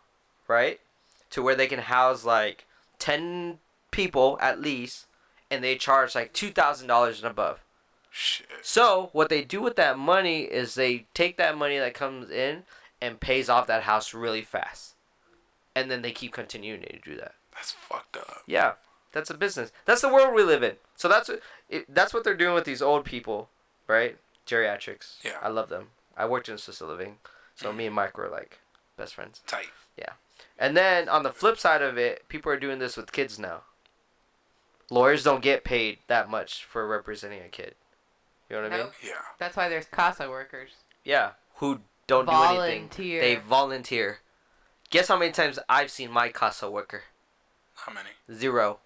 Speaker 3: right? To where they can house like 10 people at least, and they charge like $2,000 and above.
Speaker 2: Shit.
Speaker 3: So, what they do with that money is they take that money that comes in and pays off that house really fast. And then they keep continuing to do that.
Speaker 2: That's fucked up.
Speaker 3: Yeah, that's a business. That's the world we live in. So that's what- it, that's what they're doing with these old people, right? Geriatrics.
Speaker 2: Yeah.
Speaker 3: I love them. I worked in assisted living, so me and Mike were like best friends.
Speaker 2: Tight.
Speaker 3: And then on the flip side of it, people are doing this with kids now. Lawyers don't get paid that much for representing a kid. You know what I mean?
Speaker 4: Nope.
Speaker 2: Yeah.
Speaker 4: That's why there's CASA workers.
Speaker 3: Yeah. Who don't do anything.
Speaker 4: Volunteer.
Speaker 3: They volunteer. Guess how many times I've seen my CASA worker?
Speaker 2: How many?
Speaker 3: Zero.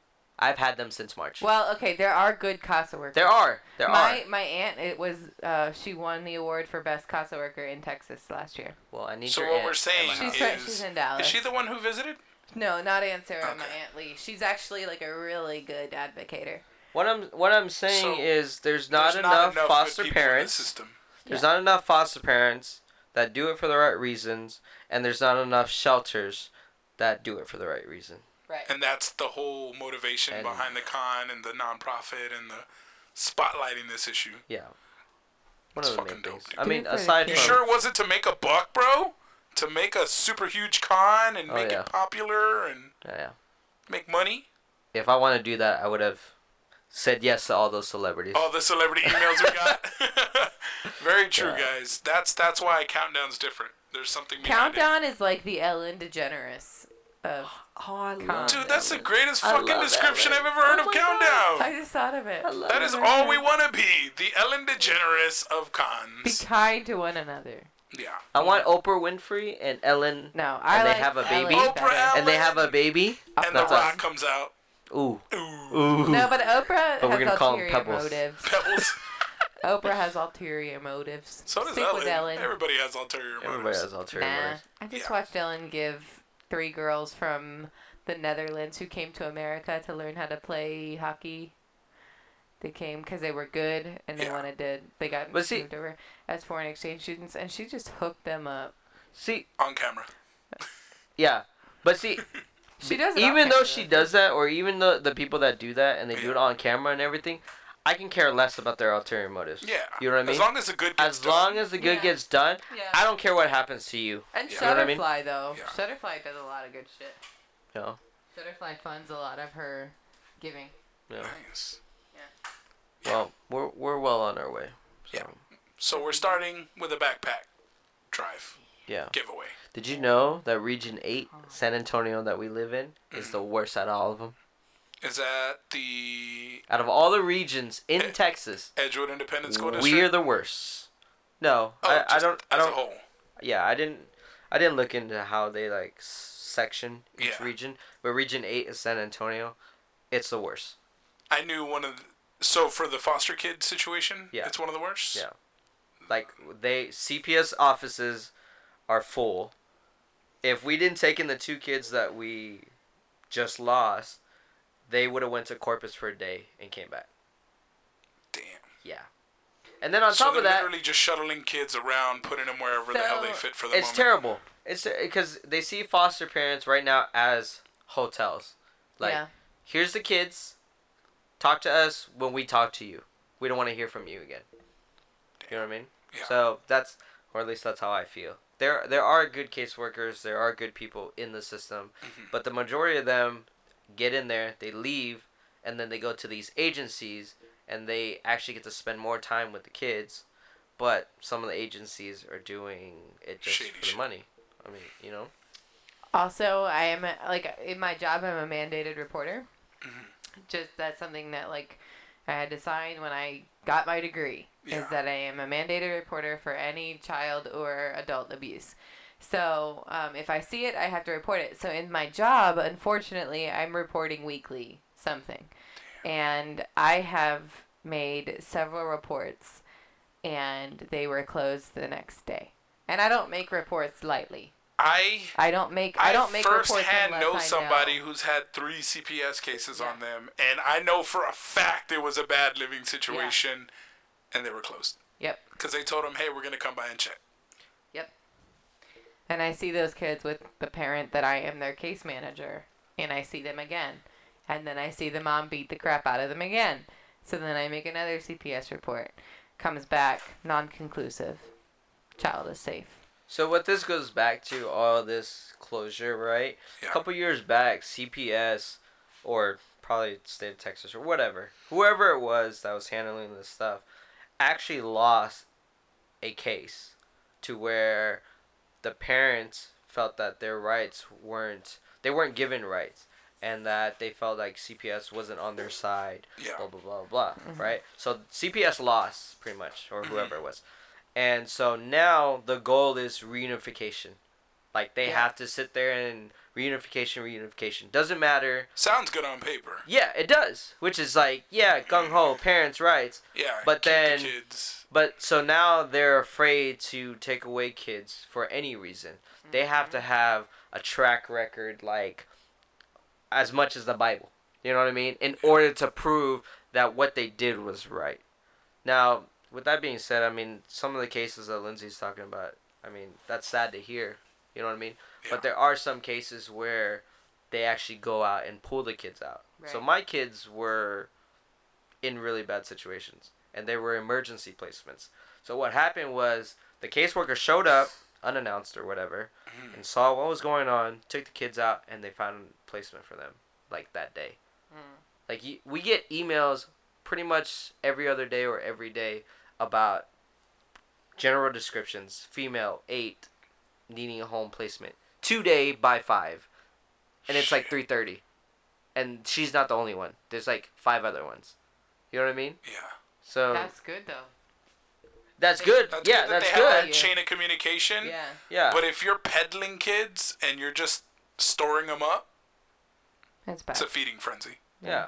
Speaker 3: I've had them since March.
Speaker 4: Well, okay, there are good CASA workers.
Speaker 3: there are. There are.
Speaker 4: My my aunt, it was uh, she won the award for best CASA worker in Texas last year.
Speaker 3: Well, I need
Speaker 2: So
Speaker 3: your
Speaker 2: what
Speaker 3: aunt
Speaker 2: we're
Speaker 3: at
Speaker 2: saying
Speaker 3: my
Speaker 2: is,
Speaker 3: house.
Speaker 4: She's fr- she's in
Speaker 2: is
Speaker 4: Dallas.
Speaker 2: she the one who visited?
Speaker 4: No, not Aunt Sarah, my
Speaker 2: Okay.
Speaker 4: Aunt Lee. She's actually like a really good advocator.
Speaker 3: what I'm what I'm saying
Speaker 2: So,
Speaker 3: is there's not,
Speaker 2: There's
Speaker 3: enough,
Speaker 2: good
Speaker 3: foster
Speaker 2: people in the
Speaker 3: parents.
Speaker 2: system.
Speaker 3: There's
Speaker 4: Yeah.
Speaker 3: not enough foster parents that do it for the right reasons, and there's not enough shelters that do it for the right reason.
Speaker 4: Right.
Speaker 2: and that's the whole motivation
Speaker 3: And-
Speaker 2: behind the con and the nonprofit and the spotlighting this issue.
Speaker 3: Yeah. One
Speaker 2: It's
Speaker 3: of the main
Speaker 2: fucking dope,
Speaker 3: things.
Speaker 2: dude.
Speaker 3: I mean,
Speaker 4: Dude,
Speaker 3: aside
Speaker 2: You
Speaker 3: from
Speaker 4: pretty
Speaker 2: sure it wasn't to make a buck, bro? To make a super huge con and
Speaker 3: Oh,
Speaker 2: make
Speaker 3: yeah.
Speaker 2: it popular and
Speaker 3: Yeah, yeah.
Speaker 2: make money?
Speaker 3: If I want to do that, I would have said yes to all those celebrities.
Speaker 2: All the celebrity emails we got. *laughs* Very true,
Speaker 3: Yeah.
Speaker 2: guys. That's that's why countdown's different. There's something behind it.
Speaker 4: Countdown is like the Ellen DeGeneres of.
Speaker 3: Oh, I
Speaker 4: Con.
Speaker 2: Dude, that's the greatest
Speaker 3: I
Speaker 2: fucking
Speaker 3: love
Speaker 2: description
Speaker 3: Ellen.
Speaker 2: I've ever heard
Speaker 4: Oh
Speaker 2: of
Speaker 4: my
Speaker 2: Countdown.
Speaker 4: God, I just thought of it.
Speaker 2: That is all we want to be. The Ellen DeGeneres of
Speaker 4: Be
Speaker 2: cons.
Speaker 4: kind to one another.
Speaker 2: yeah.
Speaker 3: I want Oprah Winfrey and Ellen,
Speaker 4: No, I
Speaker 3: And they
Speaker 4: like
Speaker 3: have a
Speaker 4: Ellen
Speaker 3: baby?
Speaker 4: better.
Speaker 2: Oprah
Speaker 3: and they have a baby.
Speaker 2: And The
Speaker 3: That's
Speaker 2: Rock
Speaker 3: us.
Speaker 2: comes out.
Speaker 3: Ooh,
Speaker 2: Ooh.
Speaker 3: ooh.
Speaker 4: No, but Oprah
Speaker 3: But we're
Speaker 4: has
Speaker 3: gonna call 'em
Speaker 4: ulterior
Speaker 3: Pebbles.
Speaker 4: motives.
Speaker 2: *laughs*
Speaker 3: *laughs*
Speaker 2: Pebbles.
Speaker 4: Oprah has ulterior motives.
Speaker 2: So does
Speaker 4: Stick
Speaker 2: Ellen.
Speaker 4: with Ellen.
Speaker 2: Everybody has ulterior
Speaker 3: Everybody
Speaker 2: motives.
Speaker 3: has ulterior
Speaker 4: Nah,
Speaker 3: motives.
Speaker 4: I just
Speaker 2: Yeah.
Speaker 4: watched Ellen give three girls from the Netherlands who came to America to learn how to play hockey. They came because they were good and they
Speaker 2: Yeah.
Speaker 4: wanted to. They got
Speaker 3: But see-
Speaker 4: moved over as foreign exchange students, and she just hooked them up.
Speaker 3: See,
Speaker 2: On camera.
Speaker 3: yeah, but see,
Speaker 4: *coughs* She does. it on
Speaker 3: even though
Speaker 4: camera,
Speaker 3: she
Speaker 4: though.
Speaker 3: does that, or even the the people that do that and they do
Speaker 2: Yeah.
Speaker 3: it on camera and everything, I can care less about their ulterior motives.
Speaker 2: Yeah.
Speaker 3: you know what I mean.
Speaker 2: As long as the good gets
Speaker 3: As long
Speaker 2: done.
Speaker 3: as the good
Speaker 4: Yeah.
Speaker 3: gets done,
Speaker 4: Yeah.
Speaker 3: I don't care what happens to you.
Speaker 4: And
Speaker 2: Yeah.
Speaker 4: Shutterfly
Speaker 2: You know
Speaker 3: what I mean?
Speaker 4: though,
Speaker 2: Yeah.
Speaker 4: Shutterfly does a lot of good shit.
Speaker 3: You know?
Speaker 4: Shutterfly funds a lot of her giving.
Speaker 3: Yeah.
Speaker 2: Nice.
Speaker 3: Well, we're we're well on our way. So,
Speaker 2: Yeah. So we're starting with a backpack drive
Speaker 3: yeah.
Speaker 2: giveaway.
Speaker 3: Did you know that Region Eight,
Speaker 4: Oh.
Speaker 3: San Antonio, that we live in,
Speaker 2: Mm.
Speaker 3: is the worst out of all of them?
Speaker 2: Is that the
Speaker 3: Out of all the regions in
Speaker 2: Eh.
Speaker 3: Texas,
Speaker 2: Edgewood Independent School District?
Speaker 3: we are the worst. No,
Speaker 2: Oh,
Speaker 3: I, I
Speaker 2: just
Speaker 3: don't. I
Speaker 2: as a
Speaker 3: don't.
Speaker 2: whole.
Speaker 3: yeah, I didn't I didn't look into how they like s- section each
Speaker 2: Yeah.
Speaker 3: region, but region 8 is San Antonio. It's the worst.
Speaker 2: I knew one of. The, so for the foster kid situation,
Speaker 3: Yeah.
Speaker 2: it's one of the worst.
Speaker 3: Yeah. Like they CPS offices are full. If we didn't take in the two kids that we just lost, they would have went to Corpus for a day and came back.
Speaker 2: Damn.
Speaker 3: Yeah. And then on
Speaker 2: so
Speaker 3: top
Speaker 2: they're
Speaker 3: of that,
Speaker 2: literally just shuttling kids around, putting them wherever the hell they
Speaker 4: So,
Speaker 2: fit for the
Speaker 3: it's
Speaker 2: moment.
Speaker 3: terrible. It's because they see foster parents right now as hotels. Like
Speaker 4: yeah.
Speaker 3: here's the kids. Talk to us when we talk to you. We don't want to hear from you again. You know what I mean?
Speaker 2: Yeah.
Speaker 3: So that's, or at least that's how I feel. There, there are good caseworkers. There are good people in the system,
Speaker 2: Mm-hmm.
Speaker 3: but the majority of them get in there, they leave, and then they go to these agencies, and they actually get to spend more time with the kids. But some of the agencies are doing it just
Speaker 2: Shady
Speaker 3: for the
Speaker 2: shit.
Speaker 3: money. I mean, you know.
Speaker 4: Also, I am a, like in my job, I'm a mandated reporter. Just that's something that like I had to sign when I got my degree
Speaker 2: Yeah.
Speaker 4: is that I am a mandated reporter for any child or adult abuse. So um, if I see it, I have to report it. So in my job, unfortunately, I'm reporting weekly something, and I have made several reports, and they were closed the next day. And I don't make reports lightly.
Speaker 2: I
Speaker 4: I don't make. I,
Speaker 2: I,
Speaker 4: don't make reports
Speaker 2: firsthand
Speaker 4: unless
Speaker 2: know
Speaker 4: I
Speaker 2: somebody who's had three CPS cases on them, and I know for a fact it was a bad living situation, and they were closed
Speaker 4: Yep.
Speaker 2: because they told them, "Hey, we're gonna come by and check."
Speaker 4: Yep. And I see those kids with the parent that I am their case manager, and I see them again, and then I see the mom beat the crap out of them again. So then I make another CPS report. Comes back non-conclusive. Child is safe.
Speaker 3: So what this goes back to all this closure, right?
Speaker 2: Yeah.
Speaker 3: A couple years back, CPS or probably state of Texas or whatever, whoever it was that was handling this stuff, actually lost a case to where the parents felt that their rights weren't they weren't given rights and that they felt like CPS wasn't on their side
Speaker 2: Yeah.
Speaker 3: blah blah blah blah right so CPS lost pretty much or whoever it was and so now the goal is reunification like they
Speaker 4: Yeah.
Speaker 3: have to sit there and reunification reunification doesn't matter
Speaker 2: Sounds good on paper.
Speaker 3: yeah it does which is like yeah gung ho parents rights
Speaker 2: Yeah.
Speaker 3: But
Speaker 2: keep the
Speaker 3: then-
Speaker 2: kids.
Speaker 3: but so now they're afraid to take away kids for any reason. They have to have a track record like as much as the Bible. You know what I mean? In order to prove that what they did was right. Now, with that being said, I mean some of the cases that Lindsay's talking about, I mean, that's sad to hear. You know what I mean?
Speaker 2: Yeah.
Speaker 3: But there are some cases where they actually go out and pull the kids out. So
Speaker 4: Right.
Speaker 3: my kids were in really bad situations and they were emergency placements. So what happened was the caseworker showed up unannounced or whatever and saw what was going on, took the kids out and they found a placement for them like that day.
Speaker 2: Mm.
Speaker 3: Like you, we get emails pretty much every other day or every day about general descriptions, female 8 needing a home placement today by 5. And it's like 3:30 and she's not the only one. There's like five other ones. You know what I mean?
Speaker 2: Yeah.
Speaker 3: So that's,
Speaker 4: That's good though.
Speaker 3: good.
Speaker 2: That's
Speaker 3: yeah,
Speaker 2: good that
Speaker 3: that's
Speaker 2: they have
Speaker 3: good.
Speaker 2: that chain of communication.
Speaker 4: Yeah.
Speaker 3: Yeah.
Speaker 2: But if you're peddling kids and you're just storing them up,
Speaker 4: That's bad.
Speaker 2: it's a feeding frenzy.
Speaker 3: yeah.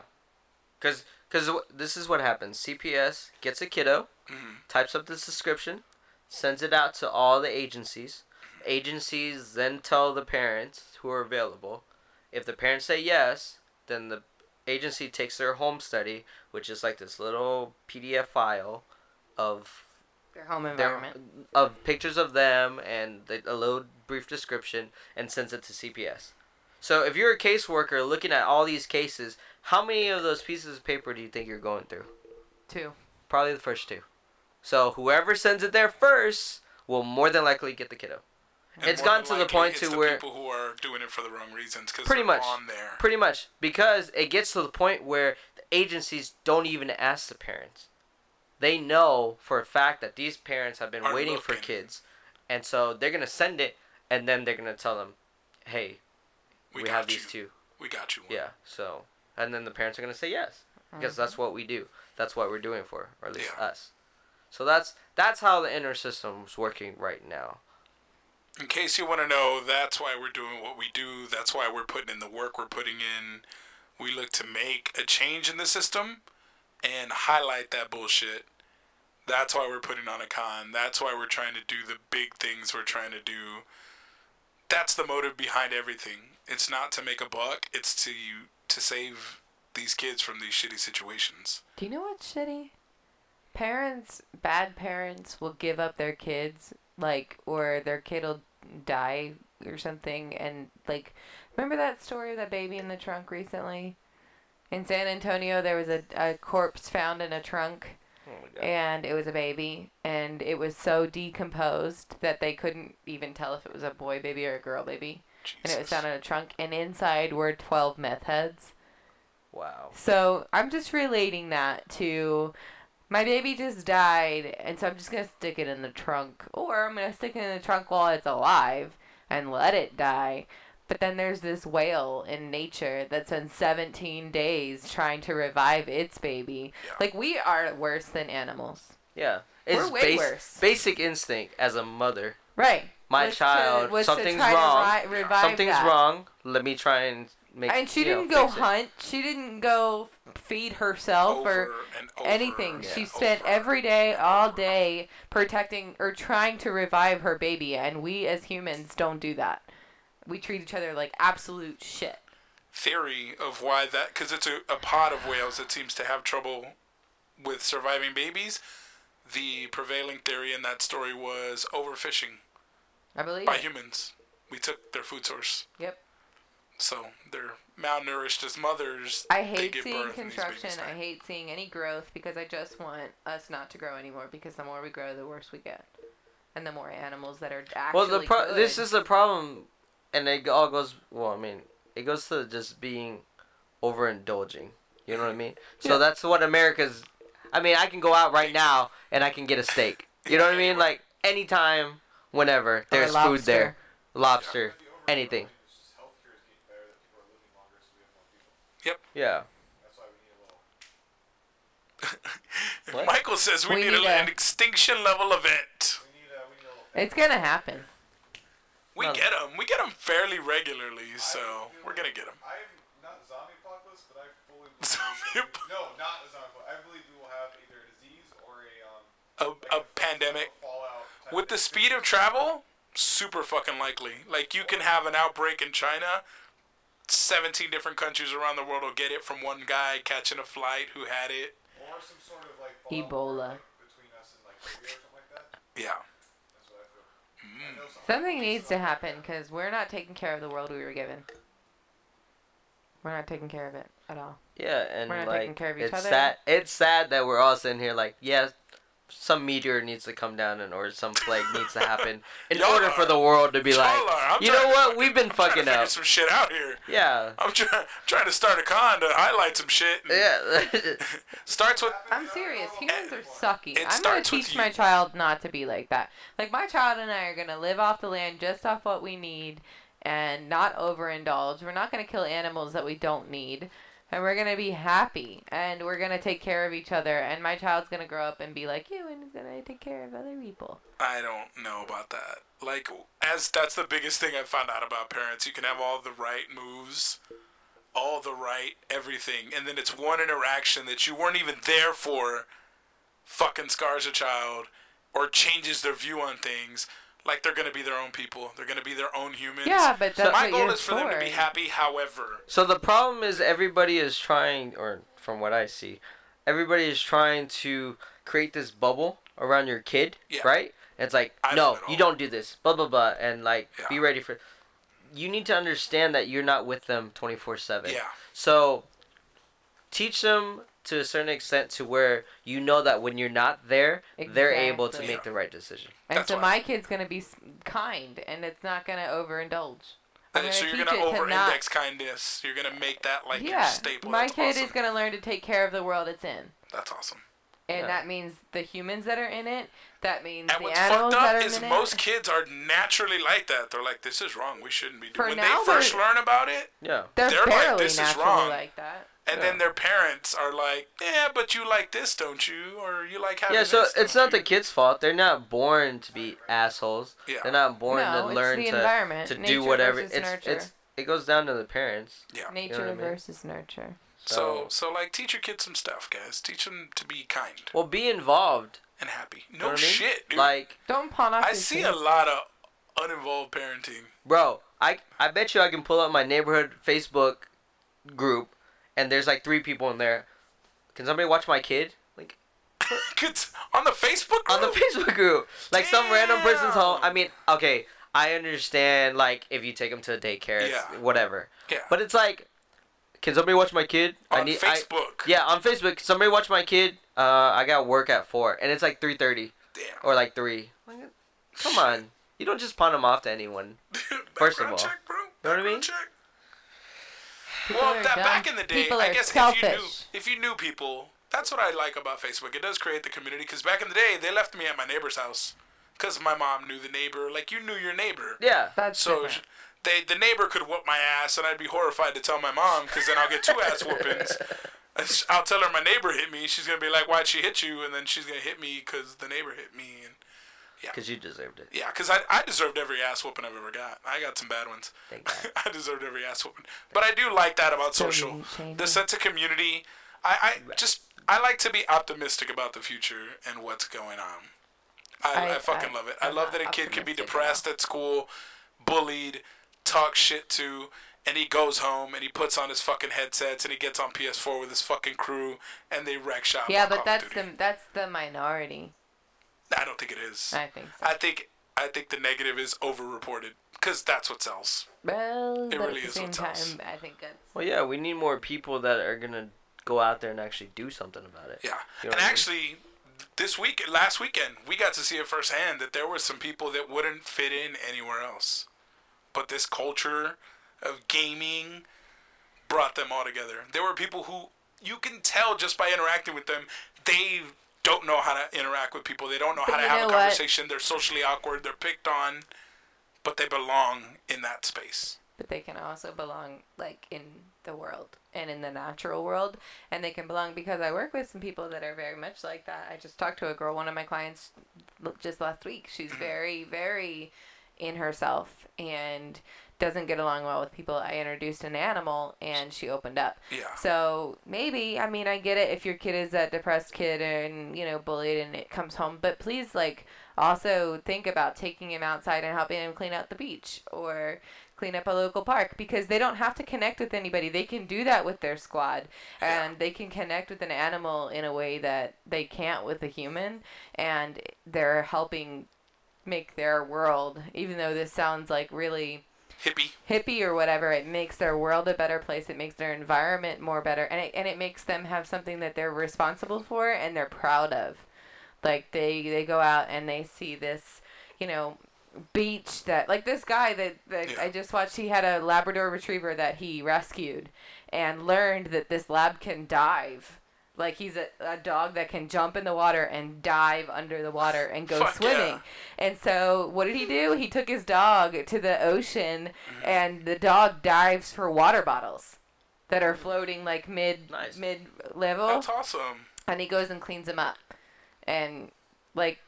Speaker 3: Cuz cuz this is what happens. CPS gets a kiddo, types up this description, sends it out to all the agencies. Agencies then tell the parents who are available. If the parents say yes, then the agency takes their home study, which is like this little PDF file of
Speaker 4: Their home
Speaker 3: their-
Speaker 4: environment.
Speaker 3: uh, of pictures of them and the, a little brief description and sends it to CPS. So if you're a caseworker looking at all these cases, how many of those pieces of paper do you think you're going through?
Speaker 4: Two.
Speaker 3: Probably the first two. So whoever sends it there first will more than likely get the kiddo.
Speaker 2: And
Speaker 3: It's
Speaker 2: more
Speaker 3: gotten
Speaker 2: than
Speaker 3: to the
Speaker 2: likely,
Speaker 3: point
Speaker 2: it's
Speaker 3: to
Speaker 2: the
Speaker 3: where-
Speaker 2: people who are doing it for the wrong reasons because
Speaker 3: Pretty
Speaker 2: they're
Speaker 3: much.
Speaker 2: on there.
Speaker 3: Pretty much because it gets to the point where the agencies don't even ask the parents. They know for a fact that these parents have been
Speaker 2: Are
Speaker 3: waiting for
Speaker 2: looking.
Speaker 3: kids, and so they're gonna send it, and then they're gonna tell them, "Hey, we,
Speaker 2: got
Speaker 3: have
Speaker 2: you.
Speaker 3: these two.
Speaker 2: We got you. One.
Speaker 3: Yeah. So, and then the parents are gonna say yes because that's
Speaker 4: Mm-hmm.
Speaker 3: what we do. That's what we're doing for, or at least
Speaker 2: Yeah.
Speaker 3: us. So that's that's how the inner system's working right now.
Speaker 2: In case you want to know, that's why we're doing what we do. That's why we're putting in the work we're putting in. We look to make a change in the system and highlight that bullshit. That's why we're putting on a con. That's why we're trying to do the big things we're trying to do. That's the motive behind everything. It's not to make a buck, it's to to save these kids from these shitty situations.
Speaker 4: Do you know what's shitty? Parents, bad parents will give up their kids, like, or their kid will die or something. And, like, remember that story of that baby in the trunk recently? In San Antonio, there was a, a corpse found in a trunk,
Speaker 3: Oh my
Speaker 4: and it was a baby, and it was so decomposed that they couldn't even tell if it was a boy baby or a girl baby. And it was
Speaker 2: Jesus.
Speaker 4: found in a trunk, and inside were 12 meth heads.
Speaker 3: Wow.
Speaker 4: So I'm just relating that to my baby just died, and so I'm just gonna stick it in the trunk, or I'm gonna stick it in the trunk while it's alive and let it die. But then there's this whale in nature that's been 17 days trying to revive its baby.
Speaker 2: Yeah.
Speaker 4: Like we are worse than animals,
Speaker 3: Yeah.
Speaker 4: We're
Speaker 3: It's
Speaker 4: way
Speaker 3: bas-
Speaker 4: worse.
Speaker 3: Basic instinct as a mother.
Speaker 4: right?
Speaker 3: My
Speaker 4: was to-
Speaker 3: child,
Speaker 4: was to
Speaker 3: something's
Speaker 4: try to
Speaker 3: wrong.
Speaker 4: ri- revive
Speaker 3: Something's
Speaker 4: that.
Speaker 3: wrong. Let me try and make.
Speaker 4: And she
Speaker 3: you know,
Speaker 4: didn't go
Speaker 3: fix it.
Speaker 4: hunt. She didn't go feed herself or
Speaker 2: Over and over
Speaker 4: anything.
Speaker 2: and
Speaker 4: She
Speaker 2: over.
Speaker 4: spent every day, all day, protecting or trying to revive her baby, and we as humans don't do that. We treat each other like absolute shit.
Speaker 2: theory of why that because it's a, a pod of whales that seems to have trouble with surviving babies the prevailing theory in that story was overfishing
Speaker 4: I believe.
Speaker 2: by
Speaker 4: it.
Speaker 2: humans we took their food source
Speaker 4: Yep.
Speaker 2: so they're malnourished as mothers
Speaker 4: I
Speaker 2: They
Speaker 4: hate
Speaker 2: give
Speaker 4: seeing
Speaker 2: birth and these babies
Speaker 4: construction.
Speaker 2: die.
Speaker 4: I hate seeing any growth because I just want us not to grow anymore because the more we grow, the worse we get. And the more animals that are actually
Speaker 3: Well, the pro-
Speaker 4: good.
Speaker 3: this is the problem, and it all goes. Well, I mean, it goes to just being overindulging. You know what I mean? So that's what America's. I mean, I can go out right now and I can get a steak. You know what I mean? Like anytime, whenever there's food
Speaker 4: lobster.
Speaker 3: there, lobster, anything.
Speaker 5: It's just healthcare is getting better, that people are living longer, so we have more people.
Speaker 3: Yeah.
Speaker 5: That's why we need a little.
Speaker 2: *laughs*
Speaker 3: What?
Speaker 2: michael says we,
Speaker 4: We
Speaker 2: need,
Speaker 4: need
Speaker 2: a,
Speaker 4: a-
Speaker 2: an extinction level event
Speaker 5: We need a. We need a little.
Speaker 4: It's gonna happen.
Speaker 2: we
Speaker 3: No.
Speaker 2: get 'em. get them we get them fairly regularly so we're gonna *laughs* get them
Speaker 5: I'm not zombie apocalypse, but I fully
Speaker 2: *laughs*
Speaker 5: believe.
Speaker 2: Zombie
Speaker 5: that we-
Speaker 2: apo-
Speaker 5: No, not a zombie apocalypse. I believe we will have either a disease or a um.
Speaker 2: a,
Speaker 5: like
Speaker 2: a
Speaker 5: a
Speaker 2: pandemic
Speaker 5: Fallout. type
Speaker 2: with the
Speaker 5: thing.
Speaker 2: speed of travel, super fucking likely. Like you can have an outbreak in China, seventeen different countries around the world will get it from one guy catching a flight who had it.
Speaker 5: Or some sort of like. fallout
Speaker 4: Ebola.
Speaker 5: Between us and like Korea or something like that.
Speaker 2: Yeah,
Speaker 5: That's what I feel. I know something.
Speaker 4: Something needs to happen because we're not taking care of the world we were given. We're not taking care of it at all.
Speaker 3: Yeah, and
Speaker 4: We're not
Speaker 3: like
Speaker 4: taking care of each
Speaker 3: it's
Speaker 4: other.
Speaker 3: sad. It's sad that we're all sitting here like, yeah, some meteor needs to come down and or some plague needs
Speaker 2: *laughs*
Speaker 3: to happen in
Speaker 2: Y'all
Speaker 3: order
Speaker 2: are-
Speaker 3: for the world to be like,
Speaker 2: Y'all are. I'm
Speaker 3: you
Speaker 2: trying
Speaker 3: know
Speaker 2: to
Speaker 3: what?
Speaker 2: fucking-
Speaker 3: We've
Speaker 2: trying
Speaker 3: been
Speaker 2: to
Speaker 3: fucking
Speaker 2: figure
Speaker 3: up.
Speaker 2: some shit out here.
Speaker 3: Yeah,
Speaker 2: I'm trying trying to start a con to highlight some shit.
Speaker 3: yeah. *laughs*
Speaker 2: Starts with
Speaker 4: I'm serious. Humans are sucky.
Speaker 2: It
Speaker 4: I'm gonna
Speaker 2: starts with
Speaker 4: teach
Speaker 2: you.
Speaker 4: my child not to be like that. Like my child and I are gonna live off the land, just off what we need, and not overindulge. We're not gonna kill animals that we don't need, and we're gonna be happy, and we're gonna take care of each other. And my child's gonna grow up and be like you, and he's gonna take care of other people.
Speaker 2: I don't know about that. Like, as that's the biggest thing I found out about parents. You can have all the right moves, all the right everything, and then it's one interaction that you weren't even there for, fucking scars a child, or changes their view on things. Like they're gonna be their own people. They're gonna be their own humans.
Speaker 4: Yeah, but that's
Speaker 2: my
Speaker 4: what
Speaker 2: goal
Speaker 4: you're
Speaker 2: is for them to be
Speaker 4: for.
Speaker 2: happy. However,
Speaker 3: so the problem is everybody is trying, or from what I see, everybody is trying to create this bubble around your kid,
Speaker 2: Yeah.
Speaker 3: right? It's like,
Speaker 2: I
Speaker 3: no,
Speaker 2: don't at
Speaker 3: you
Speaker 2: all.
Speaker 3: don't do this, blah blah blah, and like,
Speaker 2: Yeah.
Speaker 3: be ready for. You need to understand that you're not with them twenty four seven.
Speaker 2: yeah,
Speaker 3: So teach them to a certain extent to where you know that when you're not there, they're able to
Speaker 4: Exactly.
Speaker 3: make the right decision.
Speaker 4: And
Speaker 2: That's
Speaker 4: so
Speaker 2: why-
Speaker 4: my kid's gonna be s- kind, and it's not gonna overindulge. I'm
Speaker 2: and so you're
Speaker 4: teach
Speaker 2: gonna
Speaker 4: it to not-
Speaker 2: over-index kindness. You're gonna make that like your staple.
Speaker 4: my
Speaker 2: That's
Speaker 4: kid
Speaker 2: awesome.
Speaker 4: is gonna learn to take care of the world it's in.
Speaker 2: That's awesome.
Speaker 4: And
Speaker 3: Yeah.
Speaker 4: that means the humans that are in it. That means
Speaker 2: And
Speaker 4: the
Speaker 2: what's
Speaker 4: animals
Speaker 2: fucked
Speaker 4: that are
Speaker 2: up is
Speaker 4: in
Speaker 2: most
Speaker 4: it.
Speaker 2: kids are naturally like that. They're like, this is wrong. We shouldn't be
Speaker 4: For
Speaker 2: doing When
Speaker 4: now,
Speaker 2: they first
Speaker 4: they're-
Speaker 2: learn about it,
Speaker 3: Yeah.
Speaker 4: They're,
Speaker 2: they're like,
Speaker 4: barely
Speaker 2: "This is
Speaker 4: naturally
Speaker 2: wrong."
Speaker 4: like that.
Speaker 2: and
Speaker 3: Yeah.
Speaker 2: then their parents are like, yeah, but you like this, don't you? Or you like having
Speaker 3: Yeah, so
Speaker 2: this,
Speaker 3: it's
Speaker 2: don't
Speaker 3: not the
Speaker 2: you?"
Speaker 3: kid's fault. They're not born to be assholes.
Speaker 2: Yeah.
Speaker 3: They're not born
Speaker 4: No,
Speaker 3: to
Speaker 4: it's
Speaker 3: learn
Speaker 4: the
Speaker 3: to,
Speaker 4: environment.
Speaker 3: to do
Speaker 4: Nature
Speaker 3: whatever.
Speaker 4: versus
Speaker 3: It's,
Speaker 4: nurture.
Speaker 3: it's it goes down to the Oh. parents.
Speaker 2: Yeah.
Speaker 4: Nature
Speaker 3: what I mean?
Speaker 4: versus nurture.
Speaker 2: So,
Speaker 3: So,
Speaker 2: so like, teach your kids some stuff, guys. Teach them to be kind
Speaker 3: well, be involved.
Speaker 2: and happy. No
Speaker 3: you know what I mean?
Speaker 2: shit, dude.
Speaker 3: Like,
Speaker 4: Don't pawn off.
Speaker 2: I
Speaker 4: your
Speaker 2: see
Speaker 4: kids.
Speaker 2: a lot of uninvolved parenting. *laughs*
Speaker 3: bro, I I bet you I can pull up my neighborhood Facebook group, and there's like three people in there. Can somebody watch my kid? Like,
Speaker 2: Kids on the Facebook group.
Speaker 3: on the Facebook group. Like some random person's home.
Speaker 2: Damn.
Speaker 3: I mean, okay, I understand. Like if you take them to a daycare, it's
Speaker 2: Yeah.
Speaker 3: whatever.
Speaker 2: Yeah.
Speaker 3: But it's like, can somebody watch my kid? I
Speaker 2: on
Speaker 3: need. I,
Speaker 2: Facebook.
Speaker 3: yeah, on Facebook, "Can somebody watch my kid. Uh, I got work at four, and it's like three thirty
Speaker 2: Damn. *laughs*
Speaker 3: or like three. Like, come on, you don't just pawn them off to anyone. First of
Speaker 2: Background
Speaker 3: all.
Speaker 2: check, bro.
Speaker 3: Know what I
Speaker 2: Background
Speaker 3: mean?
Speaker 2: check.
Speaker 4: People
Speaker 2: Well,
Speaker 4: are
Speaker 2: that
Speaker 4: dumb.
Speaker 2: back in the day,
Speaker 4: people
Speaker 2: I
Speaker 4: are
Speaker 2: guess
Speaker 4: selfish.
Speaker 2: if you knew if you knew people, that's what I like about Facebook. It does create the community because back in the day, they left me at my neighbor's house because my mom knew the neighbor. Like you knew your neighbor,
Speaker 3: Yeah.
Speaker 4: That's
Speaker 2: so
Speaker 4: different.
Speaker 2: sh- they the neighbor could whoop my ass, and I'd be horrified to tell my mom because then I'll get two ass whoopings. And sh- I'll tell her my neighbor hit me. She's gonna be like, "Why'd she hit you?" And then she's gonna hit me because the neighbor hit me. And
Speaker 3: Because you deserved it.
Speaker 2: yeah, because I, I deserved every ass whooping I've ever got. I got some bad ones.
Speaker 3: Thank God.
Speaker 2: *laughs* I deserved every ass whooping. But I do like that about
Speaker 4: So
Speaker 2: social.
Speaker 4: you shame
Speaker 2: The
Speaker 4: me.
Speaker 2: sense of community. I, I just, I like to be optimistic about the future and what's going on. I, I,
Speaker 4: I-
Speaker 2: fucking
Speaker 4: I-
Speaker 2: love it. I
Speaker 4: I'm
Speaker 2: love that
Speaker 4: not
Speaker 2: a kid can be
Speaker 4: optimistic at
Speaker 2: depressed at school, bullied, talk shit to, and he goes home and he puts on his fucking headsets and he gets on PS4 with his fucking crew and they wreck shop.
Speaker 4: yeah,
Speaker 2: on Call
Speaker 4: but
Speaker 2: of
Speaker 4: that's
Speaker 2: Duty.
Speaker 4: the that's the minority.
Speaker 2: I don't think it is.
Speaker 4: I think so.
Speaker 2: I think I think the negative is overreported because that's what sells.
Speaker 4: well, but
Speaker 2: really
Speaker 4: at the
Speaker 2: is
Speaker 4: same
Speaker 2: what
Speaker 4: time,
Speaker 2: tells.
Speaker 4: I think that's
Speaker 3: Well, yeah, we need more people that are gonna go out there and actually do something about it.
Speaker 2: Yeah,
Speaker 3: You know
Speaker 2: and
Speaker 3: what I mean?
Speaker 2: actually, this week, last weekend, we got to see it firsthand that there were some people that wouldn't fit in anywhere else, but this culture of gaming brought them all together. There were people who you can tell just by interacting with them, they don't know how to interact with people. They don't know
Speaker 4: But
Speaker 2: how to
Speaker 4: you
Speaker 2: have a
Speaker 4: know what?
Speaker 2: conversation. They're socially awkward. They're picked on, but they belong in that space.
Speaker 4: but they can also belong like in the world and in the natural world and they can belong because i work with some people that are very much like that i just talked to a girl one of my clients l- just last week she's very very in herself and doesn't get along well with people i introduced an animal and she opened up
Speaker 2: Yeah.
Speaker 4: so maybe i mean i get it if your kid is that depressed kid and you know bullied and it comes home but please like also think about taking him outside and helping him clean out the beach or clean up a local park because they don't have to connect with anybody. They can do that with their squad and they can connect with an animal in a way that they can't with a human and they're helping make their world, even though this sounds like really
Speaker 2: Hippie.
Speaker 4: hippie or whatever, it makes their world a better place. It makes their environment more better, and it and it makes them have something that they're responsible for and they're proud of. Like they they go out and they see this, you know, beach that like this guy that, that
Speaker 2: Yeah.
Speaker 4: I just watched. He had a Labrador Retriever that he rescued, and learned that this lab can dive. Like he's a, a dog that can jump in the water and dive under the water and go
Speaker 2: Fuck
Speaker 4: swimming.
Speaker 2: yeah.
Speaker 4: And so, what did he do? He took his dog to the ocean, and the dog dives for water bottles that are floating like mid
Speaker 3: Nice.
Speaker 4: mid level,
Speaker 2: That's awesome.
Speaker 4: and he goes and cleans them up. And like,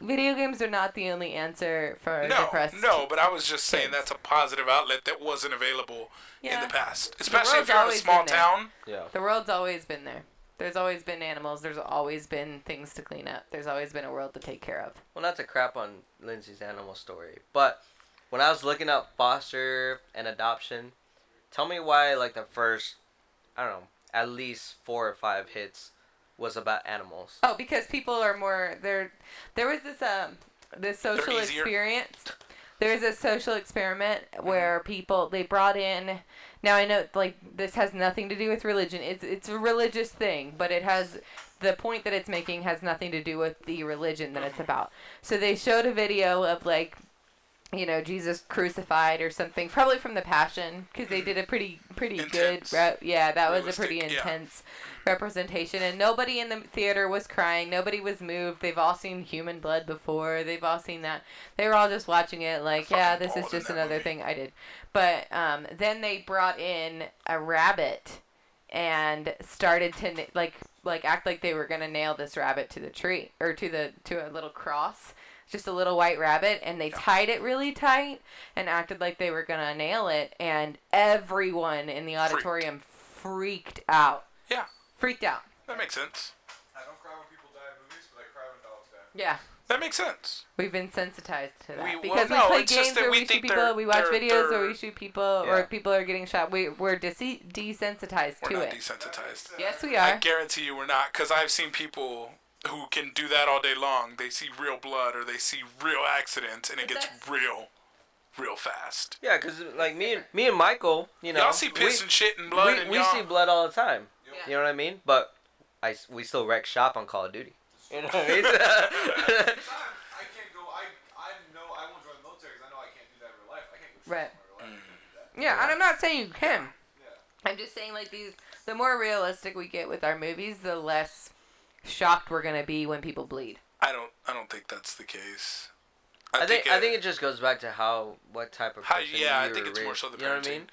Speaker 4: video games are not the only answer for
Speaker 2: No,
Speaker 4: depressed.
Speaker 2: no, but I was just saying
Speaker 4: kids.
Speaker 2: that's a positive outlet that wasn't available in
Speaker 4: Yeah.
Speaker 2: the past, especially if
Speaker 4: world's
Speaker 2: you're in a
Speaker 4: always
Speaker 2: small
Speaker 4: been there.
Speaker 2: town.
Speaker 3: Yeah.
Speaker 4: The world's always been there. There's always been animals. There's always been things to clean up. There's always been a world to take care of.
Speaker 3: Well, not to crap on Lindsay's animal story, but when I was looking up foster and adoption, tell me why like the first, I don't know, at least four or five hits was about animals.
Speaker 4: *laughs* Oh, because people are more they're there was this um this social
Speaker 2: easier. Mm-hmm.
Speaker 4: experience. There was a social experiment where people they brought in now I know like this has nothing to do with religion. It's it's a religious thing, but it has the point that it's making has nothing to do with the religion that it's
Speaker 2: Mm-hmm.
Speaker 4: about. So they showed a video of like you know Jesus crucified or something, probably from the Passion, because they did a pretty pretty
Speaker 2: Intense.
Speaker 4: good re- yeah that was a
Speaker 2: Realistic,
Speaker 4: pretty
Speaker 2: yeah.
Speaker 4: intense representation, and nobody in the theater was crying, nobody was moved. They've all seen human blood before, they've all seen that. They were all just watching it like
Speaker 2: I
Speaker 4: yeah
Speaker 2: fucking
Speaker 4: this is
Speaker 2: bawled in
Speaker 4: just
Speaker 2: that
Speaker 4: another
Speaker 2: movie.
Speaker 4: thing I did, but um, then they brought in a rabbit and started to na- like like act like they were gonna nail this rabbit to the tree or to the to a little cross just a little white rabbit and they tied it really tight and acted like they were gonna nail it and everyone in the auditorium freaked out
Speaker 2: Yeah,
Speaker 4: freaked out
Speaker 2: that makes sense.
Speaker 5: I don't cry when people die in movies, but I cry when dogs die.
Speaker 4: yeah
Speaker 2: That makes sense.
Speaker 4: we've been sensitized to that
Speaker 2: We- well,
Speaker 4: because
Speaker 2: no,
Speaker 4: we play
Speaker 2: it's just
Speaker 4: games
Speaker 2: that
Speaker 4: where
Speaker 2: we
Speaker 4: we shoot
Speaker 2: think
Speaker 4: people
Speaker 2: they're-
Speaker 4: we watch
Speaker 2: they're-
Speaker 4: videos where
Speaker 2: they're-
Speaker 4: we shoot people
Speaker 3: Yeah.
Speaker 4: or people are getting shot we, we're dese- desensitized
Speaker 2: We're
Speaker 4: to
Speaker 2: not
Speaker 4: it
Speaker 2: desensitized.
Speaker 4: yes we
Speaker 2: I
Speaker 4: are
Speaker 2: guarantee you we're not, because I've seen people who can do that all day long. They see real blood or they see real accidents, and it gets
Speaker 4: that's-
Speaker 2: real, real fast.
Speaker 3: Yeah, cause like me and me and Michael, you know,
Speaker 2: y'all see piss
Speaker 3: we,
Speaker 2: and shit and blood,
Speaker 3: we,
Speaker 2: and
Speaker 3: we
Speaker 2: y'all.
Speaker 3: see blood all the time.
Speaker 4: Yeah.
Speaker 3: You know what I mean? But I s- we still wreck shop on Call of Duty. You know what
Speaker 2: *laughs*
Speaker 3: I mean?
Speaker 5: Sometimes I can't go. I I know I won't join the military because I know I can't do that in real life. I can't go shoot
Speaker 4: Right.
Speaker 5: someone in real life. I can't do that.
Speaker 4: yeah and i'm not saying you can
Speaker 5: Yeah.
Speaker 4: I'm just saying, like these, the more realistic we get with our movies, the less shocked we're gonna be when people bleed.
Speaker 2: I don't. I don't think that's the case.
Speaker 3: I think I
Speaker 2: it-
Speaker 3: think it just goes back to how what type of
Speaker 2: How-
Speaker 3: person
Speaker 2: yeah, I
Speaker 3: you
Speaker 2: think
Speaker 3: were
Speaker 2: it's more
Speaker 3: raised-
Speaker 2: so the
Speaker 3: you know what I
Speaker 2: parenting.
Speaker 3: mean.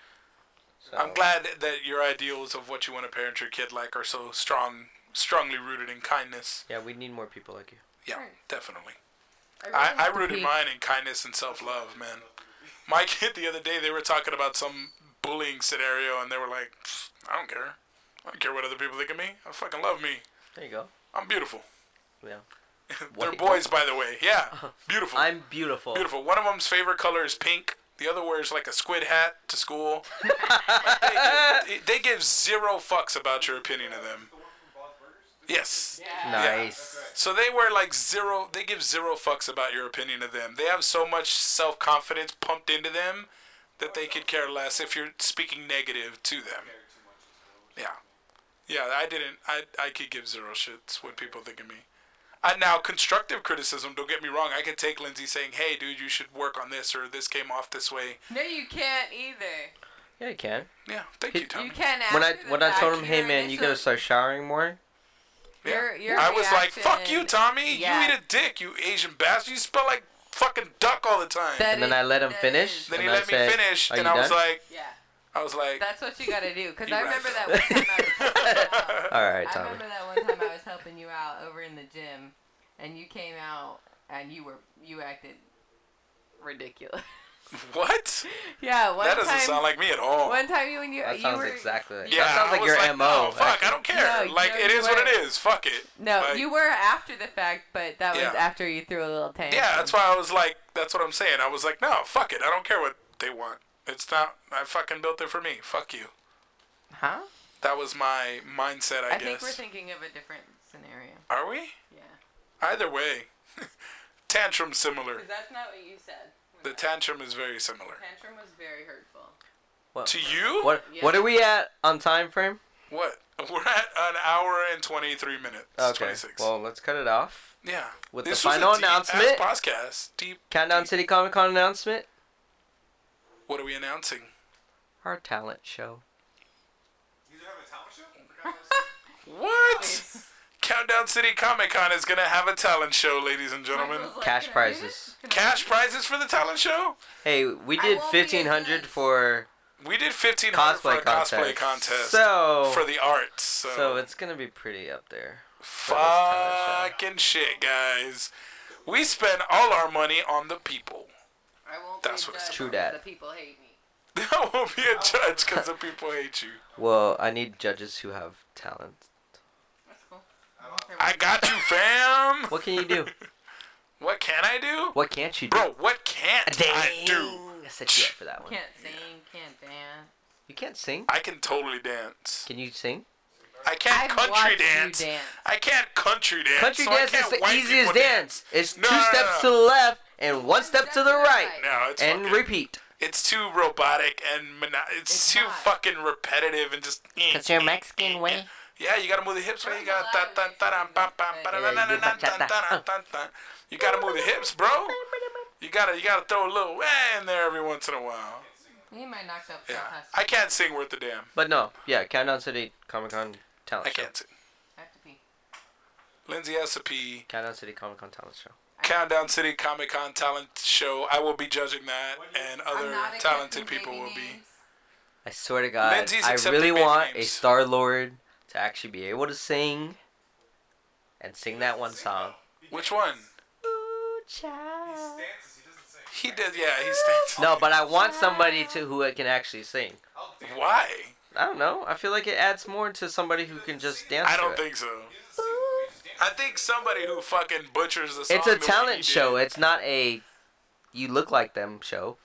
Speaker 3: So,
Speaker 2: I'm glad that your ideals of what you want to parent your kid like are so strong, strongly rooted in kindness.
Speaker 3: Yeah, we need more people like you.
Speaker 2: Yeah, definitely. I, I rooted mine in kindness and self love, man. My *laughs* kid the other day, they were talking about some bullying scenario, and they were like, "Pfft, I don't care. I don't care what other people think of me. I fucking love me.
Speaker 3: There you go.
Speaker 2: I'm beautiful. *laughs*
Speaker 3: Yeah.
Speaker 2: They're
Speaker 3: Wait.
Speaker 2: boys, by the way. Yeah, beautiful.
Speaker 3: I'm beautiful.
Speaker 2: Beautiful. One of them's favorite color is pink. The other wears like a squid hat to school. Like, they, give, they give zero fucks about your opinion of them.
Speaker 5: The one from Bob's Burgers.
Speaker 2: Yes.
Speaker 3: Nice.
Speaker 2: So they wear like zero. They give zero fucks about your opinion of them. They have so much self confidence pumped into them that they could care less if you're speaking negative to them.
Speaker 5: Care too much. It's cool.
Speaker 2: Yeah. Yeah, I didn't. I, I could give zero shits what people think of me. I, now, constructive criticism, don't get me wrong. I could take Lindsay saying, hey, dude, you should work on this or this came off this way.
Speaker 4: No, you can't either.
Speaker 3: Yeah, you can.
Speaker 2: Yeah, thank
Speaker 3: He-
Speaker 2: you, Tommy.
Speaker 4: You can.
Speaker 3: When I
Speaker 4: after the
Speaker 3: when I
Speaker 4: fact,
Speaker 3: told him,
Speaker 4: your
Speaker 3: hey man, you
Speaker 4: initial-
Speaker 3: gotta start showering more.
Speaker 2: Yeah.
Speaker 4: Your- your
Speaker 2: I was like, fuck
Speaker 4: reaction-
Speaker 2: you, Tommy.
Speaker 4: Yeah.
Speaker 2: You eat a dick, you Asian bastard. You smell like fucking duck all the time.
Speaker 4: That
Speaker 3: And then
Speaker 4: is-
Speaker 3: I let him
Speaker 4: that
Speaker 3: finish.
Speaker 4: is-
Speaker 2: then he
Speaker 3: and I
Speaker 2: let me
Speaker 3: said,
Speaker 2: finish,
Speaker 3: "Are
Speaker 2: and
Speaker 3: you
Speaker 2: I was
Speaker 3: done?"
Speaker 2: like,
Speaker 4: Yeah,
Speaker 2: I was like,
Speaker 4: that's what you gotta do. Cause
Speaker 2: You
Speaker 4: I
Speaker 2: right.
Speaker 4: remember that one time.
Speaker 2: *laughs*
Speaker 4: I was
Speaker 3: All right,
Speaker 4: I
Speaker 3: Tommy.
Speaker 4: remember that one time I was helping you out over in the gym, and you came out and you were you acted ridiculous. *laughs*
Speaker 2: what?
Speaker 4: Yeah, one
Speaker 2: that doesn't
Speaker 4: time.
Speaker 2: sound like me at all.
Speaker 4: one time you when you
Speaker 3: That
Speaker 4: you
Speaker 3: sounds
Speaker 4: were,
Speaker 3: exactly.
Speaker 2: yeah,
Speaker 3: that sounds
Speaker 2: I
Speaker 3: like
Speaker 2: was
Speaker 3: your
Speaker 2: like,
Speaker 3: mo.
Speaker 2: No, fuck, I
Speaker 3: actually.
Speaker 2: don't care.
Speaker 4: No,
Speaker 2: like,
Speaker 4: no,
Speaker 2: it
Speaker 4: you
Speaker 2: is what it
Speaker 4: weren't.
Speaker 2: is. Fuck it.
Speaker 4: No,
Speaker 2: Like-
Speaker 4: you were after the fact, but that was
Speaker 2: Yeah.
Speaker 4: after you threw a little tantrum.
Speaker 2: Yeah, that's why I was like, that's what I'm saying. I was like, no, fuck it. I don't care what they want. It's not. I fucking built it for me. Fuck you.
Speaker 4: Huh?
Speaker 2: That was my mindset, I,
Speaker 4: I,
Speaker 2: guess.
Speaker 4: think we're thinking of a different scenario.
Speaker 2: Are we?
Speaker 4: Yeah.
Speaker 2: Either way, *laughs* tantrum similar.
Speaker 4: Because that's not what you said.
Speaker 2: The tantrum is very similar.
Speaker 4: tantrum was very *laughs* hurtful.
Speaker 3: What,
Speaker 2: To you?
Speaker 3: what, what are we at on time frame?
Speaker 2: What? *laughs* We're at an hour and 23 minutes.
Speaker 3: Okay.
Speaker 2: 26.
Speaker 3: Well, let's cut it off.
Speaker 2: yeah.
Speaker 3: with the final announcement-
Speaker 2: Ass podcast. Deep.
Speaker 3: Countdown City Comic Con announcement.
Speaker 2: What are we announcing?
Speaker 3: Our talent show.
Speaker 5: You guys are having a talent show? For
Speaker 2: *laughs*
Speaker 5: God's sake.
Speaker 4: *laughs*
Speaker 2: What? Countdown City Comic Con is going to have a talent show, ladies and gentlemen.
Speaker 4: Michael's like,
Speaker 3: Cash
Speaker 4: "Can I do
Speaker 3: prizes.
Speaker 4: this? Can I do
Speaker 2: Cash prizes for the talent show?
Speaker 3: Hey, we
Speaker 4: I
Speaker 3: did
Speaker 4: won't be
Speaker 3: fifteen hundred
Speaker 4: against-
Speaker 3: for
Speaker 2: We did 1500 for
Speaker 3: cosplay
Speaker 2: a cosplay contest.
Speaker 3: So
Speaker 2: for the arts. So,
Speaker 3: so it's gonna be pretty up there. talent show.
Speaker 2: fucking shit, guys. We spend all our money on the people. *laughs*
Speaker 4: I won't
Speaker 2: That's
Speaker 4: be
Speaker 2: what it's
Speaker 4: judged
Speaker 3: True
Speaker 4: because
Speaker 3: dat.
Speaker 4: The people hate me.
Speaker 2: There won't be a judge because the people hate you.
Speaker 3: Well, I need judges who have talent.
Speaker 4: That's cool.
Speaker 2: I got you, fam.
Speaker 3: What can you do?
Speaker 2: What can I do?
Speaker 3: What can't you do?
Speaker 2: Bro, what can't I
Speaker 3: Dang.
Speaker 2: do?
Speaker 3: I set you up for that one.
Speaker 4: Can't sing, can't dance.
Speaker 3: You can't sing.
Speaker 2: I can totally dance.
Speaker 3: Can you sing?
Speaker 2: I can't
Speaker 4: I've
Speaker 2: *laughs* country
Speaker 4: watched you
Speaker 2: dance.
Speaker 4: dance.
Speaker 2: I can't country dance.
Speaker 3: Country
Speaker 2: so I
Speaker 3: dance is
Speaker 2: can't
Speaker 3: the
Speaker 2: white people
Speaker 3: easiest dance. It's two
Speaker 2: No, no, no,
Speaker 3: steps
Speaker 2: no.
Speaker 3: to the left and one step to the right.
Speaker 2: No, it's
Speaker 3: And
Speaker 2: fucking-
Speaker 3: repeat.
Speaker 2: It's too robotic and mono- it's,
Speaker 4: It's
Speaker 2: too
Speaker 4: not.
Speaker 2: fucking repetitive and just. Cause
Speaker 3: you're Mexican, way.
Speaker 2: Yeah, you gotta move the hips, man. You gotta
Speaker 4: There's a
Speaker 2: ta
Speaker 4: lot
Speaker 2: ta
Speaker 4: of ways
Speaker 2: ta
Speaker 4: to
Speaker 2: dum,
Speaker 4: do
Speaker 2: bam,
Speaker 4: this
Speaker 2: bam,
Speaker 4: thing.
Speaker 2: ba da
Speaker 3: Yeah,
Speaker 2: da
Speaker 3: you
Speaker 2: da
Speaker 3: do
Speaker 2: da da
Speaker 3: bachata.
Speaker 2: da da da. You gotta move the hips, bro. You gotta you gotta throw a little eh in there every once in a while.
Speaker 4: He might knocked up
Speaker 2: Yeah,
Speaker 4: so fast.
Speaker 2: I can't sing worth a damn.
Speaker 3: But no, yeah, Countdown City Comic Con talent
Speaker 2: I
Speaker 3: show.
Speaker 2: can't sing.
Speaker 4: I have to pee.
Speaker 2: Lindsay has a pee.
Speaker 3: Countdown City Comic Con talent show.
Speaker 2: Countdown City Comic Con talent show. I will be judging that, and other
Speaker 4: I'm not accepting
Speaker 2: talented people
Speaker 4: baby
Speaker 2: will be.
Speaker 4: names.
Speaker 3: I swear to God,
Speaker 2: Lindsay's
Speaker 3: I
Speaker 2: accepting
Speaker 3: really
Speaker 2: baby
Speaker 3: want
Speaker 2: names.
Speaker 3: a Star Lord to actually be able to sing and sing that one song.
Speaker 2: Which one?
Speaker 4: *laughs*
Speaker 5: He dances, he doesn't sing.
Speaker 2: He did. Yeah, he stands.
Speaker 3: No, but I want somebody to who can actually sing.
Speaker 5: I'll dance.
Speaker 2: Why?
Speaker 3: I don't know. I feel like it adds more to somebody who can just dance.
Speaker 2: I
Speaker 3: to
Speaker 2: don't
Speaker 3: it.
Speaker 2: think so.
Speaker 5: He doesn't sing, he just dances.
Speaker 2: I think somebody who fucking butchers the song.
Speaker 3: it's
Speaker 2: the
Speaker 3: a
Speaker 2: way he
Speaker 3: talent
Speaker 2: did.
Speaker 3: show. It's not a you look like them show.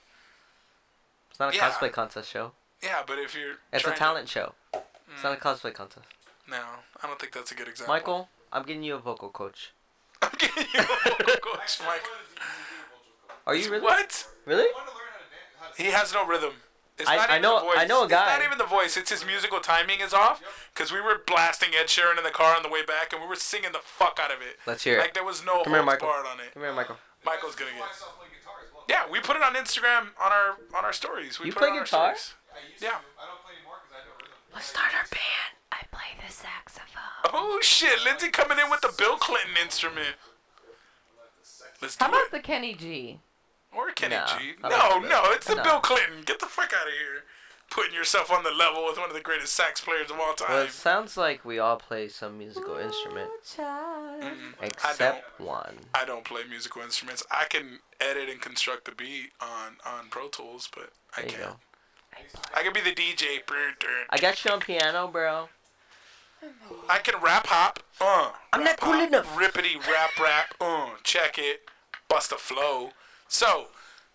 Speaker 3: It's not a
Speaker 2: Yeah.
Speaker 3: cosplay contest show.
Speaker 2: Yeah, but if you're
Speaker 3: It's
Speaker 2: trying
Speaker 3: a
Speaker 2: to- Mm.
Speaker 3: talent show. It's not a cosplay contest.
Speaker 2: No, I don't think that's a good example.
Speaker 3: Michael, I'm getting you a vocal coach.
Speaker 2: *laughs* I'm getting you *laughs* a vocal coach,
Speaker 5: Actually, I
Speaker 2: Michael.
Speaker 5: wanted to do a vocal coach.
Speaker 3: Are you really?
Speaker 2: What?
Speaker 3: Really?
Speaker 5: I wanted to learn how to dance. How to
Speaker 2: He has no rhythm. It's
Speaker 3: I-
Speaker 2: not
Speaker 3: I
Speaker 2: even
Speaker 3: know-
Speaker 2: the voice.
Speaker 3: I know a
Speaker 2: It's
Speaker 3: guy.
Speaker 2: not even the voice. It's his musical timing is off. Because we were blasting Ed Sheeran in the car on the way back, and we were singing the fuck out of it.
Speaker 3: Let's hear
Speaker 2: Like
Speaker 3: it.
Speaker 2: there was no
Speaker 3: Come here,
Speaker 2: holds
Speaker 3: Michael.
Speaker 2: barred on it.
Speaker 3: Come here, Michael.
Speaker 2: Michael's gonna get.
Speaker 5: I
Speaker 2: It.
Speaker 5: saw play guitar as well.
Speaker 2: Yeah, we put it on Instagram on our on our stories. We
Speaker 3: You
Speaker 2: put
Speaker 3: play
Speaker 2: it on our
Speaker 3: guitar?
Speaker 2: stories.
Speaker 5: I used
Speaker 2: Yeah.
Speaker 5: to. I don't play anymore because I have no rhythm.
Speaker 4: Start our band. I play the saxophone.
Speaker 2: Oh shit, Lindsay coming in with the Bill Clinton instrument. Let's do
Speaker 4: How about
Speaker 2: it.
Speaker 4: the Kenny G?
Speaker 2: Or Kenny
Speaker 3: No,
Speaker 2: G. No,
Speaker 3: I like the Bill-
Speaker 2: no, it's the
Speaker 3: no.
Speaker 2: Bill Clinton. Get the fuck out of here. Putting yourself on the level with one of the greatest sax players of all time.
Speaker 3: Well, it sounds like we all play some musical instrument except one.
Speaker 2: I don't play musical instruments. I can edit and construct the beat on on Pro Tools, but I
Speaker 3: There you
Speaker 2: can't.
Speaker 3: go.
Speaker 2: I can be the DJ.
Speaker 3: I got you on piano, bro.
Speaker 2: I can rap hop. Uh,
Speaker 3: I'm
Speaker 2: rap
Speaker 3: not cool
Speaker 2: hop,
Speaker 3: enough.
Speaker 2: Rippity rap rap. Uh, check it. Bust a flow. So,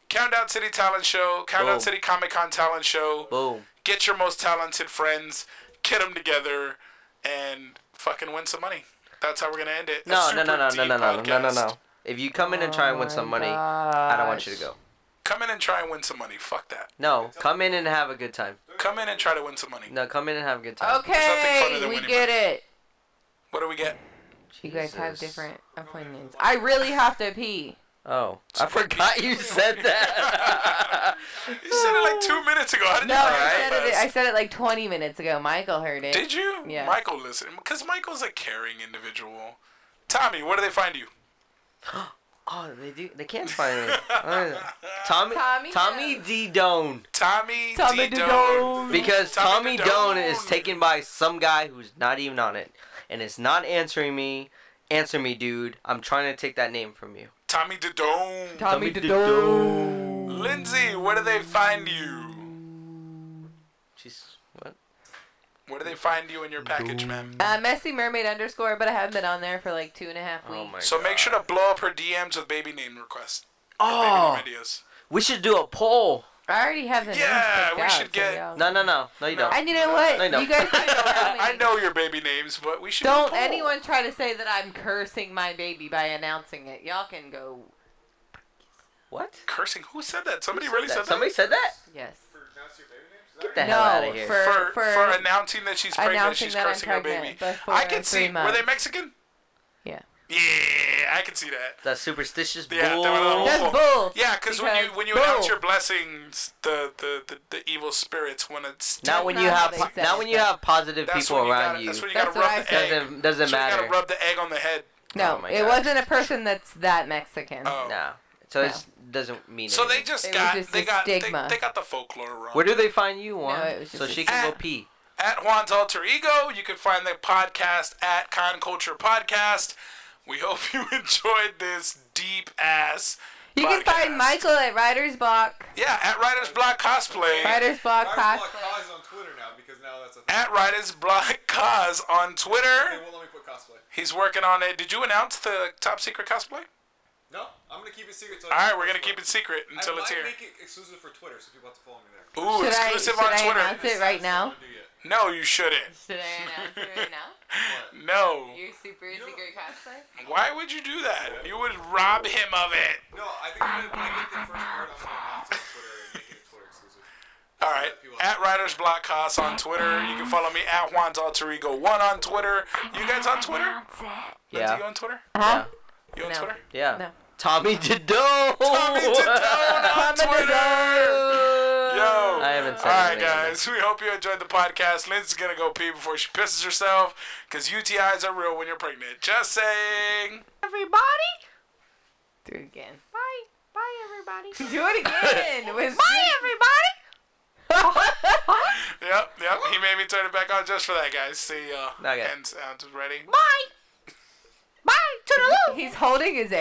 Speaker 2: Countdown City Talent Show, Countdown
Speaker 3: Boom.
Speaker 2: City Comic Con Talent Show.
Speaker 3: Boom.
Speaker 2: Get your most talented friends, get them together, and fucking win some money. That's how we're gonna end it. A
Speaker 3: No, no,
Speaker 2: super
Speaker 3: no, no, no,
Speaker 2: deep
Speaker 3: no, no, no, no,
Speaker 2: podcast.
Speaker 3: no. If you come in and try and win
Speaker 1: Oh
Speaker 3: some money, I don't want you to go.
Speaker 2: Come in and try and win some money. Fuck that.
Speaker 3: No, come in and have a good time.
Speaker 2: Come in and try to win some money.
Speaker 3: No, come in and have a good time.
Speaker 2: funner
Speaker 4: Okay,
Speaker 2: than
Speaker 4: we
Speaker 2: winning
Speaker 4: get it.
Speaker 2: What do we get?
Speaker 4: You guys have
Speaker 3: Jesus.
Speaker 4: different appointments. I really have to pee.
Speaker 3: Oh, I forgot
Speaker 2: *laughs*
Speaker 3: you said
Speaker 4: *laughs*
Speaker 3: that.
Speaker 2: You said it like two minutes ago. How did
Speaker 4: No,
Speaker 2: you
Speaker 4: I
Speaker 2: forget
Speaker 4: said
Speaker 2: that
Speaker 4: it.
Speaker 2: fast?
Speaker 4: I said it like 20 minutes ago. Michael heard it.
Speaker 2: Did you?
Speaker 4: Yes.
Speaker 2: Michael, listen, because Michael's a caring individual. Tommy, where do they find you?
Speaker 3: oh, they do. They can't find me. Oh, Tommy, Tommy,
Speaker 4: Tommy
Speaker 3: D. Doan.
Speaker 2: Tommy,
Speaker 4: Tommy
Speaker 2: D.
Speaker 4: Didone.
Speaker 3: Because
Speaker 2: Tommy
Speaker 3: Tommy, Doan
Speaker 2: Doan.
Speaker 3: is taken by some guy who's not even on it, and it's not answering me. Answer me, dude. I'm trying to take that name from you.
Speaker 2: Tommy Didone.
Speaker 4: Tommy
Speaker 3: Tommy
Speaker 4: Didone.
Speaker 2: Lindsay, where do they find you?
Speaker 3: Jeez, what?
Speaker 2: Where do they find you in your package, man?
Speaker 4: Uh, messy mermaid underscore, but I haven't been on there for like two and a half weeks.
Speaker 3: Oh my.
Speaker 2: So
Speaker 3: God.
Speaker 2: make sure to blow up her DMs with baby name requests.
Speaker 3: Oh.
Speaker 2: Baby name ideas.
Speaker 3: We should do a poll.
Speaker 4: I already have the names
Speaker 2: Yeah,
Speaker 4: picked
Speaker 2: we
Speaker 4: out,
Speaker 2: should
Speaker 4: so
Speaker 2: get-
Speaker 4: y'all-
Speaker 3: No, no, no, no, you don't.
Speaker 4: And you know what?
Speaker 3: I know.
Speaker 4: You guys don't have
Speaker 2: *laughs*
Speaker 4: me.
Speaker 2: I know your baby names, but we should. do a
Speaker 4: Don't
Speaker 2: poll.
Speaker 4: anyone try to say that I'm cursing my baby by announcing it. Y'all can go
Speaker 3: What?
Speaker 2: Cursing? Who said that? Somebody
Speaker 3: Who
Speaker 2: really said that?
Speaker 3: Somebody said that?
Speaker 4: Yes.
Speaker 5: For announcing your baby names? Is
Speaker 3: Get
Speaker 5: that
Speaker 3: the
Speaker 5: right?
Speaker 3: hell out
Speaker 4: No,
Speaker 3: of here.
Speaker 4: for-
Speaker 2: for, for, announcing that she's pregnant,
Speaker 4: announcing
Speaker 2: she's
Speaker 4: that I'm
Speaker 2: cursing her baby.
Speaker 4: pregnant before
Speaker 2: I can
Speaker 4: three
Speaker 2: see. Were they
Speaker 4: months.
Speaker 2: Mexican?
Speaker 4: Yeah.
Speaker 2: Yeah, I can see that.
Speaker 3: that superstitious
Speaker 2: Yeah,
Speaker 3: bull.
Speaker 2: they were all-
Speaker 4: That's bull.
Speaker 2: Yeah, because when you
Speaker 4: Because
Speaker 2: when you
Speaker 4: bull.
Speaker 2: announce your blessings, the the, the, the evil spirits want to.
Speaker 3: Not
Speaker 4: That's
Speaker 3: when
Speaker 4: not
Speaker 3: you
Speaker 4: how
Speaker 3: have
Speaker 4: they
Speaker 3: po-
Speaker 4: said
Speaker 3: not
Speaker 4: it.
Speaker 3: when you have positive
Speaker 2: that's
Speaker 3: people
Speaker 2: when you
Speaker 3: around
Speaker 2: gotta,
Speaker 3: you.
Speaker 2: That's when you
Speaker 4: That's
Speaker 2: gotta
Speaker 4: what
Speaker 2: rub
Speaker 4: I
Speaker 2: the egg.
Speaker 4: said.
Speaker 3: doesn't doesn't
Speaker 2: so you
Speaker 3: matter.
Speaker 2: gotta rub the egg on the head.
Speaker 3: Oh
Speaker 4: No,
Speaker 3: my
Speaker 4: it
Speaker 3: God.
Speaker 4: wasn't a person that's that Mexican.
Speaker 2: Oh.
Speaker 3: no, so it doesn't mean.
Speaker 2: So they
Speaker 3: anything.
Speaker 2: just
Speaker 4: It was
Speaker 2: got
Speaker 4: just
Speaker 2: they
Speaker 4: a
Speaker 2: got they,
Speaker 4: stigma.
Speaker 2: they got the folklore wrong.
Speaker 3: Where do they find you, Juan?
Speaker 4: No, it was
Speaker 3: so
Speaker 4: just
Speaker 3: she
Speaker 4: a-
Speaker 3: can
Speaker 2: Ah.
Speaker 3: go pee.
Speaker 2: at Juan's alter ego. You can find the podcast at Con Culture Podcast. We hope *laughs* you enjoyed this deep ass.
Speaker 4: you can
Speaker 2: podcast.
Speaker 4: find Michael at Riders Block.
Speaker 2: Yeah, at Writers Block Cosplay.
Speaker 4: Riders Block
Speaker 5: Mark
Speaker 4: cosplay.
Speaker 5: Block Cos on Twitter now because now that's a thing.
Speaker 2: at Writers Block Cos on
Speaker 5: They
Speaker 2: Twitter.
Speaker 5: won't let me put cosplay.
Speaker 2: He's working on it. Did you announce the top secret cosplay?
Speaker 5: No, I'm gonna keep it secret. Till
Speaker 2: All right, we're gonna keep it secret until
Speaker 5: I
Speaker 2: it's
Speaker 5: might
Speaker 2: here.
Speaker 5: make it exclusive for Twitter, so people have to follow me there.
Speaker 2: Ooh,
Speaker 4: Should I-
Speaker 2: exclusive
Speaker 4: should I
Speaker 2: on Twitter.
Speaker 4: announce That's it right
Speaker 5: That's
Speaker 4: now?
Speaker 5: what I'm gonna do yet.
Speaker 2: No, you shouldn't.
Speaker 4: Should I announce it right now?
Speaker 5: What?
Speaker 2: No.
Speaker 4: Your super secret cosplay?
Speaker 2: Why would you do that? You would rob him of it.
Speaker 5: No, I think I'm gonna when I get the first part. I'm gonna announce it on Twitter and make it Twitter exclusive.
Speaker 2: All right. At Writers Block Cos on Twitter. You can follow me at Juan's Alter Ego One on Twitter. You guys on Twitter? Lindsay, you
Speaker 3: Yeah.
Speaker 2: on Twitter?
Speaker 4: Huh?
Speaker 2: You on
Speaker 4: No.
Speaker 2: Twitter?
Speaker 3: Yeah.
Speaker 4: No.
Speaker 3: Tommy Didone.
Speaker 2: Tommy
Speaker 3: *laughs*
Speaker 2: Tadone on Twitter.
Speaker 4: Uh,
Speaker 2: Yo.
Speaker 3: I haven't said
Speaker 2: All right,
Speaker 3: anything yet.
Speaker 2: guys. We hope you enjoyed the podcast. Lynn's gonna go pee before she pisses herself, cause UTIs are real when you're pregnant. Just saying.
Speaker 4: Everybody? Do it again. Bye. Bye, *laughs* everybody. Do it
Speaker 2: *laughs*
Speaker 4: again. With Bye, everybody.
Speaker 2: Yep, yep. He made me turn it back on just for that, guys. See, uh,
Speaker 3: Okay.
Speaker 2: and sounds ready.
Speaker 4: He's holding his